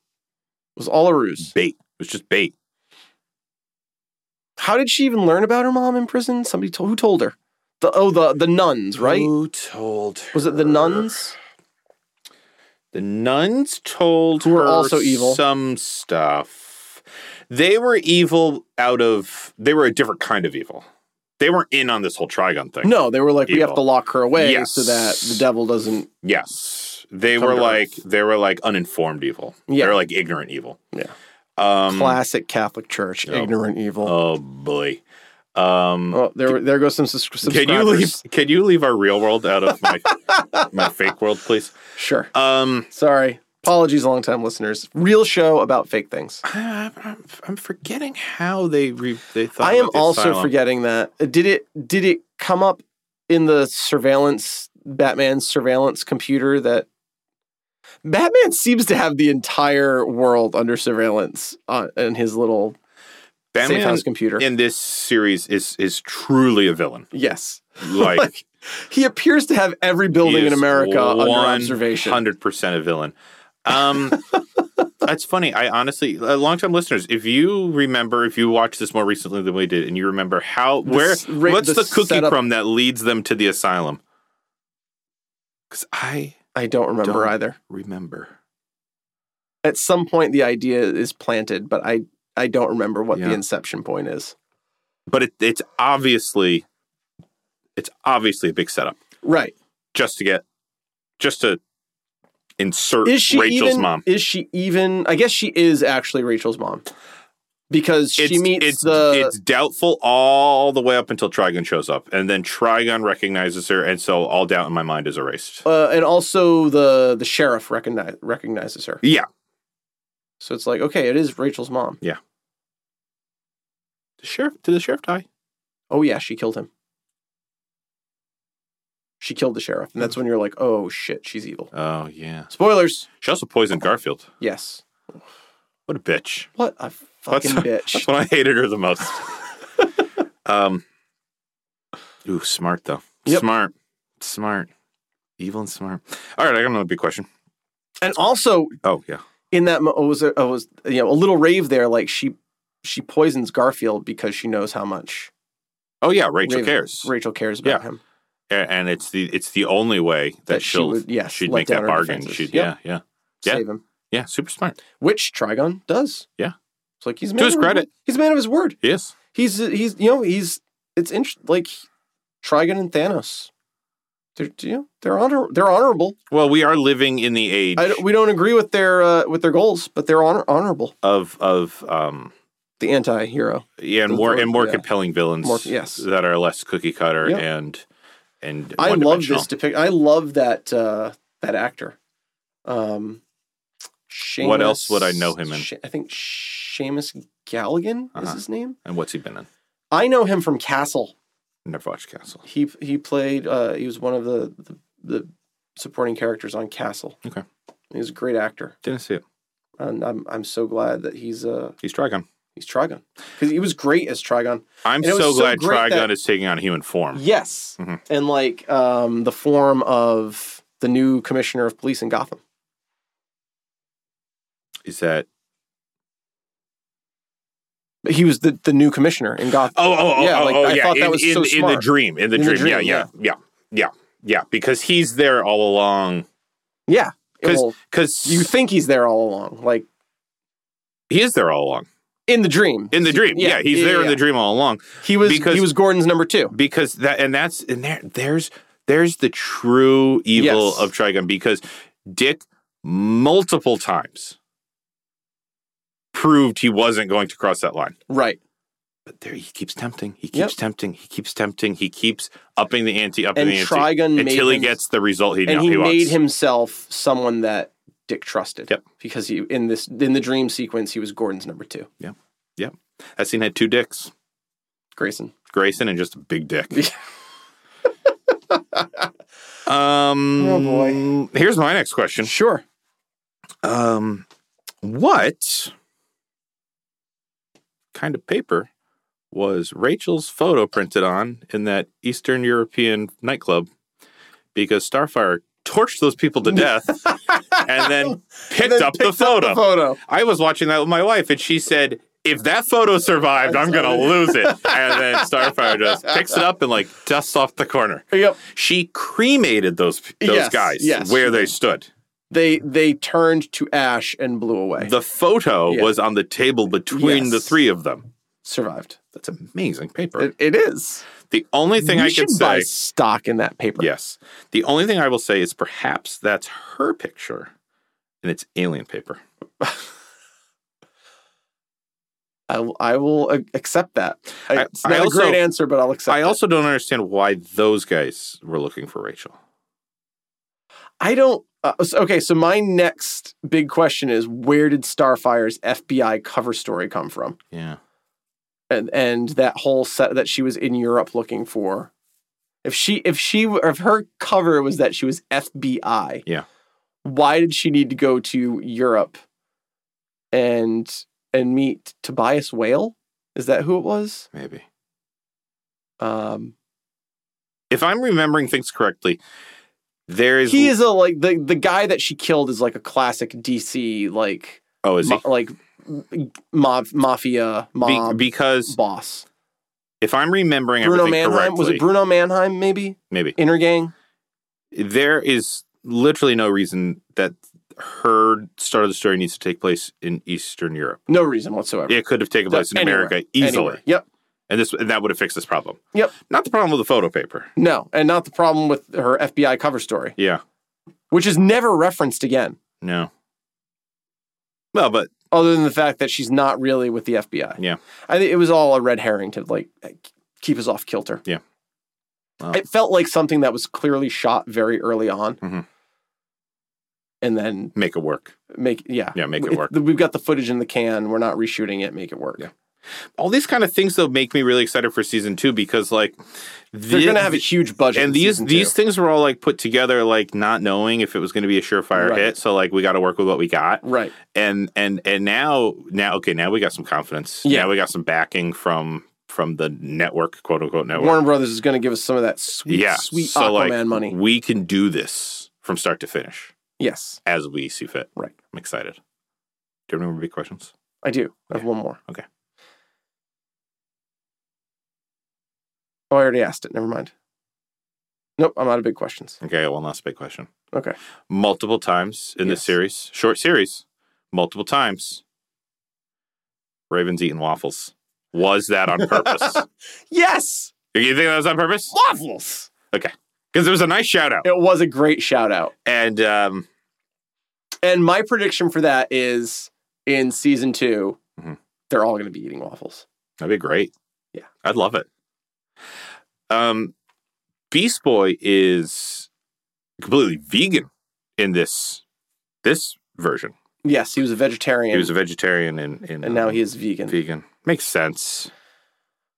Speaker 1: was all a ruse.
Speaker 2: bait. It was just bait.
Speaker 1: How did she even learn about her mom in prison? Somebody told who told her? The oh the the nuns, right?
Speaker 2: Who told her?
Speaker 1: Was it the nuns?
Speaker 2: The nuns told
Speaker 1: Who were
Speaker 2: her
Speaker 1: also evil.
Speaker 2: some stuff. They were evil out of they were a different kind of evil. They weren't in on this whole Trigon thing.
Speaker 1: No, they were like, we have
Speaker 2: Evil.
Speaker 1: to lock her away
Speaker 2: Yes.
Speaker 1: so that the devil doesn't
Speaker 2: Yes. They
Speaker 1: Come
Speaker 2: were
Speaker 1: to
Speaker 2: like they were like uninformed evil.
Speaker 1: Yeah.
Speaker 2: They were like ignorant evil.
Speaker 1: Yeah.
Speaker 2: Um
Speaker 1: classic Catholic Church,
Speaker 2: Yeah.
Speaker 1: ignorant evil.
Speaker 2: Oh boy. Um
Speaker 1: oh, there there goes some sus- Oh, subscribers.
Speaker 2: can you leave can you leave our real world out of my my fake world, please?
Speaker 1: Sure.
Speaker 2: Um
Speaker 1: Sorry. Apologies, longtime listeners. Real show about fake things.
Speaker 2: I, I'm, I'm forgetting how they re, they thought.
Speaker 1: I am
Speaker 2: about the
Speaker 1: also
Speaker 2: asylum.
Speaker 1: forgetting that. Uh, Did it did it come up in the surveillance Batman's surveillance computer that Batman seems to have the entire world under surveillance on in his little safe
Speaker 2: Batman
Speaker 1: house computer.
Speaker 2: in this series is is truly a villain.
Speaker 1: yes.
Speaker 2: Like
Speaker 1: He appears to have every building in America under observation.
Speaker 2: Hundred percent a villain. Um, that's funny. I honestly, uh, longtime listeners, if you remember, if you watched this more recently than we did, and you remember how where
Speaker 1: s- ra-
Speaker 2: what's
Speaker 1: the
Speaker 2: the, cookie
Speaker 1: setup-
Speaker 2: crumb that leads them to the asylum? Because I
Speaker 1: I don't remember
Speaker 2: Don't.
Speaker 1: either.
Speaker 2: remember.
Speaker 1: At some point the idea is planted, but I I don't remember what the
Speaker 2: Yeah.
Speaker 1: inception point is.
Speaker 2: but it, it's obviously it's obviously a big setup
Speaker 1: Right.
Speaker 2: just to get just to insert
Speaker 1: is she
Speaker 2: Rachel's
Speaker 1: even,
Speaker 2: mom.
Speaker 1: Is she even? I guess she is actually Rachel's mom because she
Speaker 2: It's,
Speaker 1: meets
Speaker 2: it's,
Speaker 1: the.
Speaker 2: it's doubtful all the way up until Trigon shows up, and then Trigon recognizes her, and so all doubt in my mind is erased.
Speaker 1: uh, and also the the sheriff recognize, recognizes her,
Speaker 2: Yeah,
Speaker 1: so it's like okay, it is Rachel's mom.
Speaker 2: the sheriff. Did the sheriff die?
Speaker 1: Oh yeah, she killed him. She killed the sheriff, and that's when you're like, oh shit, she's evil.
Speaker 2: Oh yeah.
Speaker 1: Spoilers.
Speaker 2: She also poisoned Garfield.
Speaker 1: Yes.
Speaker 2: What a bitch.
Speaker 1: What a fucking
Speaker 2: That's-
Speaker 1: bitch.
Speaker 2: That's when I hated her the most. um, ooh, smart though.
Speaker 1: Yep.
Speaker 2: Smart, smart, evil and smart. All right, I got another big question.
Speaker 1: And also
Speaker 2: Oh yeah,
Speaker 1: in that mo- was a, was you know a little rave there, like she she poisons Garfield because she knows how much
Speaker 2: oh yeah. Rachel
Speaker 1: Raven-
Speaker 2: cares,
Speaker 1: Rachel cares about
Speaker 2: Yeah.
Speaker 1: him.
Speaker 2: A- and it's the it's the only way that,
Speaker 1: That she
Speaker 2: she'll
Speaker 1: would- yes,
Speaker 2: she'd
Speaker 1: let
Speaker 2: make
Speaker 1: down
Speaker 2: that
Speaker 1: her
Speaker 2: bargain.
Speaker 1: defenses.
Speaker 2: She'd
Speaker 1: Yep.
Speaker 2: yeah yeah Yeah.
Speaker 1: Save him.
Speaker 2: yeah. Super smart.
Speaker 1: which Trigon does.
Speaker 2: Yeah.
Speaker 1: it's like he's a
Speaker 2: To
Speaker 1: man
Speaker 2: his
Speaker 1: of
Speaker 2: credit.
Speaker 1: He's a man of his word.
Speaker 2: Yes.
Speaker 1: He's he's you know he's it's int- like Trigon and Thanos. They're you know, they're honor they're honorable.
Speaker 2: Well, we are living in the age
Speaker 1: I, don't- we don't agree with their uh, with their goals, but they're honor- honorable.
Speaker 2: of of um
Speaker 1: The anti-hero.
Speaker 2: yeah, and
Speaker 1: Those
Speaker 2: more
Speaker 1: are-
Speaker 2: and more
Speaker 1: yeah.
Speaker 2: compelling villains
Speaker 1: More- yes.
Speaker 2: that are less cookie cutter
Speaker 1: Yep.
Speaker 2: and and
Speaker 1: I love
Speaker 2: one-dimensional.
Speaker 1: this depiction. I love that uh, that actor. Um,
Speaker 2: What else would I
Speaker 1: Seamus-
Speaker 2: know him in?
Speaker 1: Sha- I think Seamus Galligan is
Speaker 2: Uh-huh.
Speaker 1: his name.
Speaker 2: And what's he been in?
Speaker 1: I know him from Castle.
Speaker 2: Never watched Castle.
Speaker 1: He he played. Uh, he was one of the, the the supporting characters on Castle.
Speaker 2: Okay.
Speaker 1: he was a great actor,
Speaker 2: Didn't see it.
Speaker 1: and I'm I'm so glad that he's uh
Speaker 2: He's Trigon.
Speaker 1: he's Trigon because he was great as Trigon.
Speaker 2: I'm
Speaker 1: And it was
Speaker 2: so
Speaker 1: so
Speaker 2: glad
Speaker 1: great
Speaker 2: Trigon
Speaker 1: that-
Speaker 2: is taking on human form.
Speaker 1: Yes,
Speaker 2: Mhm.
Speaker 1: and like um the form of the new commissioner of police in Gotham.
Speaker 2: Is that?
Speaker 1: He was the the new commissioner in Gotham.
Speaker 2: Oh, oh, oh,
Speaker 1: Yeah,
Speaker 2: oh,
Speaker 1: like,
Speaker 2: oh,
Speaker 1: I
Speaker 2: yeah.
Speaker 1: thought that
Speaker 2: in,
Speaker 1: was
Speaker 2: in,
Speaker 1: so
Speaker 2: in the
Speaker 1: smart.
Speaker 2: dream, in the, dream. yeah, yeah, yeah, yeah, yeah. Because he's there all along.
Speaker 1: Yeah,
Speaker 2: Because
Speaker 1: Well,
Speaker 2: because
Speaker 1: you think he's there all along, like
Speaker 2: He is there all along
Speaker 1: in the dream.
Speaker 2: in the dream. Yeah,
Speaker 1: Yeah,
Speaker 2: he's
Speaker 1: yeah,
Speaker 2: there in
Speaker 1: yeah.
Speaker 2: the dream all along
Speaker 1: He was
Speaker 2: Because-
Speaker 1: he was Gordon's number two.
Speaker 2: because that and that's and there there's there's the true evil
Speaker 1: Yes.
Speaker 2: of Trigun because Dick multiple times proved he wasn't going to cross that line.
Speaker 1: Right.
Speaker 2: But there he keeps tempting, he keeps
Speaker 1: Yep.
Speaker 2: tempting, he keeps tempting, he keeps upping the ante, upping
Speaker 1: And
Speaker 2: the ante
Speaker 1: Trigun made
Speaker 2: until he
Speaker 1: him-
Speaker 2: gets the result he,
Speaker 1: and
Speaker 2: he,
Speaker 1: he,
Speaker 2: wants.
Speaker 1: made himself someone that Dick trusted.
Speaker 2: Yep.
Speaker 1: Because he in this in the dream sequence he was Gordon's number two,
Speaker 2: That scene had two dicks,
Speaker 1: Grayson.
Speaker 2: Grayson and just a big dick. um
Speaker 1: Oh,
Speaker 2: boy. Here's my next question.
Speaker 1: Sure.
Speaker 2: Um, what kind of paper was Rachel's photo printed on in that Eastern European nightclub? Because Starfire torched those people to death and then picked, up, the photo.
Speaker 1: Photo.
Speaker 2: I was watching that with my wife, and she said, "If that photo survived, I'm gonna lose it." And then Starfire just picks it up and like dusts off the corner.
Speaker 1: Yep.
Speaker 2: She cremated those those
Speaker 1: Yes,
Speaker 2: guys
Speaker 1: yes,
Speaker 2: where
Speaker 1: she
Speaker 2: they
Speaker 1: did.
Speaker 2: stood.
Speaker 1: They they turned to ash and blew away.
Speaker 2: The photo
Speaker 1: Yeah.
Speaker 2: was on the table between
Speaker 1: Yes.
Speaker 2: the three of them.
Speaker 1: Survived.
Speaker 2: That's amazing paper.
Speaker 1: It, it is.
Speaker 2: the only thing
Speaker 1: you
Speaker 2: I
Speaker 1: should
Speaker 2: could
Speaker 1: buy
Speaker 2: say,
Speaker 1: stock in that paper.
Speaker 2: yes, the only thing I will say is perhaps that's her picture, and it's alien paper.
Speaker 1: I will, I will uh, accept that. I,
Speaker 2: I-
Speaker 1: it's
Speaker 2: I
Speaker 1: not a
Speaker 2: also-
Speaker 1: great answer, but I'll accept.
Speaker 2: I
Speaker 1: it.
Speaker 2: also don't understand why those guys were looking for Rachel.
Speaker 1: I don't. Uh, so- okay, so my next big question is where did Starfire's FBI cover story come from,
Speaker 2: Yeah,
Speaker 1: and and that whole set that she was in Europe looking for? If she if she if her cover was that she was FBI,
Speaker 2: Yeah.
Speaker 1: why did she need to go to Europe and and meet Tobias Whale? Is that who it was?
Speaker 2: maybe.
Speaker 1: Um,
Speaker 2: If I'm remembering things correctly, there is
Speaker 1: he is a like the the guy that she killed is like a classic DC like
Speaker 2: oh is he
Speaker 1: mo- like mob mafia
Speaker 2: Be-
Speaker 1: mob
Speaker 2: because
Speaker 1: boss.
Speaker 2: if I'm remembering
Speaker 1: Bruno
Speaker 2: everything
Speaker 1: Mannheim
Speaker 2: correctly,
Speaker 1: was it Bruno Mannheim maybe
Speaker 2: maybe
Speaker 1: inner gang?
Speaker 2: there is literally no reason that her start of the story needs to take place in Eastern Europe.
Speaker 1: No reason whatsoever.
Speaker 2: It could have taken place in
Speaker 1: Anywhere.
Speaker 2: America easily,
Speaker 1: Anywhere. Yep.
Speaker 2: and this and that would have fixed this problem.
Speaker 1: Yep.
Speaker 2: Not the problem with the photo paper.
Speaker 1: No, and not the problem with her FBI cover story,
Speaker 2: Yeah.
Speaker 1: which is never referenced again,
Speaker 2: No. Well, but
Speaker 1: other than the fact that she's not really with the FBI.
Speaker 2: Yeah.
Speaker 1: I think it was all a red herring to like keep us off kilter.
Speaker 2: Yeah. Wow.
Speaker 1: It felt like something that was clearly shot very early on.
Speaker 2: Mhm.
Speaker 1: And then
Speaker 2: make it work.
Speaker 1: make yeah
Speaker 2: Yeah, make it
Speaker 1: It's-
Speaker 2: work.
Speaker 1: We've got the footage in the can. We're not reshooting it. Make it work.
Speaker 2: Yeah. All these kind of things though make me really excited for season two because like
Speaker 1: They're going to have a huge budget.
Speaker 2: and
Speaker 1: in
Speaker 2: these
Speaker 1: season
Speaker 2: these
Speaker 1: two.
Speaker 2: things were all like put together like not knowing if it was going to be a surefire
Speaker 1: Right.
Speaker 2: hit. So like we got to work with what we got.
Speaker 1: right?
Speaker 2: and and and now now okay now we got some confidence
Speaker 1: Yeah.
Speaker 2: now we got some backing from from the network quote unquote network
Speaker 1: Warner Brothers is going to give us some of that sweet,
Speaker 2: yeah
Speaker 1: sweet
Speaker 2: so
Speaker 1: Aquaman
Speaker 2: like
Speaker 1: money.
Speaker 2: we can do this from start to finish
Speaker 1: Yes,
Speaker 2: as we see fit
Speaker 1: Right.
Speaker 2: i'm excited do you remember big questions
Speaker 1: I do. I have
Speaker 2: Yeah.
Speaker 1: one more.
Speaker 2: Okay.
Speaker 1: Oh, I already asked it. Never mind. Nope, I'm out of big questions.
Speaker 2: okay I got one last big question
Speaker 1: Okay.
Speaker 2: multiple times in this
Speaker 1: Yes.
Speaker 2: series short series multiple times raven's eating waffles was that on purpose
Speaker 1: Yes,
Speaker 2: you think that was on purpose
Speaker 1: waffles.
Speaker 2: because it was a nice shout out
Speaker 1: It was a great shout out.
Speaker 2: and um
Speaker 1: And my prediction for that is in season 2 they
Speaker 2: Mhm.
Speaker 1: they're all going to be eating waffles.
Speaker 2: That'd be great.
Speaker 1: Yeah.
Speaker 2: I'd love it. Um, Beast Boy is completely vegan in this this version.
Speaker 1: Yes, he was a vegetarian,
Speaker 2: He was a vegetarian and and, uh,
Speaker 1: and now he is vegan.
Speaker 2: vegan. Makes sense.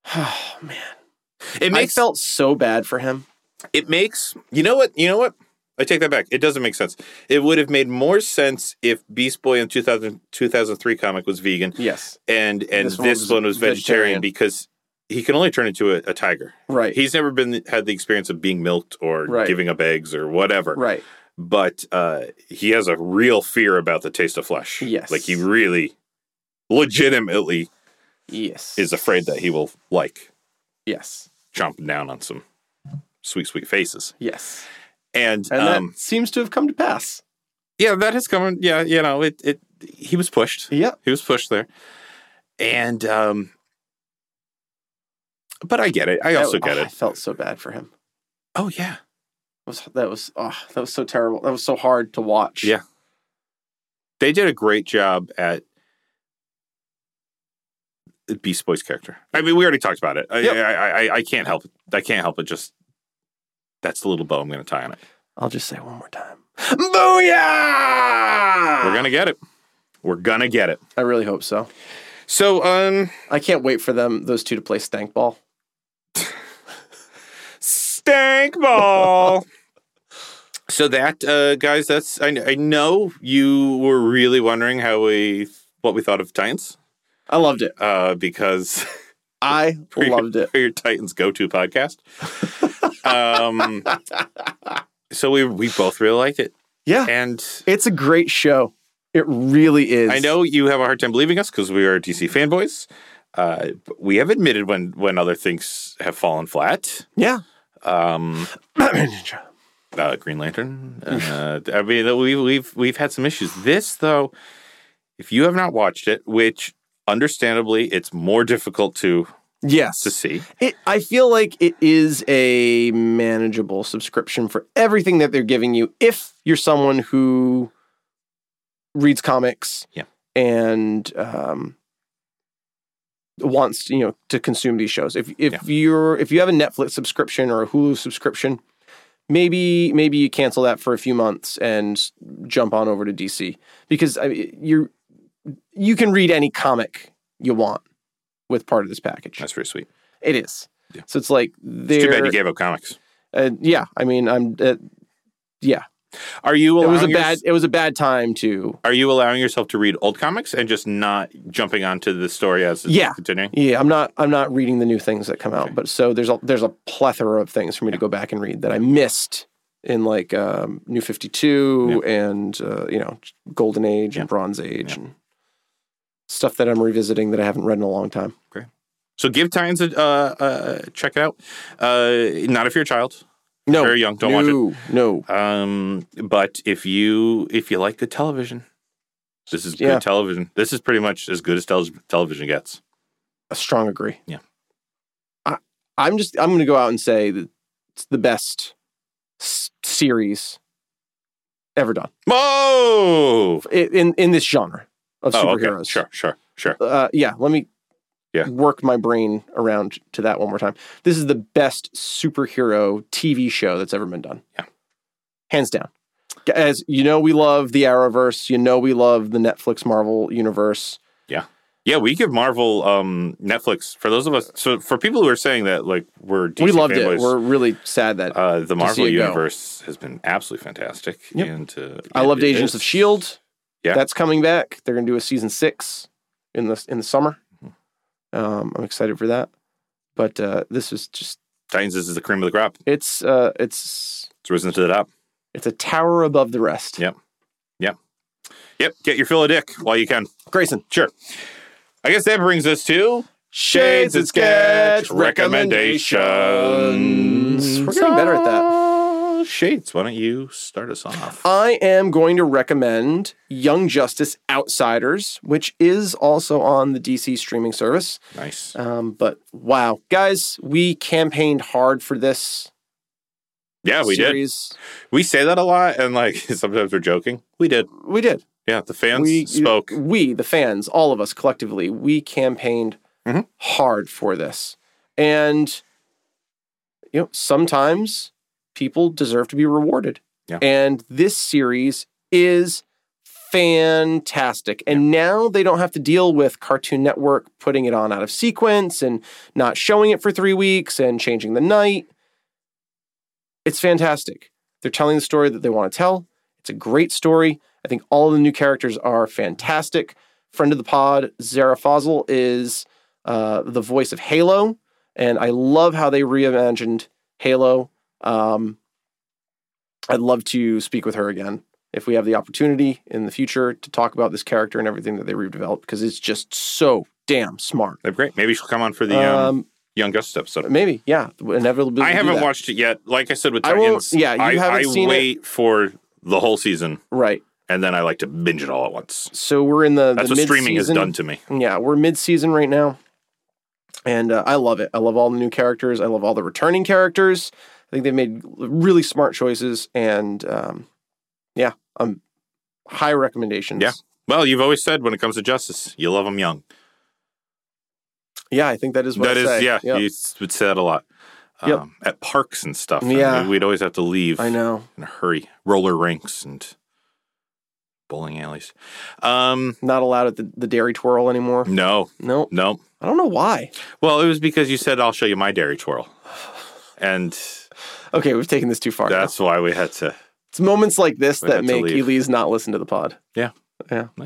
Speaker 1: Oh man,
Speaker 2: It
Speaker 1: I
Speaker 2: makes
Speaker 1: felt so bad for him.
Speaker 2: it makes you know what you know what I take that back. It doesn't make sense. It would have made more sense if Beast Boy in 2000, 2003 comic was vegan
Speaker 1: Yes,
Speaker 2: and and
Speaker 1: This
Speaker 2: this
Speaker 1: one
Speaker 2: one
Speaker 1: was
Speaker 2: was,
Speaker 1: vegetarian.
Speaker 2: vegetarian, because he can only turn into a, a tiger.
Speaker 1: right,
Speaker 2: he's never been had the experience of being milked or
Speaker 1: Right.
Speaker 2: giving up eggs or whatever
Speaker 1: right.
Speaker 2: but uh he has a real fear about the taste of flesh
Speaker 1: Yes.
Speaker 2: like he really legitimately
Speaker 1: Yes,
Speaker 2: is afraid that he will like
Speaker 1: yes,
Speaker 2: chomping down on some sweet sweet faces
Speaker 1: yes,
Speaker 2: and,
Speaker 1: and
Speaker 2: um
Speaker 1: that seems to have come to pass.
Speaker 2: yeah, that is coming. Yeah, you know, it, it he was pushed.
Speaker 1: Yeah.
Speaker 2: He was pushed there. And um but I get it. I also get
Speaker 1: oh, I
Speaker 2: it.
Speaker 1: felt so bad for him.
Speaker 2: Oh yeah.
Speaker 1: It was that was oh, that was so terrible. That was so hard to watch.
Speaker 2: Yeah. They did a great job at Beast Boy's character. I mean, we already talked about it. I,
Speaker 1: Yep.
Speaker 2: I, I, I can't help it. I can't help it. Just that's the little bow I'm going to tie on it.
Speaker 1: I'll just say it one more time.
Speaker 2: We're going to get it. We're going to get it.
Speaker 1: I really hope so.
Speaker 2: So, um,
Speaker 1: I can't wait for them those two to play stank ball.
Speaker 2: Stank ball. so that, uh, guys, that's I, I know you were really wondering how we what we thought of Titans
Speaker 1: I loved it.
Speaker 2: uh, because
Speaker 1: I
Speaker 2: Pretty good.
Speaker 1: loved it.
Speaker 2: we're your Titans go to podcast. um, so we we both really liked it,
Speaker 1: Yeah,
Speaker 2: and
Speaker 1: it's a great show. It really is.
Speaker 2: I know you have a hard time believing us because we are DC fanboys. Uh, but we have admitted when when other things have fallen flat.
Speaker 1: Yeah.
Speaker 2: Um,
Speaker 1: Batman Ninja.
Speaker 2: uh, Green Lantern. Uh, I mean, we've we've we've had some issues. This though, if you have not watched it, which understandably it's more difficult to to
Speaker 1: Yes,
Speaker 2: see.
Speaker 1: it, I feel like it is a manageable subscription for everything that they're giving you. If you're someone who reads comics,
Speaker 2: Yeah.
Speaker 1: and um, wants you know to consume these shows. If if
Speaker 2: Yeah.
Speaker 1: you're if you have a Netflix subscription or a Hulu subscription, maybe maybe you cancel that for a few months and jump on over to DC because I mean, you're you can read any comic you want with part of this package.
Speaker 2: That's pretty sweet.
Speaker 1: It is.
Speaker 2: Yeah.
Speaker 1: So it's like
Speaker 2: It's
Speaker 1: they're
Speaker 2: too bad you gave up comics.
Speaker 1: uh, yeah. I mean, I'm. Uh, yeah,
Speaker 2: Are you?
Speaker 1: it was a
Speaker 2: allowing
Speaker 1: bad.
Speaker 2: yours-
Speaker 1: It was a bad time to.
Speaker 2: Are you allowing yourself to read old comics and just not jumping onto the story as it's
Speaker 1: Yeah.
Speaker 2: continuing?
Speaker 1: Yeah, I'm not. I'm not reading the new things that come out.
Speaker 2: Okay.
Speaker 1: But so there's a there's a plethora of things for me to go back and read that I missed in like um, New Fifty Two and uh, you know Golden Age
Speaker 2: Yeah.
Speaker 1: and Bronze Age
Speaker 2: Yeah.
Speaker 1: and stuff that I'm revisiting that I haven't read in a long time.
Speaker 2: So give Titans a uh, uh, check it out. Uh, not if you're a child,
Speaker 1: No,
Speaker 2: very young, don't watch it.
Speaker 1: no, no.
Speaker 2: Um, but if you if you like good television, this is good
Speaker 1: Yeah.
Speaker 2: television. This is pretty much as good as tel- television gets.
Speaker 1: A strong agree.
Speaker 2: Yeah.
Speaker 1: I, I'm just. I'm going to go out and say that it's the best s- series ever done
Speaker 2: Whoa!
Speaker 1: i- in in this genre of
Speaker 2: Oh,
Speaker 1: superheroes.
Speaker 2: okay. Sure, sure, sure.
Speaker 1: uh, yeah, let me
Speaker 2: Yeah.
Speaker 1: work my brain around to that one more time. This is the best superhero TV show that's ever been done.
Speaker 2: Yeah.
Speaker 1: Hands down. As you know, we love the Arrowverse. You know, we love the Netflix Marvel universe.
Speaker 2: Yeah, we give Marvel um, Netflix for those of us. So for people who are saying that, like we're DC
Speaker 1: we loved
Speaker 2: fanboys,
Speaker 1: it. We're really sad that
Speaker 2: uh, the Marvel
Speaker 1: it go.
Speaker 2: universe has been absolutely fantastic.
Speaker 1: Yep.
Speaker 2: And uh,
Speaker 1: I E
Speaker 2: it-
Speaker 1: loved
Speaker 2: it
Speaker 1: Agents
Speaker 2: is-
Speaker 1: of Shield.
Speaker 2: Yeah.
Speaker 1: that's coming back. They're going to do a season six in the in the summer.
Speaker 2: Mm-hmm.
Speaker 1: Um, I'm excited for that. But uh, this is just
Speaker 2: Titans is the cream of the crop.
Speaker 1: it's uh, it's
Speaker 2: It's risen to the top.
Speaker 1: it's a tower above the rest.
Speaker 2: Yeah. Yep, get your fill of dick while you can.
Speaker 1: Grayson.
Speaker 2: Sure. I guess that brings us to
Speaker 1: Shades and Sketch recommendations. We're getting better at that. Uh,
Speaker 2: that. Ah, Shades, why don't you start us off?
Speaker 1: I am going to recommend Young Justice Outsiders, which is also on the DC streaming service.
Speaker 2: nice.
Speaker 1: Um, but wow, guys, we campaigned hard for this
Speaker 2: Yeah, we did.
Speaker 1: series.
Speaker 2: We say that a lot, and like sometimes we're joking. We did.
Speaker 1: Did. We did.
Speaker 2: Yeah, the fans
Speaker 1: we
Speaker 2: spoke.
Speaker 1: We, the fans, all of us collectively, we campaigned
Speaker 2: Mhm.
Speaker 1: hard for this, and you know sometimes people deserve to be rewarded.
Speaker 2: Yeah.
Speaker 1: And this series is fantastic. And now they don't have to deal with Cartoon Network putting it on out of sequence and not showing it for three weeks and changing the night. It's fantastic. They're telling the story that they want to tell. It's a great story. I think all of the new characters are fantastic. Friend of the pod, Zara Fossil, is uh, the voice of Halo, and I love how they reimagined Halo. Um, I'd love to speak with her again if we have the opportunity in the future to talk about this character and everything that they redeveloped because it's just so damn smart. Um,
Speaker 2: They're great. Maybe she'll come on for the um, Young Justice episode.
Speaker 1: maybe, yeah, inevitably.
Speaker 2: I
Speaker 1: do
Speaker 2: haven't
Speaker 1: that.
Speaker 2: watched it yet. Like I said with
Speaker 1: I won't-
Speaker 2: Titans,
Speaker 1: yeah, you
Speaker 2: I,
Speaker 1: haven't
Speaker 2: I
Speaker 1: seen it.
Speaker 2: wait for the whole season
Speaker 1: Right.
Speaker 2: and then I like to binge it all at once.
Speaker 1: So we're in the
Speaker 2: That's
Speaker 1: the
Speaker 2: what streaming has
Speaker 1: mid-season-
Speaker 2: done to me.
Speaker 1: Yeah, we're mid season right now, and uh, I love it. I love all the new characters. I love all the returning characters. I think they've made really smart choices, and um, yeah, um, high recommendations.
Speaker 2: Yeah. Well, you've always said when it comes to justice, you love them young.
Speaker 1: yeah, I think that is what
Speaker 2: That
Speaker 1: I
Speaker 2: is,
Speaker 1: say.
Speaker 2: yeah,
Speaker 1: Yep.
Speaker 2: you s- would say that a lot. Um,
Speaker 1: Yep.
Speaker 2: At parks and stuff. and
Speaker 1: Yeah.
Speaker 2: we- we'd always have to leave
Speaker 1: I know.
Speaker 2: in a hurry. Roller rinks and bowling alleys. Um,
Speaker 1: Not allowed at the, the dairy twirl anymore.
Speaker 2: no,
Speaker 1: No,
Speaker 2: no.
Speaker 1: I don't know why.
Speaker 2: Well, it was because you said, I'll show you my dairy twirl. And
Speaker 1: Okay, we've taken this too far. now.
Speaker 2: that's why we had to.
Speaker 1: It's moments like this
Speaker 2: We
Speaker 1: that
Speaker 2: had to
Speaker 1: make
Speaker 2: leave.
Speaker 1: Elise not listen to the pod.
Speaker 2: well,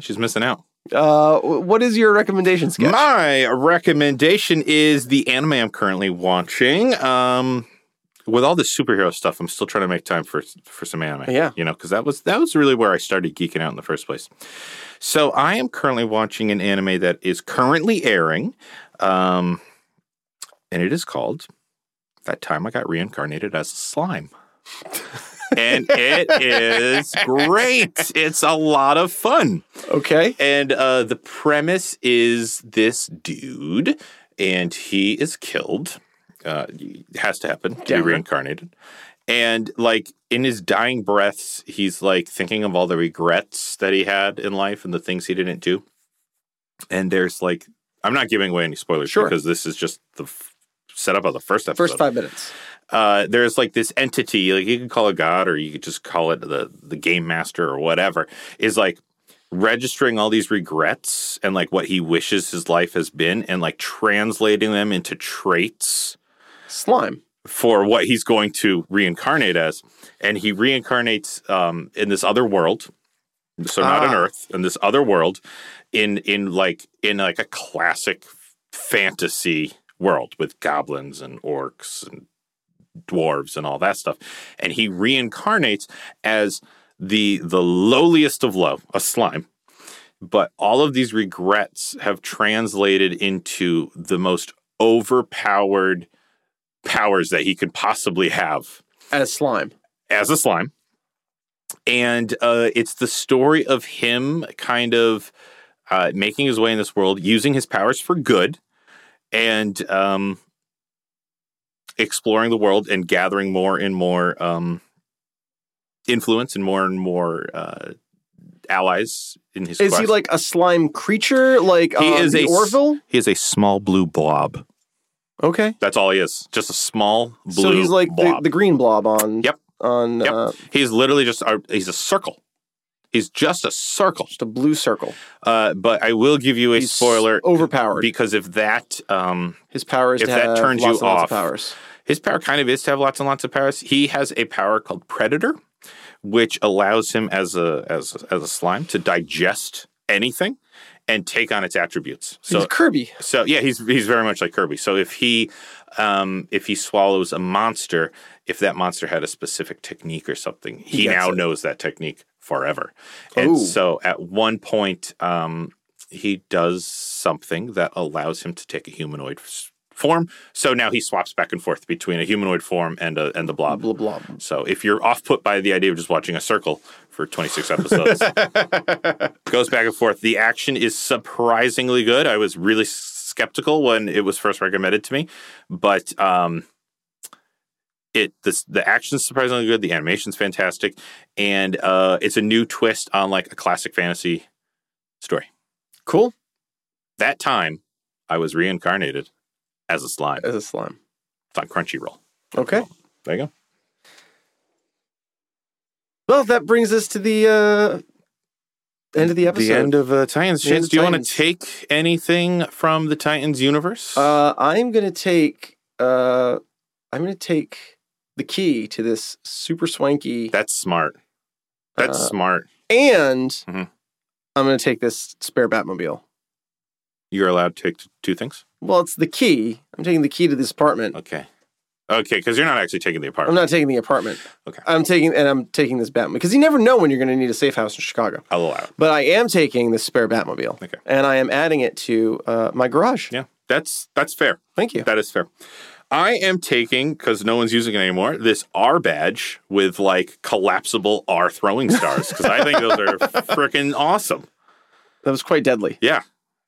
Speaker 2: She's missing out.
Speaker 1: Uh, wh- what is your recommendation, Sketch?
Speaker 2: My recommendation is the anime I'm currently watching. Um, with all the superhero stuff, I'm still trying to make time for for some anime.
Speaker 1: Yeah.
Speaker 2: you know, because that was that was really where I started geeking out in the first place. So I am currently watching an anime that is currently airing, um, and it is called "That Time I Got Reincarnated as a Slime." and it is great. It's a lot of fun.
Speaker 1: okay.
Speaker 2: And uh, the premise is this dude, and he is killed. Uh, it has to happen to
Speaker 1: Yeah.
Speaker 2: be reincarnated. And like in his dying breaths, he's like thinking of all the regrets that he had in life and the things he didn't do. And there's like, I'm not giving away any spoilers
Speaker 1: Sure.
Speaker 2: because this is just the f- setup of the first episode
Speaker 1: First five minutes.
Speaker 2: uh, there's like this entity, like you could call it God or you could just call it the the game master or whatever, is like registering all these regrets and like what he wishes his life has been and like translating them into traits
Speaker 1: Slime.
Speaker 2: for what he's going to reincarnate as. And he reincarnates um, in this other world. So not on
Speaker 1: Ah.
Speaker 2: Earth, in this other world, in in like in like a classic fantasy world with goblins and orcs and dwarves and all that stuff. And he reincarnates as the the lowliest of low, a slime. But all of these regrets have translated into the most overpowered powers that he could possibly have
Speaker 1: As slime.
Speaker 2: as a slime. And uh, it's the story of him kind of uh, making his way in this world, using his powers for good, and um, exploring the world and gathering more and more um, influence and more and more uh, allies in his.
Speaker 1: Is he
Speaker 2: quest.
Speaker 1: like a slime creature? Like
Speaker 2: He
Speaker 1: um,
Speaker 2: is
Speaker 1: the
Speaker 2: a s-
Speaker 1: Orville?
Speaker 2: He is a small blue blob.
Speaker 1: Okay.
Speaker 2: That's all he is. Just a small blue.
Speaker 1: so he's like the,
Speaker 2: blob.
Speaker 1: the green blob on.
Speaker 2: Yep.
Speaker 1: On
Speaker 2: Yep.
Speaker 1: uh,
Speaker 2: He's literally just a, he's a circle. He's just a circle.
Speaker 1: just a blue circle.
Speaker 2: Uh, but I will give you a
Speaker 1: He's
Speaker 2: spoiler
Speaker 1: Overpowered.
Speaker 2: because if that um,
Speaker 1: His power is
Speaker 2: if
Speaker 1: to
Speaker 2: that
Speaker 1: have
Speaker 2: turns
Speaker 1: lots
Speaker 2: you
Speaker 1: and lots
Speaker 2: off,
Speaker 1: of powers.
Speaker 2: his power kind of is to have lots and lots of powers, he has a power called Predator, which allows him as a as as a slime to digest anything and take on its attributes. So
Speaker 1: he's Kirby.
Speaker 2: so yeah, he's he's very much like Kirby. So if he um, if he swallows a monster, if that monster had a specific technique or something, he,
Speaker 1: He gets
Speaker 2: now
Speaker 1: it.
Speaker 2: knows that technique forever. And
Speaker 1: Ooh.
Speaker 2: so at one point, um, he does something that allows him to take a humanoid s- form. So now he swaps back and forth between a humanoid form and a, and the blob.
Speaker 1: Blah blob.
Speaker 2: So if you're off put by the idea of just watching a circle for 26 episodes, goes back and forth. The action is surprisingly good. I was really skeptical when it was first recommended to me, but um, it this, the action's surprisingly good. The animation's fantastic, and uh, it's a new twist on like a classic fantasy story.
Speaker 1: Cool.
Speaker 2: That time, I was reincarnated as a slime.
Speaker 1: As a slime.
Speaker 2: It's on Crunchyroll.
Speaker 1: Okay.
Speaker 2: There you go.
Speaker 1: Well, that brings us to the uh, end of the episode.
Speaker 2: The end of uh, Titans.
Speaker 1: The end
Speaker 2: Chance,
Speaker 1: of
Speaker 2: do you want
Speaker 1: Titans.
Speaker 2: to take anything from the Titans universe?
Speaker 1: Uh, I'm gonna take. Uh, I'm gonna take the key to this super swanky,
Speaker 2: That's smart. That's
Speaker 1: Uh,
Speaker 2: smart.
Speaker 1: and
Speaker 2: Mhm.
Speaker 1: I'm gonna take this spare Batmobile.
Speaker 2: You're allowed to take t- two things.
Speaker 1: Well, it's the key. I'm taking the key to this apartment.
Speaker 2: Okay. Okay, because you're not actually taking the
Speaker 1: I'm
Speaker 2: apartment.
Speaker 1: not taking the apartment.
Speaker 2: Okay.
Speaker 1: I'm taking and I'm taking this Batmobile because you never know when you're gonna need a safe house in Chicago.
Speaker 2: I'll allow it.
Speaker 1: But I am taking this spare Batmobile.
Speaker 2: Okay.
Speaker 1: And I am adding it to uh, my garage.
Speaker 2: Yeah, that's that's fair.
Speaker 1: Thank you.
Speaker 2: That is fair. I am taking because no one's using it anymore. This R badge with like collapsible R throwing stars because I think those are freaking awesome.
Speaker 1: That was quite deadly.
Speaker 2: Yeah,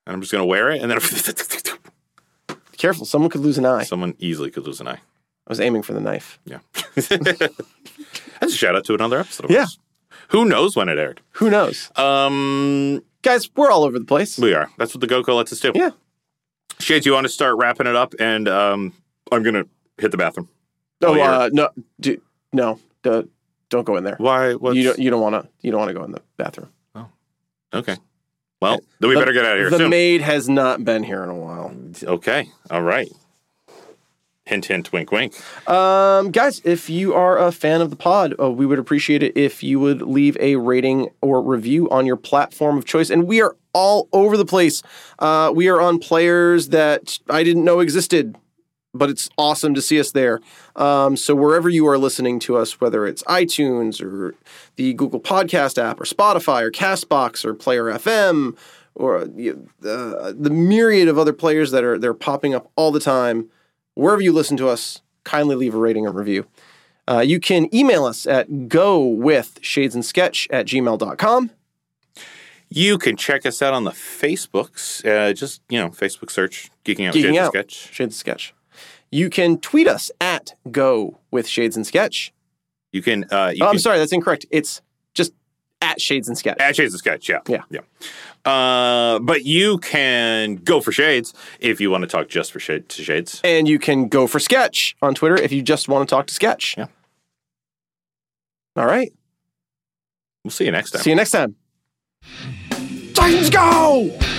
Speaker 2: and I'm just gonna wear it, and then
Speaker 1: Careful, someone could lose an eye. I
Speaker 2: someone easily could lose an eye.
Speaker 1: was aiming for the knife.
Speaker 2: Yeah, that's a shout out to another episode. of
Speaker 1: Yeah.
Speaker 2: ours. who knows when it aired?
Speaker 1: Who knows?
Speaker 2: Um,
Speaker 1: Guys, we're all over the place.
Speaker 2: we are. That's what the Goku lets us do.
Speaker 1: Yeah.
Speaker 2: Shades, you want to start wrapping it up, and um, I'm gonna hit the bathroom.
Speaker 1: Oh,
Speaker 2: Oh, you're-
Speaker 1: uh, no, do, no, duh, don't go in there.
Speaker 2: Why? What's...
Speaker 1: You don't, you don't want to. You don't want to go in the bathroom.
Speaker 2: Okay. Well, then we
Speaker 1: The-
Speaker 2: better get out of here
Speaker 1: The
Speaker 2: soon.
Speaker 1: maid has not been here in a while.
Speaker 2: Okay. All right. Hint, hint, wink, wink.
Speaker 1: Um, guys, if you are a fan of the pod, uh, we would appreciate it if you would leave a rating or review on your platform of choice. And we are all over the place. Uh, we are on players that I didn't know existed, but it's awesome to see us there. Um, so wherever you are listening to us, whether it's iTunes or the Google Podcast app or Spotify or Castbox or Player FM or uh, the myriad of other players that are they're popping up all the time wherever you listen to us, kindly leave a rating and review. Uh, you can email us at go with shades and sketch at gmail.com.
Speaker 2: You can check us out on the Facebooks. Uh, just, you know, Facebook search, Geeking
Speaker 1: Geeking
Speaker 2: Out with Jason
Speaker 1: Out.
Speaker 2: Sketch.
Speaker 1: Shades and sketch. You can tweet us at go with shades and sketch.
Speaker 2: You can, uh, you
Speaker 1: Oh, I'm
Speaker 2: can
Speaker 1: sorry, that's incorrect. It's just at shades and sketch.
Speaker 2: At Shades of Sketch, yeah.
Speaker 1: Yeah.
Speaker 2: Yeah. Uh, but you can go for Shades if you want to talk just for shade, to Shades.
Speaker 1: and you can go for sketch on Twitter if you just want to talk to sketch.
Speaker 2: Yeah.
Speaker 1: All right.
Speaker 2: We'll see you next time.
Speaker 1: See you next time. Titans go!